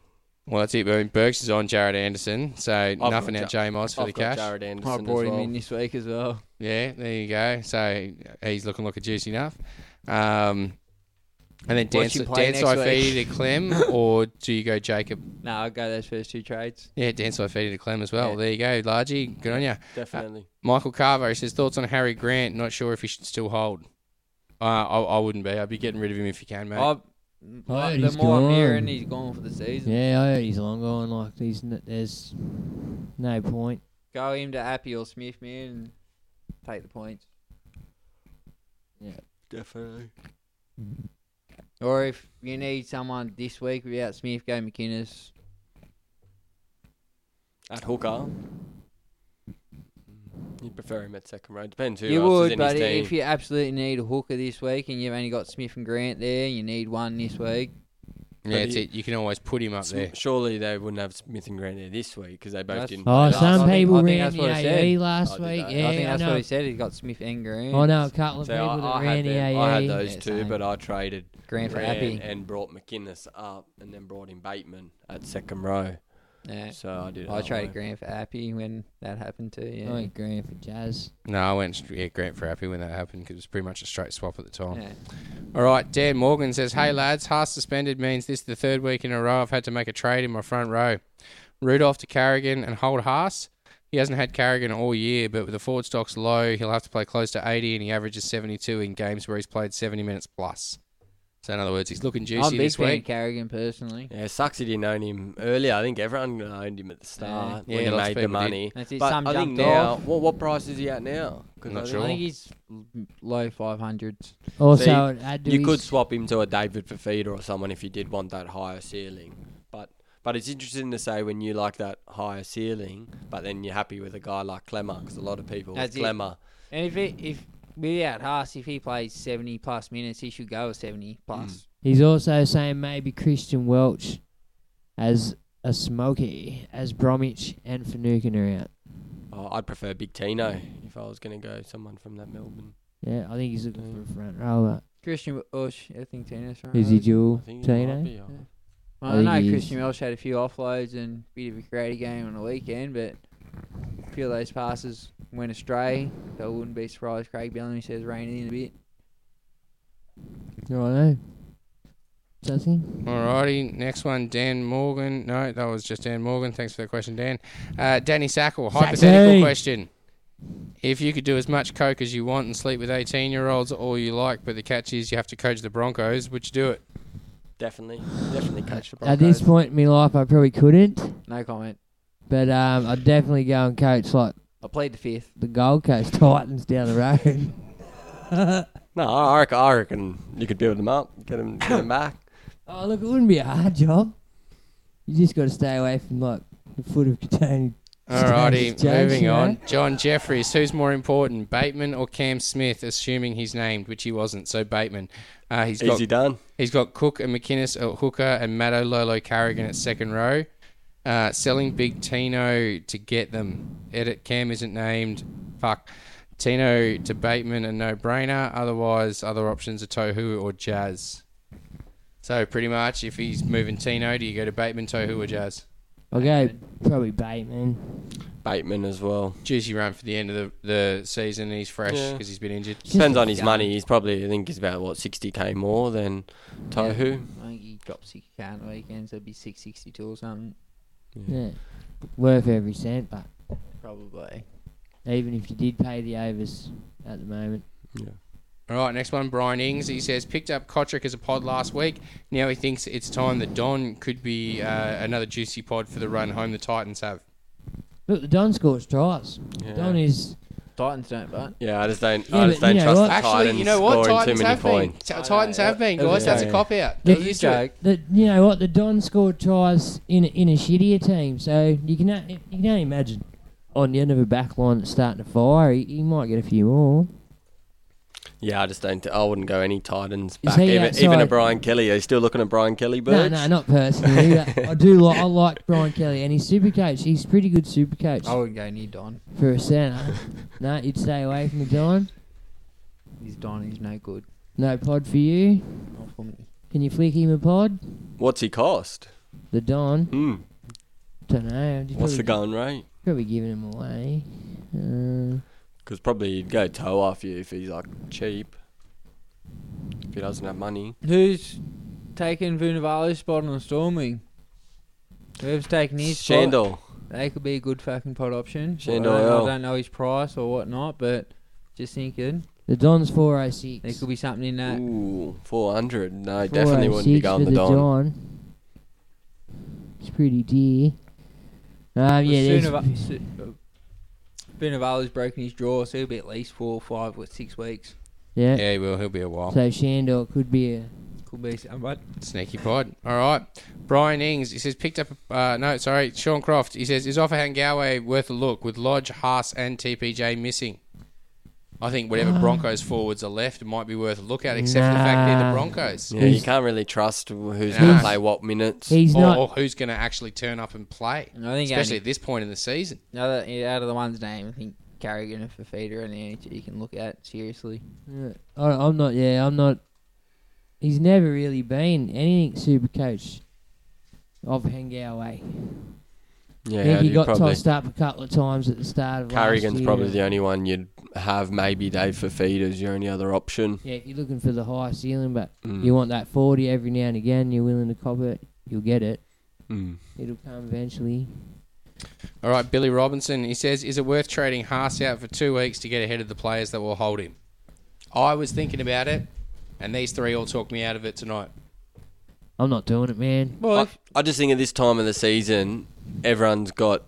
C: Well, that's it. I mean, Burks is on Jared Anderson, so
E: got
C: nothing out
E: Ja-
C: J Moz for
E: I've
C: the
E: got
C: cash.
E: Jared Anderson I brought as him well. in this week as well.
C: Yeah, there you go. So he's looking like a juicy enough. Um, and then
E: Watch
C: Dan,
E: him play
C: Dan
E: next week.
C: Saifidi to Clem,
E: [laughs]
C: or do you go Jacob?
E: No, I'll go those first two trades.
C: Yeah, Dan Saifidi to Clem as well.
E: Yeah.
C: There you go, Largy. Good on you.
F: Definitely.
C: Michael Carvo says thoughts on Harry Grant. Not sure if he should still hold. Uh, I, I wouldn't be. I'd be getting rid of him if you can, mate.
E: I,
B: I heard
E: the
B: he's
E: more I'm
B: gone.
E: hearing, he's gone for the season.
B: Yeah, I heard he's long gone. Like he's n- there's no point.
E: Go him to Appy or Smith, man, and take the points.
F: Definitely.
E: Or if you need someone this week without Smith, go McInnes.
F: At hooker. You'd prefer him at second row. Depends who
E: you
F: else is
E: would,
F: in
E: but
F: his team.
E: if you absolutely need a hooker this week and you've only got Smith and Grant there, you need one this week.
C: yeah, that's it. You can always put him up
F: Sm-
C: there.
F: Surely they wouldn't have Smith and Grant there this week because they both
E: That's-
F: didn't.
B: Oh,
F: play last
B: some
F: week.
B: people
E: I think
B: ran
E: that's
B: the
E: what I said.
B: AE E last
F: Oh, did
B: week.
F: they?
B: Yeah,
E: I think that's
B: I
E: what
B: know.
E: he said. He's got Smith and Grant.
B: I know a couple of
F: So
B: people
F: I,
B: that
F: I, had
B: ran the
F: them,
B: AE.
F: I had those
B: Yeah,
F: two,
B: same.
F: but I traded
E: Grant for Appy.
F: and brought McInnes up, and then brought in Bateman at second row.
E: Yeah.
F: So I oh, did. it
E: I
F: that
E: traded
F: way.
E: Grant for Appy when that happened too. Yeah.
B: I went Grant for Jazz.
C: No, I went yeah, Grant for Appy when that happened because it was pretty much a straight swap at the time.
E: Yeah.
C: All right, Dan Morgan says, Hey lads, Haas suspended means this is the third week in a row I've had to make a trade in my front row. Rudolph to Carrigan and hold Haas. He hasn't had Carrigan all year, but with the forward stock's low, he'll have to play close to 80 and he averages 72 in games where he's played 70 minutes plus. So, in other words, he's looking
E: I'm a
C: juicy
E: big
C: this
E: fan of
C: week.
E: Carrigan personally.
F: Yeah, it sucks he didn't own him earlier. I think everyone owned him at the start
C: Yeah,
F: when he
C: lots of
F: made the
C: people did.
F: money.
E: That's it,
F: But
E: some
F: I think
E: jumped
F: now,
E: off.
F: what, what price is he at now? 'Cause
C: Not
F: I
C: sure.
E: I think
F: think-
E: he's l- low 500s.
B: Also,
F: See,
B: it had to
F: you
B: be
F: could
B: s-
F: swap him to a David Fafita or someone if you did want that higher ceiling. But but it's interesting to say when you like that higher ceiling, but then you're happy with a guy like Clemmer because a lot of people with
E: That's it.
F: Clemmer.
E: And if it, if without Haas, if he plays 70 plus minutes, he should go 70
F: Mm.
E: plus.
B: He's also saying maybe Christian Welch as a smoky, as Bromwich and Finucane are out.
F: Oh, I'd prefer Big Tino if I was going to go someone from that Melbourne.
B: Yeah, I think he's
F: Mm.
B: looking for a front rower.
E: Christian Welsh, I think Tina's right.
B: Is he dual
F: I think he might
B: Tino?
F: be. oh.
E: Well,
B: I
E: I,
B: think he
E: know
B: is.
E: Christian Welsh had a few offloads and a bit of a greater game on the weekend, but a few of those passes went astray. So I wouldn't be surprised Craig Bellamy says rain it in a bit.
B: I know. Something?
C: Alrighty, next one, Dan Morgan. No, that was just Dan Morgan. Thanks for the question, Dan. Uh, Danny Sackle, hypothetical
B: Saxy.
C: question. If you could do as much coke as you want and sleep with 18 year olds all you like, but the catch is you have to coach the Broncos, would you do it?
F: Definitely, definitely catch the Broncos.
B: At this point in my life, I probably couldn't,
E: No comment.
B: but um, I'd definitely go and coach like
E: I played the fifth.
B: the Gold Coast Titans down the road.
F: [laughs] no, I I reckon, I reckon you could build them up, get them, get them back.
B: oh, look, it wouldn't be a hard job. You just got to stay away from like the foot of contained.
C: Alrighty,
B: James, you
C: moving
B: know?
C: on. John Jeffries, who's more important, Bateman or Cam Smith, assuming he's named, which he wasn't, so Bateman. Uh, he's got
F: Easy done.
C: He's got Cook and McInnes at hooker and Matto Lolo Carrigan at second row. Uh, selling Big Tino to get them. Edit Cam isn't named. Fuck. Tino to Bateman a no brainer. Otherwise, other options are Tohu or Jazz. So pretty much, if he's moving Tino, do you go to Bateman, Tohu, or Jazz?
B: I'll go probably Bateman.
F: Bateman as well.
C: Juicy run for the end of the, the season. He's fresh
F: Yeah.
C: because he's been injured.
F: Depends on his money. He's probably I think he's about what sixty k more than Tohu.
E: I think he dropped 6k on the weekends. That'd be 662 or something.
B: Yeah. Worth every cent, but
E: Probably.
B: even if you did pay the overs at the moment.
F: Yeah.
C: All right, next one, Brian Ings. He says picked up Kotrick as a pod last week. Now he thinks it's time that Don could be uh, another juicy pod for the run home the Titans have.
B: Look, the Don scores tries.
F: Yeah.
B: Don is.
E: Titans don't, but.
F: Yeah, I just don't.
B: Yeah,
F: I just
B: but
F: don't
B: you know
F: trust
B: what?
F: the
B: Actually,
F: Titans
C: you know what?
F: scoring
C: Titans
F: too many
C: have been.
F: points.
C: T- Titans have been, guys. That's a cop out.
B: The-
C: They're used to it.
B: the- you know what? The Don scored tries in a, in a shittier team, so you can o- you can only imagine on the end of a back line that's starting to fire, he, he might get a few more.
F: Yeah, I just don't. I wouldn't go any Titans
B: Is
F: back.
B: he
F: Even, even a
B: outside?
F: Brian Kelly. Are you still looking at Brian Kelly? Birch?
B: No, no, not personally. but I do like I like Brian Kelly, and he's super coach. He's pretty good super coach.
E: I wouldn't go near Don.
B: for a centre. [laughs] no, you'd stay away from the Don.
E: He's Don. He's no good.
B: No pod for you.
E: Not for me.
B: Can you flick him a pod?
F: What's he cost?
B: The Don.
F: Hmm.
B: Don't know.
F: What's the going rate?
B: Probably giving him away. Uh,
F: Because probably he'd go toe off you if he's like cheap. If he doesn't have money.
E: Who's taking Vunavalo's spot on Storming? Whoever's taking his spot,
F: Shandor.
E: They could be a good fucking pot option.
F: Shandor
E: I don't,
F: L.
E: I don't know his price or whatnot, but just thinking
B: the Don's 406.
E: there could be something in that.
F: Ooh, 400. No, he definitely wouldn't be
B: 406
F: going
B: for
F: the Don.
B: It's pretty dear. Um, yeah, there's-
E: uh, Vunavalo's broken his jaw, so he'll be at least four, five, or six weeks.
B: yeah.
C: Yeah, he will. He'll be a while.
B: So Shandor could be a
E: Could be something, but
C: Sneaky pod. All right. Brian Ings, he says, picked up, uh, no, sorry, Sean Croft. He says, is Offahan Galway worth a look with Lodge, Haas, and TPJ missing? I think
F: [sighs]
C: whatever
F: Ah.
C: Broncos forwards are left might be worth a look at, except for the fact they're the Broncos.
F: Yeah, you can't really trust wh- who's
C: Nah.
F: going to play what minutes.
C: or, or who's going to actually turn up and play,
E: I think
C: especially
E: only-
C: at this point in the season.
E: Now that, yeah, out of the one's name, I think Carrigan and Fafita and the NHL you can look at seriously.
B: Yeah, I, I'm not. Yeah, I'm not. He's never really been anything super coach of Hengaway.
F: Yeah,
B: I think he
F: you'd
B: got
F: probably-
B: tossed up a couple of times at the start of last
F: Carrigan's
B: year.
F: probably the only one you'd have. Maybe Dave Fafita is your only other option.
B: Yeah, if you're looking for the high ceiling, but
F: Mm.
B: you want that 40 every now and again, you're willing to cop it, you'll get it.
F: Mm.
B: It'll come eventually.
C: All right, Billy Robinson, he says, is it worth trading Haas out for two weeks to get ahead of the players that will hold him? I was thinking about it, and these three all talked me out of it tonight.
B: I'm not doing it, man.
F: I, I just think at this time of the season, everyone's got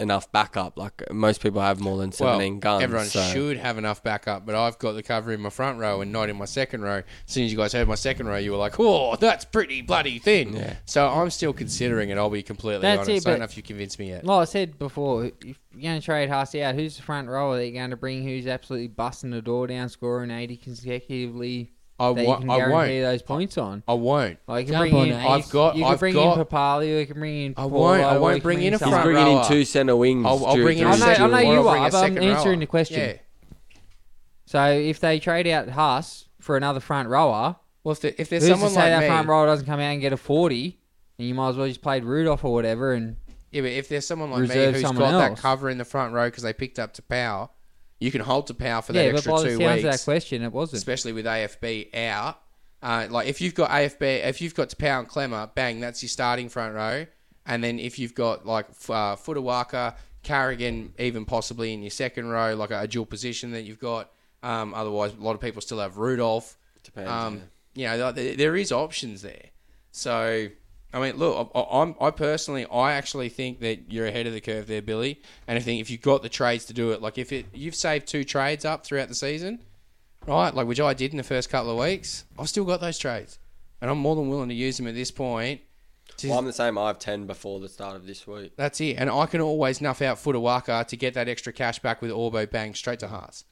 F: enough backup. Like most people have more than seventeen guns.
C: Everyone
F: so-
C: should have enough backup, but I've got the cover in my front row and not in my second row. As soon as you guys heard my second row, you were like, "Oh, that's pretty bloody thin." So I'm still considering it. I'll be completely
E: That's
C: honest.
E: it,
C: I
E: but-
C: don't know if you convinced me yet.
E: Like I said before, if you're going to trade Hussey out, who's the front rower that you're going to bring who's absolutely busting the door down, scoring 80 consecutively?
C: I
E: that you
C: wa-
E: can
C: I
E: guarantee
C: won't.
E: those points on.
C: I won't.
E: Like you can
C: Jump
E: bring
C: on
E: in,
C: it, I've got-
E: You can
C: I've
E: bring
C: got-
E: in Papali. You can bring in.
C: I won't. I won't bring in a
F: He's
C: front
F: bringing
C: rower.
F: in two centre wings.
C: I'll- I'll
F: Ju-
C: bring in
F: Ju-
C: a
E: I know, I
C: second
E: know
C: rower,
E: you
C: bring a
E: are, but I'm
C: second rower.
E: answering the question.
C: Yeah.
E: So if they trade out Huss for another front rower,
C: well, if, the, if there's
E: who's
C: someone
E: to say
C: like
E: that
C: me-
E: front rower doesn't come out and get a forty, and you might as well just played Rudolph or whatever, and
C: Yeah, but if there's someone like
E: Reserve
C: me who's
E: someone
C: got that
E: else.
C: cover in the front row because they picked up to power, you can hold to power for that
E: Yeah, but
C: extra
E: by the
C: two
E: sounds
C: weeks.
E: of that question, it wasn't.
C: especially with AFB out. Uh, like if you've got AFB, if you've got to power and Clemmer, bang, that's your starting front row. And then if you've got like F- uh, Futawaka, Carrigan, even possibly in your second row, like a, a dual position that you've got. Um, otherwise, a lot of people still have Rudolph.
F: Depends,
C: Um, you know, like, there, there is options there. So, I mean, look, I, I- I'm, I personally, I actually think that you're ahead of the curve there, Billy. And I think if you've got the trades to do it, like if it, you've saved two trades up throughout the season, right? Like which I did in the first couple of weeks, I've still got those trades, and I'm more than willing to use them at this point. to-
F: Well, I'm the same. I have ten before the start of this week.
C: that's it. And I can always nuff out Futawaka to get that extra cash back with Orbo Bang straight to Hearts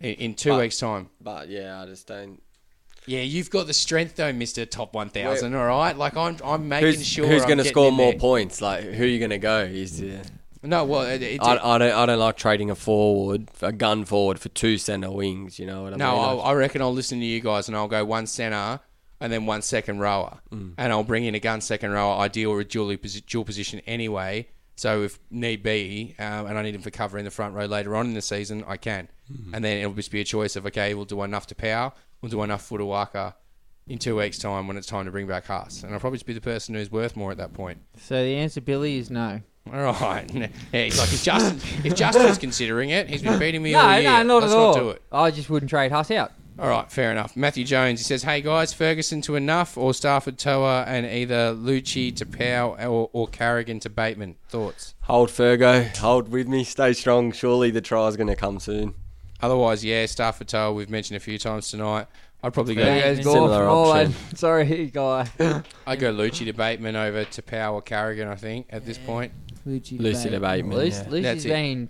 C: in, in two
F: But-
C: weeks' time.
F: But yeah, I just don't.
C: Yeah, you've got the strength though, Mister Top One Thousand.
F: Where-
C: All right, like I'm, I'm making
F: Who's,
C: sure
F: who's
C: I'm
F: going to
C: getting
F: score
C: in
F: more
C: there.
F: points? Like who are you going to go? Is uh,
C: No, well, it, it,
F: I, I don't. I don't like trading a forward, a gun forward for two centre wings. You know what I
C: no,
F: mean?
C: I'll, I reckon I'll listen to you guys and I'll go one centre and then one second rower.
F: Mm.
C: And I'll bring in a gun second rower, ideal or a dual, posi- dual position anyway, So if need be, um, and I need him for cover in the front row later on in the season, I can.
M: Mhm.
F: Mm-hmm.
C: And then it'll just be a choice of okay, we'll do enough to power, we'll do enough for Waka in two weeks' time when it's time to bring back Haas. And I'll probably just be the person who's worth more at that point.
E: So the answer, Billy, is no.
C: All right. [laughs] Yeah, he's like if Justin, if
E: [coughs]
C: Justin's considering it, he's been beating me
E: no,
C: all year.
E: No, not
C: Let's
E: at all.
C: not do it.
E: I just wouldn't trade Huss out.
C: All right, fair enough. Matthew Jones, he says, "Hey guys, Ferguson to enough, or Stafford Toa, and either Lucci to Powell or, or Carrigan to Bateman. Thoughts?
F: Hold Fergo, hold with me, stay strong. Surely the try's going to come soon.
C: Otherwise, yeah, Stafford Toa we've mentioned a few times tonight. I'd probably go
E: Fergo's gone Similar for all option. I- [laughs] sorry, guy.
C: I'd go Lucci to Bateman over to Powell or Carrigan. I think at this point,
E: Lucci to Lucci to Bateman. Bateman, Luc- yeah. Lucci's
C: That's it.
E: been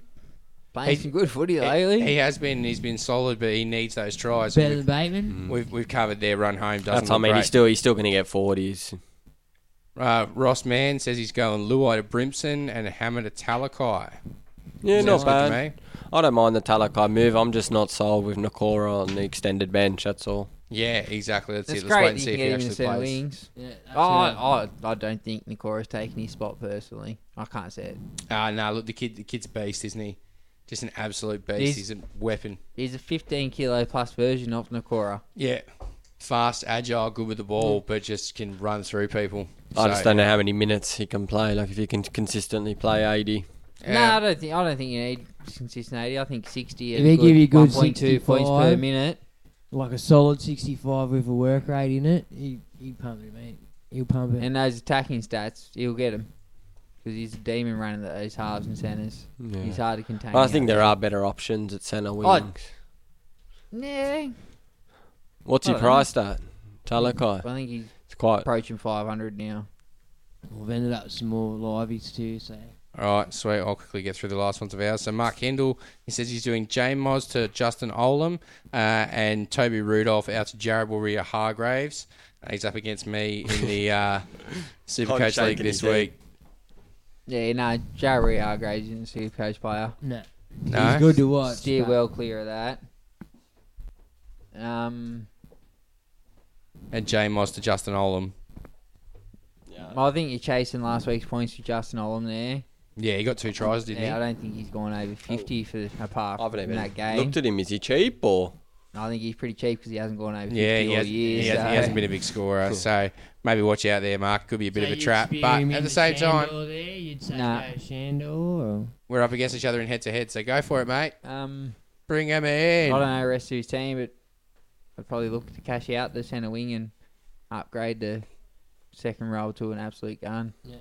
E: playing some good footy lately.
C: He, he has been. He's been solid, but he needs those tries.
N: Better
C: We've-
N: than Bateman?
C: We've we've covered their run home. Doesn't
F: That's, I
C: look
F: mean,
C: great.
F: he's still he's still going to get forties.
C: Uh, Ross Mann says he's going Luai to Brimson and Hammer to Talakai.
F: Yeah,
C: Sounds
F: not
C: good to
F: bad. I don't mind the Talakai move. I'm just not sold with Nakora on the extended bench. That's all.
C: Yeah, exactly. That's,
E: It's
C: it. Let's
E: great
C: wait and
E: that
C: see
E: you
C: if
E: can
C: he
E: get him in
C: actually
E: the centre
C: plays.
E: wings.
N: Yeah,
E: oh, I, I, I don't think Nikora's taking his spot personally. I can't see it.
C: Ah, no, look, the kid, the kid's a beast, isn't he? Just an absolute beast. He's,
E: He's-
C: a weapon.
E: He's a 15 kilo plus version of Nikora.
C: Yeah, fast, agile, good with the ball, but just can run through people.
F: I just
C: So-
F: don't know how many minutes he can play. Like if he can consistently play eighty.
D: Uh,
E: No, I don't think I don't think you need consistent 80. I think 60.
D: If he give you good
E: 1.2 points per
D: 65.
E: minute.
D: Like a solid 65 with a work rate in it. He, he pumped it, mate. He'll pump it.
E: And those attacking stats, he'll get him because he's a demon running those halves and centres.
F: Yeah.
E: He's hard to contain.
F: I think there are better options at centre wing.
E: Oh, Yeah.
F: What's
E: I
F: he
E: don't know.
F: priced at? Talakai.
E: I think he's
F: it's quite
E: approaching 500 now.
D: We've ended up with some more livies too, so.
C: All right, sweet. I'll quickly get through the last ones of ours. So Mark Hendel, he says he's doing Jane Moz to Justin Olam uh, and Toby Rudolph out to Jared Warrior Hargraves. Uh, he's up against me in the uh, Supercoach League
E: shaking
C: this
E: his
C: week.
E: Yeah, no, Jerry Hargraves isn't a super coach player.
D: No.
C: No? He's good
D: to watch,
E: Steer
D: but-
E: well clear of that. Um,
C: And Jane Moz to Justin Olam.
E: I think you're chasing last week's points with Justin Olam there.
C: Yeah, he got two tries, didn't
E: yeah,
C: he? Oh.
E: I don't think he's gone over 50 for apart
F: I haven't
E: from
F: even
E: that game.
F: looked at him. Is he cheap or?
E: I think he's pretty cheap because he eh? hasn't gone over 50
C: Yeah, he,
E: all
C: has,
E: year.
C: he, has,
E: so.
C: not been a big scorer,
E: Cool.
C: so maybe watch out there, Mark. Could be a bit
D: So
C: of a
D: you'd
C: trap,
D: spear
C: but
D: him
C: at
D: in
C: the same
D: Shandor
C: time,
D: There, you'd say
E: Nah.
D: go Shandor or-
C: we're up against each other in head-to-head. So go for it, mate.
E: Um,
C: Bring him in.
E: I don't know the rest of his team, but I'd probably look to cash out the centre wing and upgrade the second role to an absolute gun.
D: Yeah.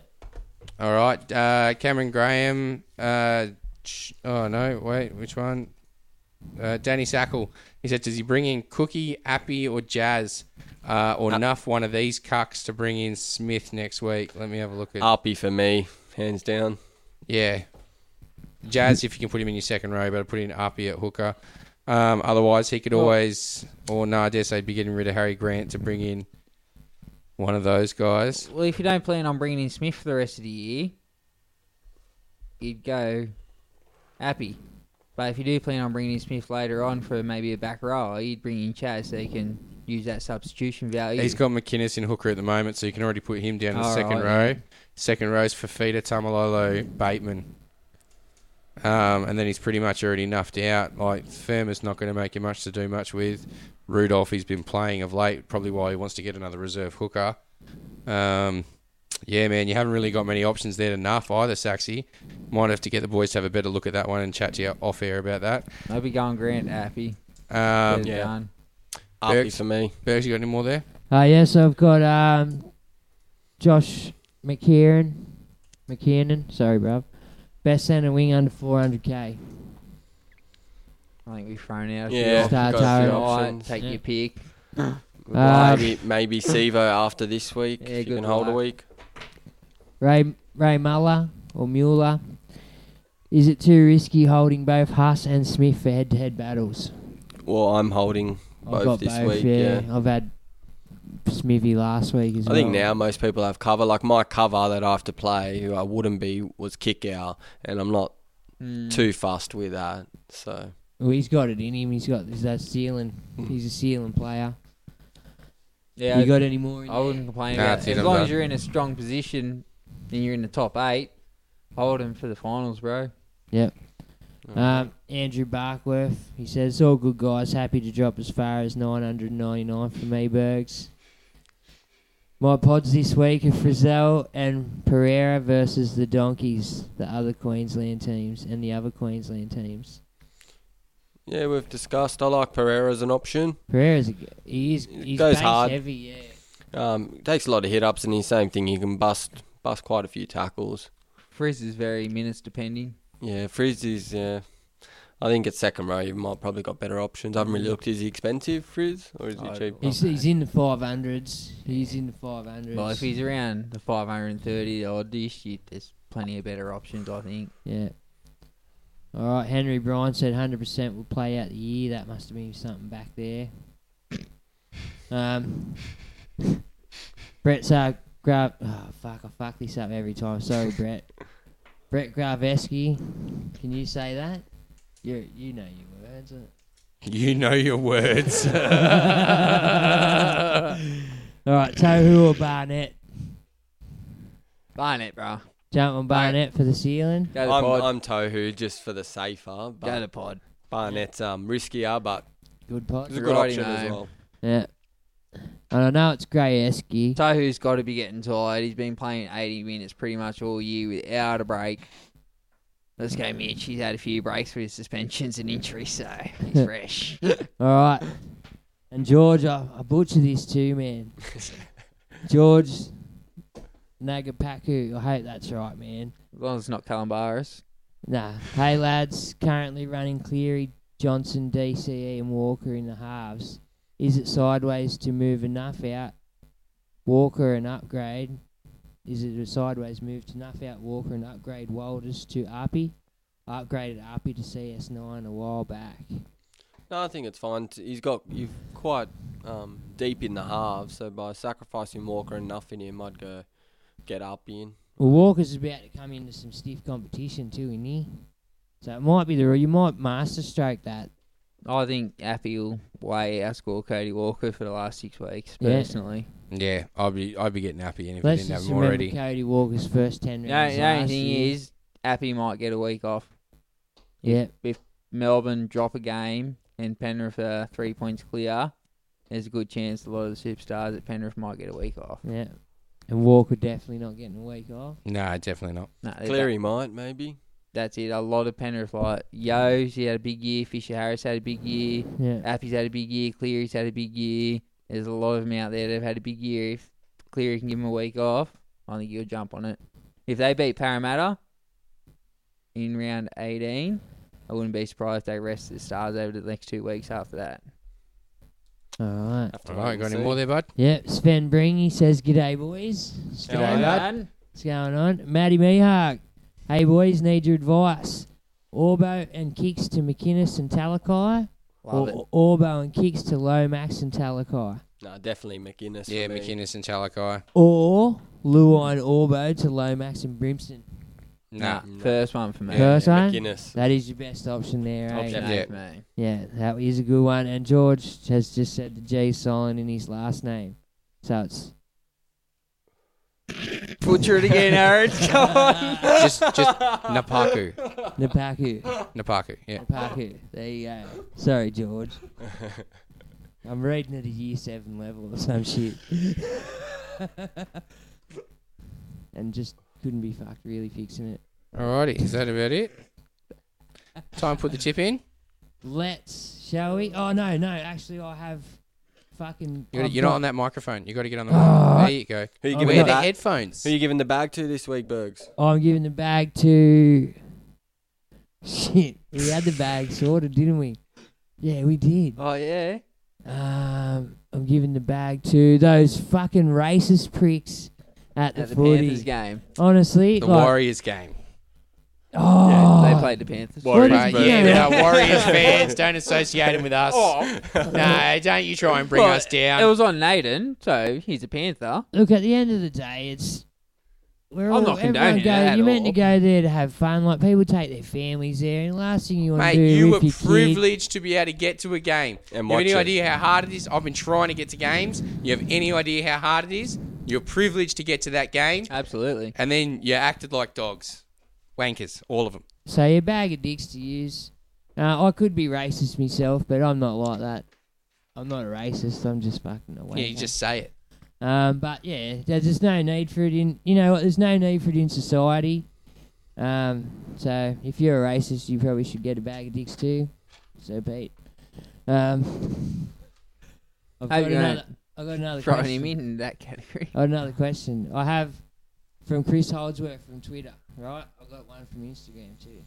C: All right, uh, Cameron Graham. Uh, ch- oh no, wait, which one? Uh, Danny Sackle. He said, "Does he bring in Cookie, Appy, or Jazz, uh, or Nuff? One of these cucks to bring in Smith next week." Let me have a look at.
F: Arpy for me, hands down.
C: Yeah, Jazz. if you can put him in your second row, but put in Appy at hooker. Um, otherwise, he could
F: Oh.
C: always, or no, I dare say, be getting rid of Harry Grant to bring in one of those guys.
E: Well, if you don't plan on bringing in Smith for the rest of the year, you'd go happy. But if you do plan on bringing in Smith later on for maybe a back row, you'd bring in Chaz so you can use that substitution value.
C: He's got McInnes in hooker at the moment, so you can already put him down in the
E: All
C: second row.
E: right.
C: Second row's Fafita, Tamalolo, Bateman. Um, and then he's pretty much already nuffed out. Like Firmer's not going to make him much to do much with. Rudolph, he's been playing of late, probably why he wants to get another reserve hooker. Um, yeah, man, you haven't really got many options there to nuff either, Saxy. Might have to get the boys to have a better look at that one and chat to you off air about that.
E: I'd be going Grant happy.
C: Um,
E: Get it Yeah. done.
F: Arpy for me.
C: Bergs, you got any more there?
D: Uh, yeah, so I've got um, Josh McKieran. McKiernan, sorry, bruv. Best centre wing under 400k.
E: I think we've thrown out. a
F: Yeah,
E: few
D: Star
E: options
D: Tyrant.
E: tonight.
F: Options.
E: Take
F: Yeah.
E: your pick.
D: Um,
F: maybe maybe Sivo after this week.
E: Yeah,
F: if
E: good
F: you can hold a
E: luck.
F: week.
D: Ray, Ray Muller or Mueller. Is it too risky holding both Huss and Smith for head to head battles?
F: Well, I'm holding
D: I've
F: both
D: got
F: this
D: both,
F: week.
D: yeah.
F: Yeah.
D: I've had Smithy last week as
F: I
D: well.
F: think now most people have cover. Like my cover that I have to play, who I wouldn't be, was kick out, and I'm not
D: Mm.
F: too fussed with that. So
D: Well, he's got it in him. He's got he's that ceiling. He's a ceiling player.
E: Yeah,
D: You got any more in
E: I wouldn't complain
C: Nah,
E: about
C: that's
E: it.
C: it,
E: As
C: I'm
E: long
C: done.
E: as you're in a strong position and you're in the top eight, Hold him for the finals, bro.
F: Yep. Um, Andrew Barkworth, he says, all good guys, happy to drop as far as 999 for me, Bergs. My pods this week are Frizzell and Pereira versus the Donkeys, the other Queensland teams, and the other Queensland teams.
D: Yeah, we've discussed. I like Pereira as an option.
F: Pereira's a, g- he is he's
D: goes
F: base
D: hard.
F: heavy, yeah.
D: Um, takes a lot of hit ups, and he's same thing. He can bust bust quite a few tackles.
E: Frizz is very minutes depending.
D: Yeah, Frizz is. Yeah, I think at second row you might probably got better options. I haven't really looked. Is he expensive, Frizz, or is he cheap?
F: He's, he's in the 500s. He's in the 500s.
E: Well, if he's around the 530 oddish, you- there's plenty of better options, I think.
F: Yeah. All right, Henry Bryan said 100% will play out the year. That must have been something back
D: [coughs]
F: there. Um, Brett's uh, Grav. Oh, fuck, I fuck this up every time. Sorry, Brett. Brett Graveski, can you say that? You you know your words. uh.
C: You know your words.
F: All right, Tohu or Barnett?
E: Barnett, bro.
F: Gentleman Barnett for the ceiling.
D: I'm, I'm Tohu just for the safer. But
E: Go to pod.
D: Barnett's um, riskier, but
F: Good pod.
D: It's a good
E: Righty,
D: option as
E: mate.
D: well.
F: Yeah. And I know it's Grayeski.
E: Tohu's got to be getting tired. He's been playing 80 minutes pretty much all year without a break. Let's go, Mitch. He's had a few breaks with his suspensions and injuries, so he's fresh.
F: [laughs] All right. And George, I, I butcher this too, man.
E: [laughs]
F: George Nagapaku. I hope that's right, man.
E: As long as it's not Calambaris.
F: Nah. Hey, lads. Currently running Cleary, Johnson, E. DCE, and Walker in the halves. Is it sideways to move enough out? Walker and upgrade. Is it a sideways move to enough out Walker and upgrade Wilders to Arpy? I upgraded Arpy to CS9 a while back.
D: No, I think it's fine. T- He's got you've quite um, deep in the halves, so by sacrificing Walker and nothing him, I'd go get up in.
F: Well, Walker's about to come into some stiff competition too, isn't he? So it might be the you might master stroke that.
E: I think Appy will way outscore Cody Walker for the last six weeks,
F: Yeah.
E: personally.
C: yeah, I'd be I'd be getting happy and if
F: Let's
C: we didn't have
F: just
C: him
F: remember
C: already.
F: Cody Walker's first ten
E: No,
F: rounds
E: the only
F: last
E: thing
F: year.
E: is, Appy might get a week off.
F: Yeah.
E: If Melbourne drop a game and Penrith are three points clear, there's a good chance a lot of the superstars at Penrith might get a week off.
F: yeah, and Walker definitely not getting a week off.
C: Nah, definitely not.
E: No, they-
D: Cleary might maybe.
E: That's it. A lot of Penrith like Yo's. He had a big year. Fisher Harris had a big year.
F: Yeah.
E: Appy's had a big year. Cleary's had a big year. There's a lot of them out there that have had a big year. If Cleary can give him a week off, I think he'll jump on it. If they beat Parramatta in round 18, I wouldn't be surprised if they rest the stars over the next two weeks after that.
F: All right.
C: All right, got any more there, bud?
F: Yeah, Sven Bringy says, "G'day, boys.
C: How are you, lad?
F: What's going on, Matty Mehak? Hey, boys, need your advice. Orbo and kicks to McInnes and Talakai,
E: Love
F: or Orbo and kicks to Lomax and Talakai."
D: No, definitely McInnes.
C: Yeah, McInnes and Talakai.
F: Or Luai and Orbo to Lomax and Brimson.
E: [laughs]
C: Nah.
E: First one for me.
F: First one?
D: McInnes.
F: That is your best option there, eh?
E: Option
F: yeah.
E: A for me.
F: Yeah, that is a good one. And George has just said the J silent in his last name. So it's
E: Butcher it again, Aaron. [laughs] Come on.
C: just just Napaku.
F: Napaku.
C: Napaku, yeah.
F: Napaku. There you go.
C: [laughs]
F: Sorry, George. I'm reading at a year seven level or some shit. [laughs] and just couldn't be fucked really fixing it.
C: Alrighty, is that about it? Time to put the chip in.
F: Let's, shall we? Oh, no, no. Actually, I have fucking.
C: You gotta-
F: I've
C: You're
F: got- Ah.
C: not on that microphone. You got to get on the. mic. there you go.
D: Who you
C: Wear
D: giving
C: the
D: the bag?
C: headphones.
D: Who you giving the bag to this week, Bergs?
F: Oh, I'm giving the bag to. [laughs] Shit, we had the bag sorted, didn't we? Yeah, we did.
E: Oh, yeah.
F: Um, I'm giving the bag to those fucking racist pricks at the,
E: At the
F: footy.
E: Panthers game.
F: Honestly,
C: The
F: like,
C: Warriors game.
F: Oh,
E: Yeah, they played the Panthers.
F: What
C: Uh,
F: is-
C: yeah,
F: yeah.
C: we are Warriors fans. Don't associate him with us.
E: [laughs] Oh.
C: No, don't you try and bring
E: Well,
C: us down.
E: It was on Naden, so he's a Panther.
F: [laughs] Look, at the end of the day, it's we're
E: I'm
F: all,
E: not
F: everyone
E: condoning
F: go,
E: that at
F: You're meant to
E: all.
F: go there to have fun. Like people take their families there, and the last thing you want
C: Mate,
F: to do
C: you were
F: with your kid-
C: privileged to be able to get to a game.
D: And
C: you have
D: watch
C: any
D: it.
C: idea how hard it is? I've been trying to get to games. You have any idea how hard it is? You're privileged to get to that game,
E: Absolutely.
C: and then you acted like dogs. Wankers, all of them.
F: So your bag of dicks to use. Uh, I could be racist myself, but I'm not like that. I'm not a racist. I'm just fucking away.
C: Yeah, you just say it.
F: Um, but yeah, there's just no need for it in. You know what? There's no need for it in society. Um, so if you're a racist, you probably should get a bag of dicks too. So Pete, um, I've
E: Have
F: got
E: you
F: another.
E: got-
F: I've got another
E: throwing
F: question.
E: him in that [laughs] category.
F: I have another question. I have from Chris Holdsworth from Twitter. Right, I've got one from Instagram too.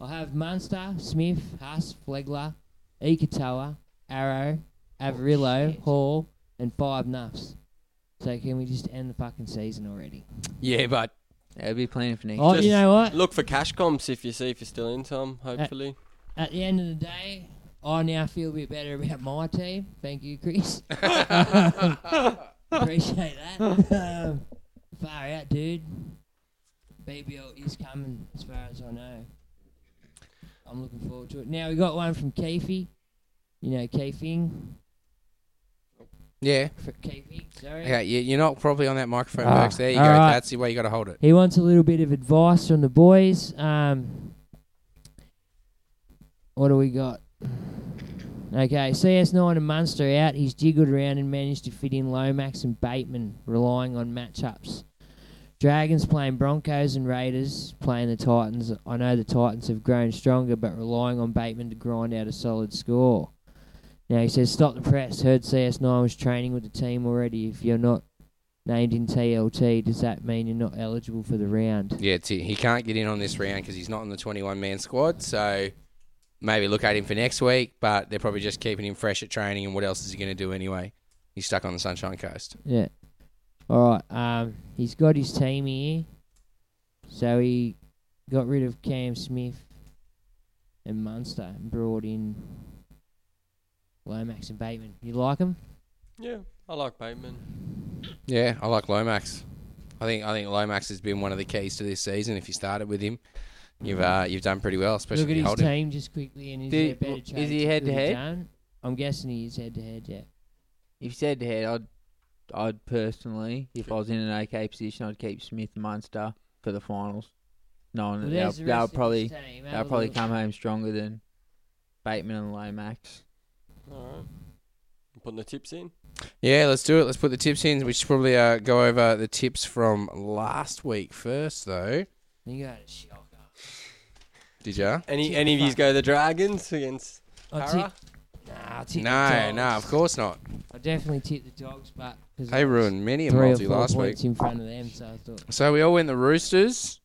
F: I have Munster, Smith, Huss, Flegler, Ikatoa, Arrow, Avarillo, Hall, and five nuffs. So can we just end the fucking season already?
C: Yeah, but
E: they'll be playing for next.
F: Oh,
E: year.
F: you know what?
J: Look for cash comps if you see if you're still in, Tom. Hopefully.
F: At the end of the day, I now feel a bit better about my team. Thank you, Chris. Appreciate that. Um, far out, dude. BBL is coming, as far as I know. I'm looking forward to it. Now we got one from Keefe. You know, Keefing.
C: Yeah.
F: sorry.
C: Okay, you, you're not probably on that microphone,
F: Ah,
C: Burks. There you go.
F: all right.
C: That's the way you got to hold it.
F: He wants a little bit of advice from the boys. Um, what do we got? Okay, CS9 and Munster out. He's jiggled around and managed to fit in Lomax and Bateman, relying on matchups. Dragons playing Broncos and Raiders playing the Titans. I know the Titans have grown stronger, but relying on Bateman to grind out a solid score. Now he says, stop the press. Heard CS9 was training with the team already. If you're not named in TLT, does that mean you're not eligible for the round?
C: Yeah, it's, he can't get in on this round because he's not in the 21 man squad. So maybe look at him for next week, but they're probably just keeping him fresh at training. And what else is he going to do anyway? He's stuck on the Sunshine Coast.
F: Yeah. All right. Um, he's got his team here, so he got rid of Cam Smith and Munster and brought in Lomax and Bateman. You like him?
J: Yeah, I like Bateman.
C: Yeah, I like Lomax. I think I think Lomax has been one of the keys to this season. If you started with him, you've uh, you've done pretty well, especially
F: Look
C: if
F: at
C: you
F: his
C: hold him.
F: team just quickly, and is
E: Did-
F: there better
E: is
F: chances
E: he head to
F: could be
E: head?
F: done? I'm guessing he is head to head. Yeah.
E: If you said head, I'd, I'd personally, if I was in an OK position, I'd keep Smith and Munster for the finals, knowing
F: Well,
E: that they'll,
F: there's the
E: they'll
F: rest of his
E: probably
F: team. Have
E: they'll
F: a
E: probably
F: look.
E: come home stronger than Bateman and Lomax.
J: All right. I'm putting the tips in.
C: Yeah, let's do it. Let's put the tips in. We should probably uh, go over the tips from last week first, though.
F: You got a shocker.
C: Did ya?
J: Any any of you go the Dragons against
F: I
J: Para?
F: tip- nah, I tip
C: No,
F: the
C: no, of
F: dogs.
C: course not.
F: I definitely tipped the dogs, but because
C: They ruined many a
F: three
C: multi
F: or four
C: last
F: points
C: week.
F: in front of them, so I thought
C: So we all went the Roosters.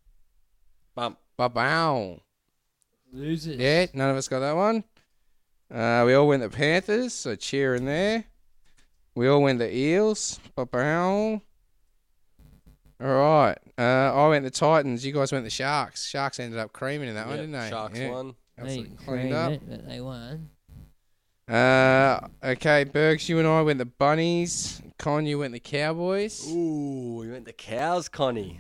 J: Bump.
C: Ba-bow.
F: losers.
C: Yeah, none of us got that one. Uh, we all went the Panthers, so cheering there. We all went the Eels. Ba-bow. All right. Uh, I went the Titans. You guys went the Sharks. Sharks ended up creaming in that one,
J: Yep,
C: Oh, didn't they?
J: Sharks
C: Yeah.
J: won.
F: They
C: Absolutely
F: creamed
C: cleaned up.
F: it, but they won.
C: Uh, okay, Bergs, you and I went the Bunnies. Con, you went the Cowboys.
J: Ooh, we went the Cows, Connie.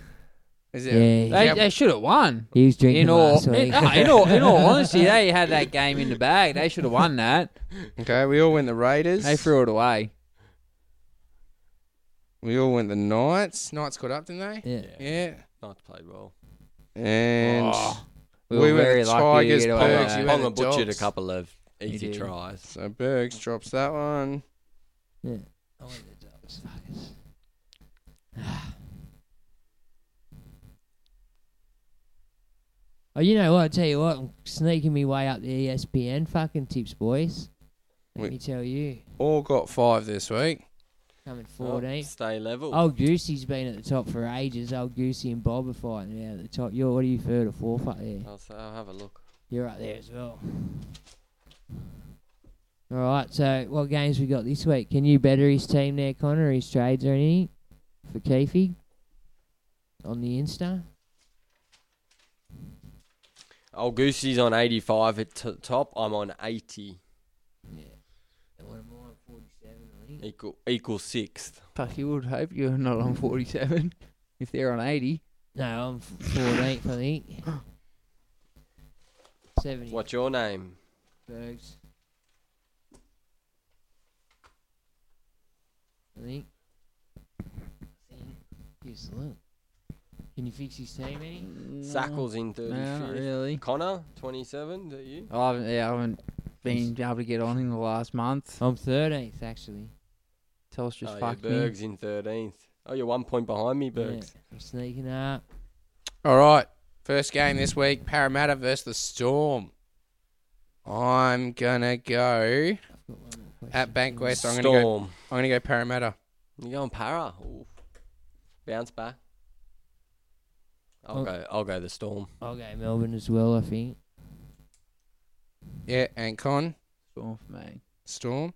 C: Is
F: Yeah.
C: it?
E: They, they should have won.
F: He was drinking
E: In all,
F: last
E: in, [laughs]
F: week.
E: no, in all, in
F: [laughs]
E: all honesty, they had that game in the bag. They should have won that.
C: Okay, we all went the Raiders.
E: They threw it away.
C: We all went the Knights. Knights caught up, didn't
F: yeah.
C: they? Yeah.
J: Knights played well.
C: And
E: Oh,
C: we,
E: we were
C: went
E: very
C: the
E: lucky to
C: Tigers.
E: get away with
C: Bergs,
E: that.
C: Oh, you
J: Ponga
C: went the
J: butchered
C: Dogs.
J: a couple of
E: He
J: easy
E: did.
J: tries.
C: So Bergs drops that one.
F: Yeah. I went the dogs. Fuckers. [sighs] Oh, you know what? I tell you what, I'm sneaking me way up the E ESPN fucking tips, boys. Let
C: We-
F: me tell you,
C: All got five this week.
F: coming
J: Well,
F: 14th.
J: Oh, stay level.
E: Oh.
F: Old Goosey's been at the top for ages. Old Goosey and Bob are fighting out at the top. You're what are you third or fourth up there?
J: I'll, say, I'll have a look.
F: You're up there as well. All right. So what games we got this week? Can you better his team there, Connor? His trades or anything for Keefe on the Insta?
J: Old Oh, Goosey's on 85 at t- top. I'm on 80.
F: And what am I on? Forty-seven, I think.
J: Equal equal sixth.
E: Fuck, you would hope you're not on 47 if they're on 80.
F: No, I'm f- 14th, I think. Seventy
J: What's your name?
F: Bergs. I think. I think. Here's a look. Can you fix his team any?
J: Sackles in
E: No,
J: 35th.
E: not really.
J: Connor, 27, that you?
E: I haven't, yeah, I haven't been able to get on in the last month.
F: I'm 13th, actually.
E: Telstra's
J: oh,
E: fucked
J: yeah,
E: me.
J: Berg's in 13th. Oh, you're one point behind me, Bergs.
F: I'm sneaking up.
C: All right. First game this week Parramatta versus the Storm. I'm going to go at Bankwest. I'm going to go.
J: Storm.
C: I'm going to go Parramatta.
J: You're going para. Ooh. Bounce back. I'll
F: Oh.
J: go. I'll go the storm.
F: I'll go Melbourne as well, I think.
C: Yeah, and Con.
E: Storm for me.
C: Storm.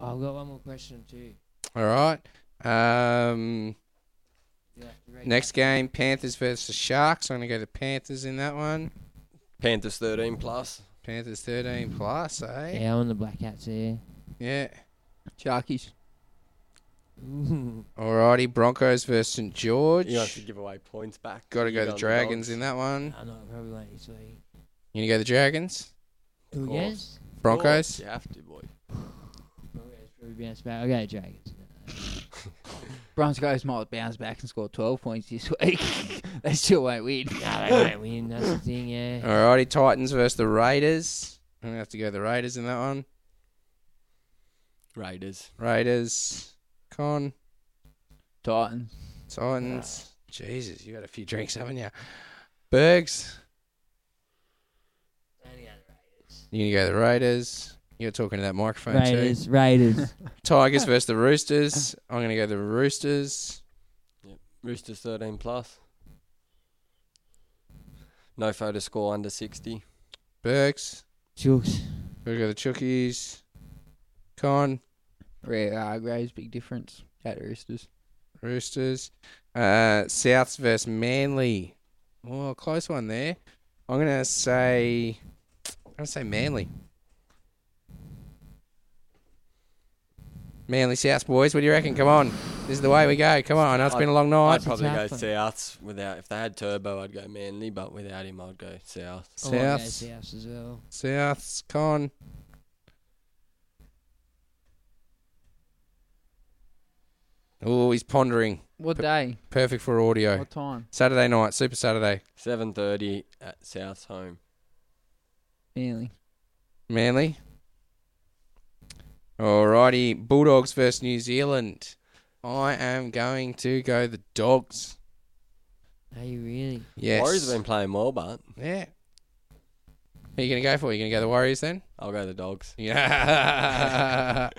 F: I've got one more question, too.
C: All right. Um,
F: You have to rate
C: next game Panthers versus the Sharks. I'm going to go the Panthers in that one.
J: Panthers 13 plus.
C: Panthers 13 plus, eh?
F: Yeah, I'm the Black Cats here.
C: Yeah.
E: Sharkies.
C: Alrighty, Broncos versus St George.
J: You have to give away points back.
C: Got to
J: You
C: go the
J: on
C: Dragons
J: dogs.
C: in that one.
F: I know, I probably won't this week.
C: You gonna go the Dragons?
F: Who
J: course.
F: guess?
C: Broncos?
J: You have to, boy.
F: Probably bounce back.
E: [coughs]
F: Okay, Dragons.
E: Broncos might bounce back and score 12 points this [laughs] week. they still won't win.
F: No, they won't win. That's the
E: [coughs]
F: thing, yeah.
C: Alrighty, Titans versus the Raiders. I'm gonna have to go the Raiders in that one.
J: Raiders.
C: Raiders, Con,
E: Titans.
C: Titans. Jesus, you had a few drinks, haven't you? Bergs. You gonna go the Raiders? You're talking to that microphone
F: Raiders,
J: [laughs]
C: too.
F: Raiders.
C: Tigers versus the Roosters. I'm gonna go the Roosters.
J: Roosters 13 plus. No photo score under 60.
C: Bergs.
F: Chooks.
C: We go the Chookies. Con.
E: Rare uh, Graves, big difference. Cat Roosters.
C: Roosters. Uh, Souths versus Manly. Oh, close one there. I'm gonna say, I'm gonna say Manly. Manly Souths boys, what do you reckon? Come on, this is the way we go. Come on, I know it's been a long night.
J: I'd probably go Souths without. If they had Turbo, I'd go Manly, but without him, I'd go South.
F: I wanna go
C: Souths.
F: Souths as well.
C: Souths con. Oh, he's pondering.
E: What day?
C: Perfect for audio.
E: What time?
C: Saturday night, Super Saturday.
J: 7.30 at South's home.
E: Manly.
C: Manly. Alrighty, Bulldogs versus New Zealand. I am going to go the Dogs.
F: Are you really?
C: Yes.
J: Warriors have been playing well, but
C: Yeah. Who are you going to go for? you going to go the Warriors then?
J: I'll go the Dogs.
C: Yeah.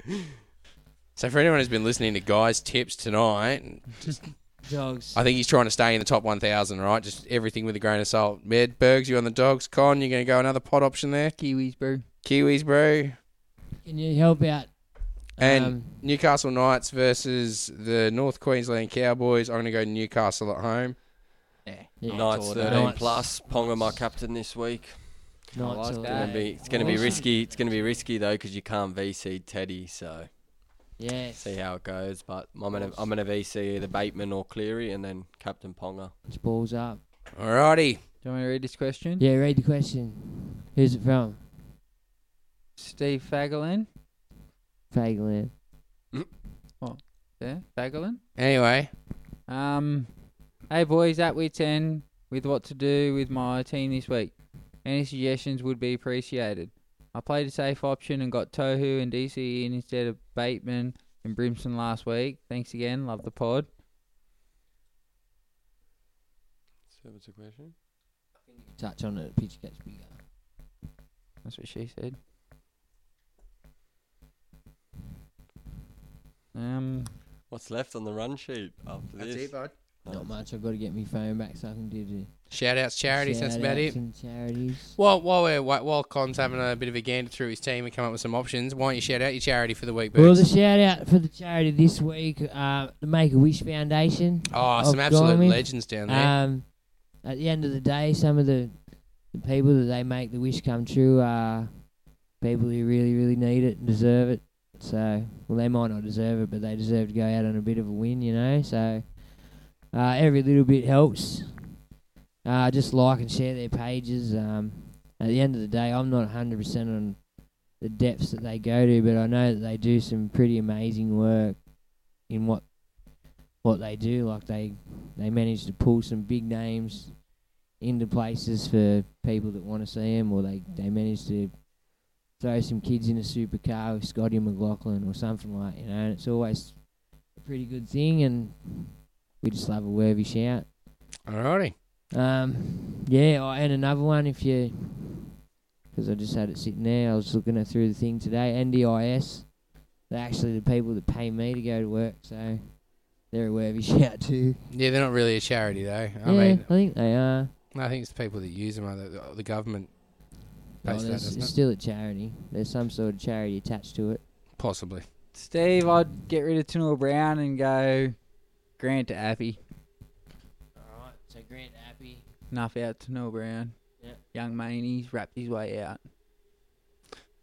C: [laughs] so for anyone who's been listening to Guy's tips tonight, just
F: Dogs.
C: I think he's trying to stay in the top 1,000, right? Just everything with a grain of salt. Med Bergs, you on the Dogs. Con, you're going to go another pot option there.
E: Kiwis, bro.
C: Kiwis, bro.
F: Can you help out?
C: And
F: Um,
C: Newcastle Knights versus the North Queensland Cowboys. I'm going to go Newcastle at home.
F: Yeah.
J: Knights
F: Knights.
J: 13
F: Knights.
J: plus. Ponga my captain this week.
F: Knights
E: like
F: all
J: It's gonna
E: that.
J: be
F: day.
J: it's gonna be
F: Awesome.
J: risky. It's gonna be risky though because you can't VC Teddy. So
F: Yes.
J: see how it goes. But I'm gonna I'm gonna VC either Bateman or Cleary and then Captain Ponga.
F: It's balls up.
C: Alrighty.
E: Do you want me to read this question?
F: Yeah, read the question. Who's it from?
E: Steve Fagelin.
F: Fageland.
E: Yeah, Fagelin.
C: Anyway,
E: Um, hey boys, at we ten with what to do with my team this week. Any suggestions would be appreciated. I played a safe option and got Tohu and DCE in instead of Bateman and Brimson last week. Thanks again, love the pod.
J: So what's the question?
F: Touch on it. Pitch gets bigger.
E: That's what she said. Um,
J: What's left on the run sheet after
C: that's
J: this?
C: it, bud.
J: Nice.
F: Not much. I've got to get my phone back so I can do the
C: Shout outs, charities. that's about it.
F: shout-outs and charities.
C: Well, while we're wa- while Con's having a bit of a gander through his team and come up with some options, why don't you shout out your charity for the week,
F: Well, the
C: Bergs?
F: shout out for the charity this week, uh, the Make a Wish Foundation.
C: Oh,
F: of
C: some absolute
F: Diamond.
C: legends down there.
F: Um, at the end of the day, some of the, the people that they make the wish come true are people who really, really need it and deserve it. So, well, they might not deserve it, but they deserve to go out on a bit of a win, you know. So, uh, every little bit helps. Uh, just like and share their pages. Um, at the end of the day, I'm not 100% on the depths that they go to, but I know that they do some pretty amazing work in what what they do. Like they they manage to pull some big names into places for people that want to see them, or they they manage to throw some kids in a supercar with Scotty McLaughlin or something like you know. And it's always a pretty good thing, and we just love a worthy shout. Ah.
C: Alrighty.
F: Um, yeah, oh, and another one if you, because I just had it sitting there. I was looking at through the thing today. NDIS, they're actually the people that pay me to go to work, so they're a worthy [laughs] shout too.
C: Yeah, they're not really a charity though. I
F: yeah,
C: mean,
F: I think they are.
C: I think it's the people that use them. Are the, the government
F: Oh,
C: pays for that,
F: there's-
C: doesn't
F: it's
C: it?
F: still a charity. There's some sort of charity attached to it.
C: Possibly.
E: Steve, I'd get rid of Tennille Brown and go Grant to Appy.
F: Alright, so Grant Appy.
E: Enough out Tennille Brown.
F: Yep.
E: Young Maney's wrapped his way out.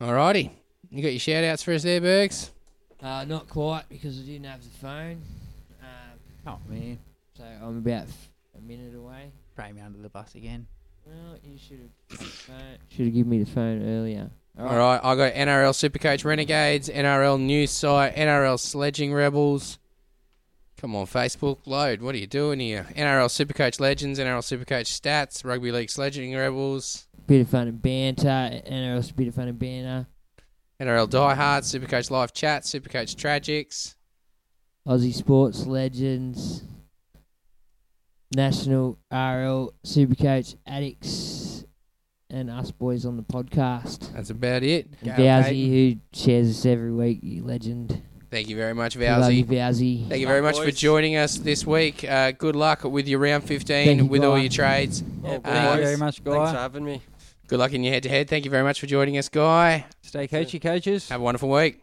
C: Alrighty. You got your shout outs for us there, Bergs?
F: Uh, not quite because I didn't have the phone. Um,
E: Oh man,
F: so I'm about f- a minute away.
E: throw me under the bus again.
F: Well, you should have. Should have given me the phone earlier.
C: All right, I got NRL Supercoach Renegades, NRL News Site, NRL Sledging Rebels. Come on, Facebook, load. What are you doing here? NRL Supercoach Legends, NRL Supercoach Stats, Rugby League Sledging Rebels,
F: Bit of fun and banter, and also a bit of fun and banter.
C: NRL Die Hard, Supercoach Live Chat, Supercoach Tragics.
F: Aussie sports legends, national RL Supercoach addicts, and us boys on the podcast.
C: That's about it.
F: And
C: Gail Payton.
F: Vowsy, who shares us every week, you legend.
C: Thank you very much,
F: We love you,
C: Vowsy.
F: Vowsy.
C: Thank you very much for joining us this week. Uh, good luck with your round 15,
F: Thank you,
C: with all
F: guy.
C: your trades.
E: Thank you very much,
J: Thanks for
E: guy.
J: having me.
C: Good luck in your head to head. Thank you very much for joining us, Guy.
E: Stay coachy, coaches.
C: Have a wonderful week.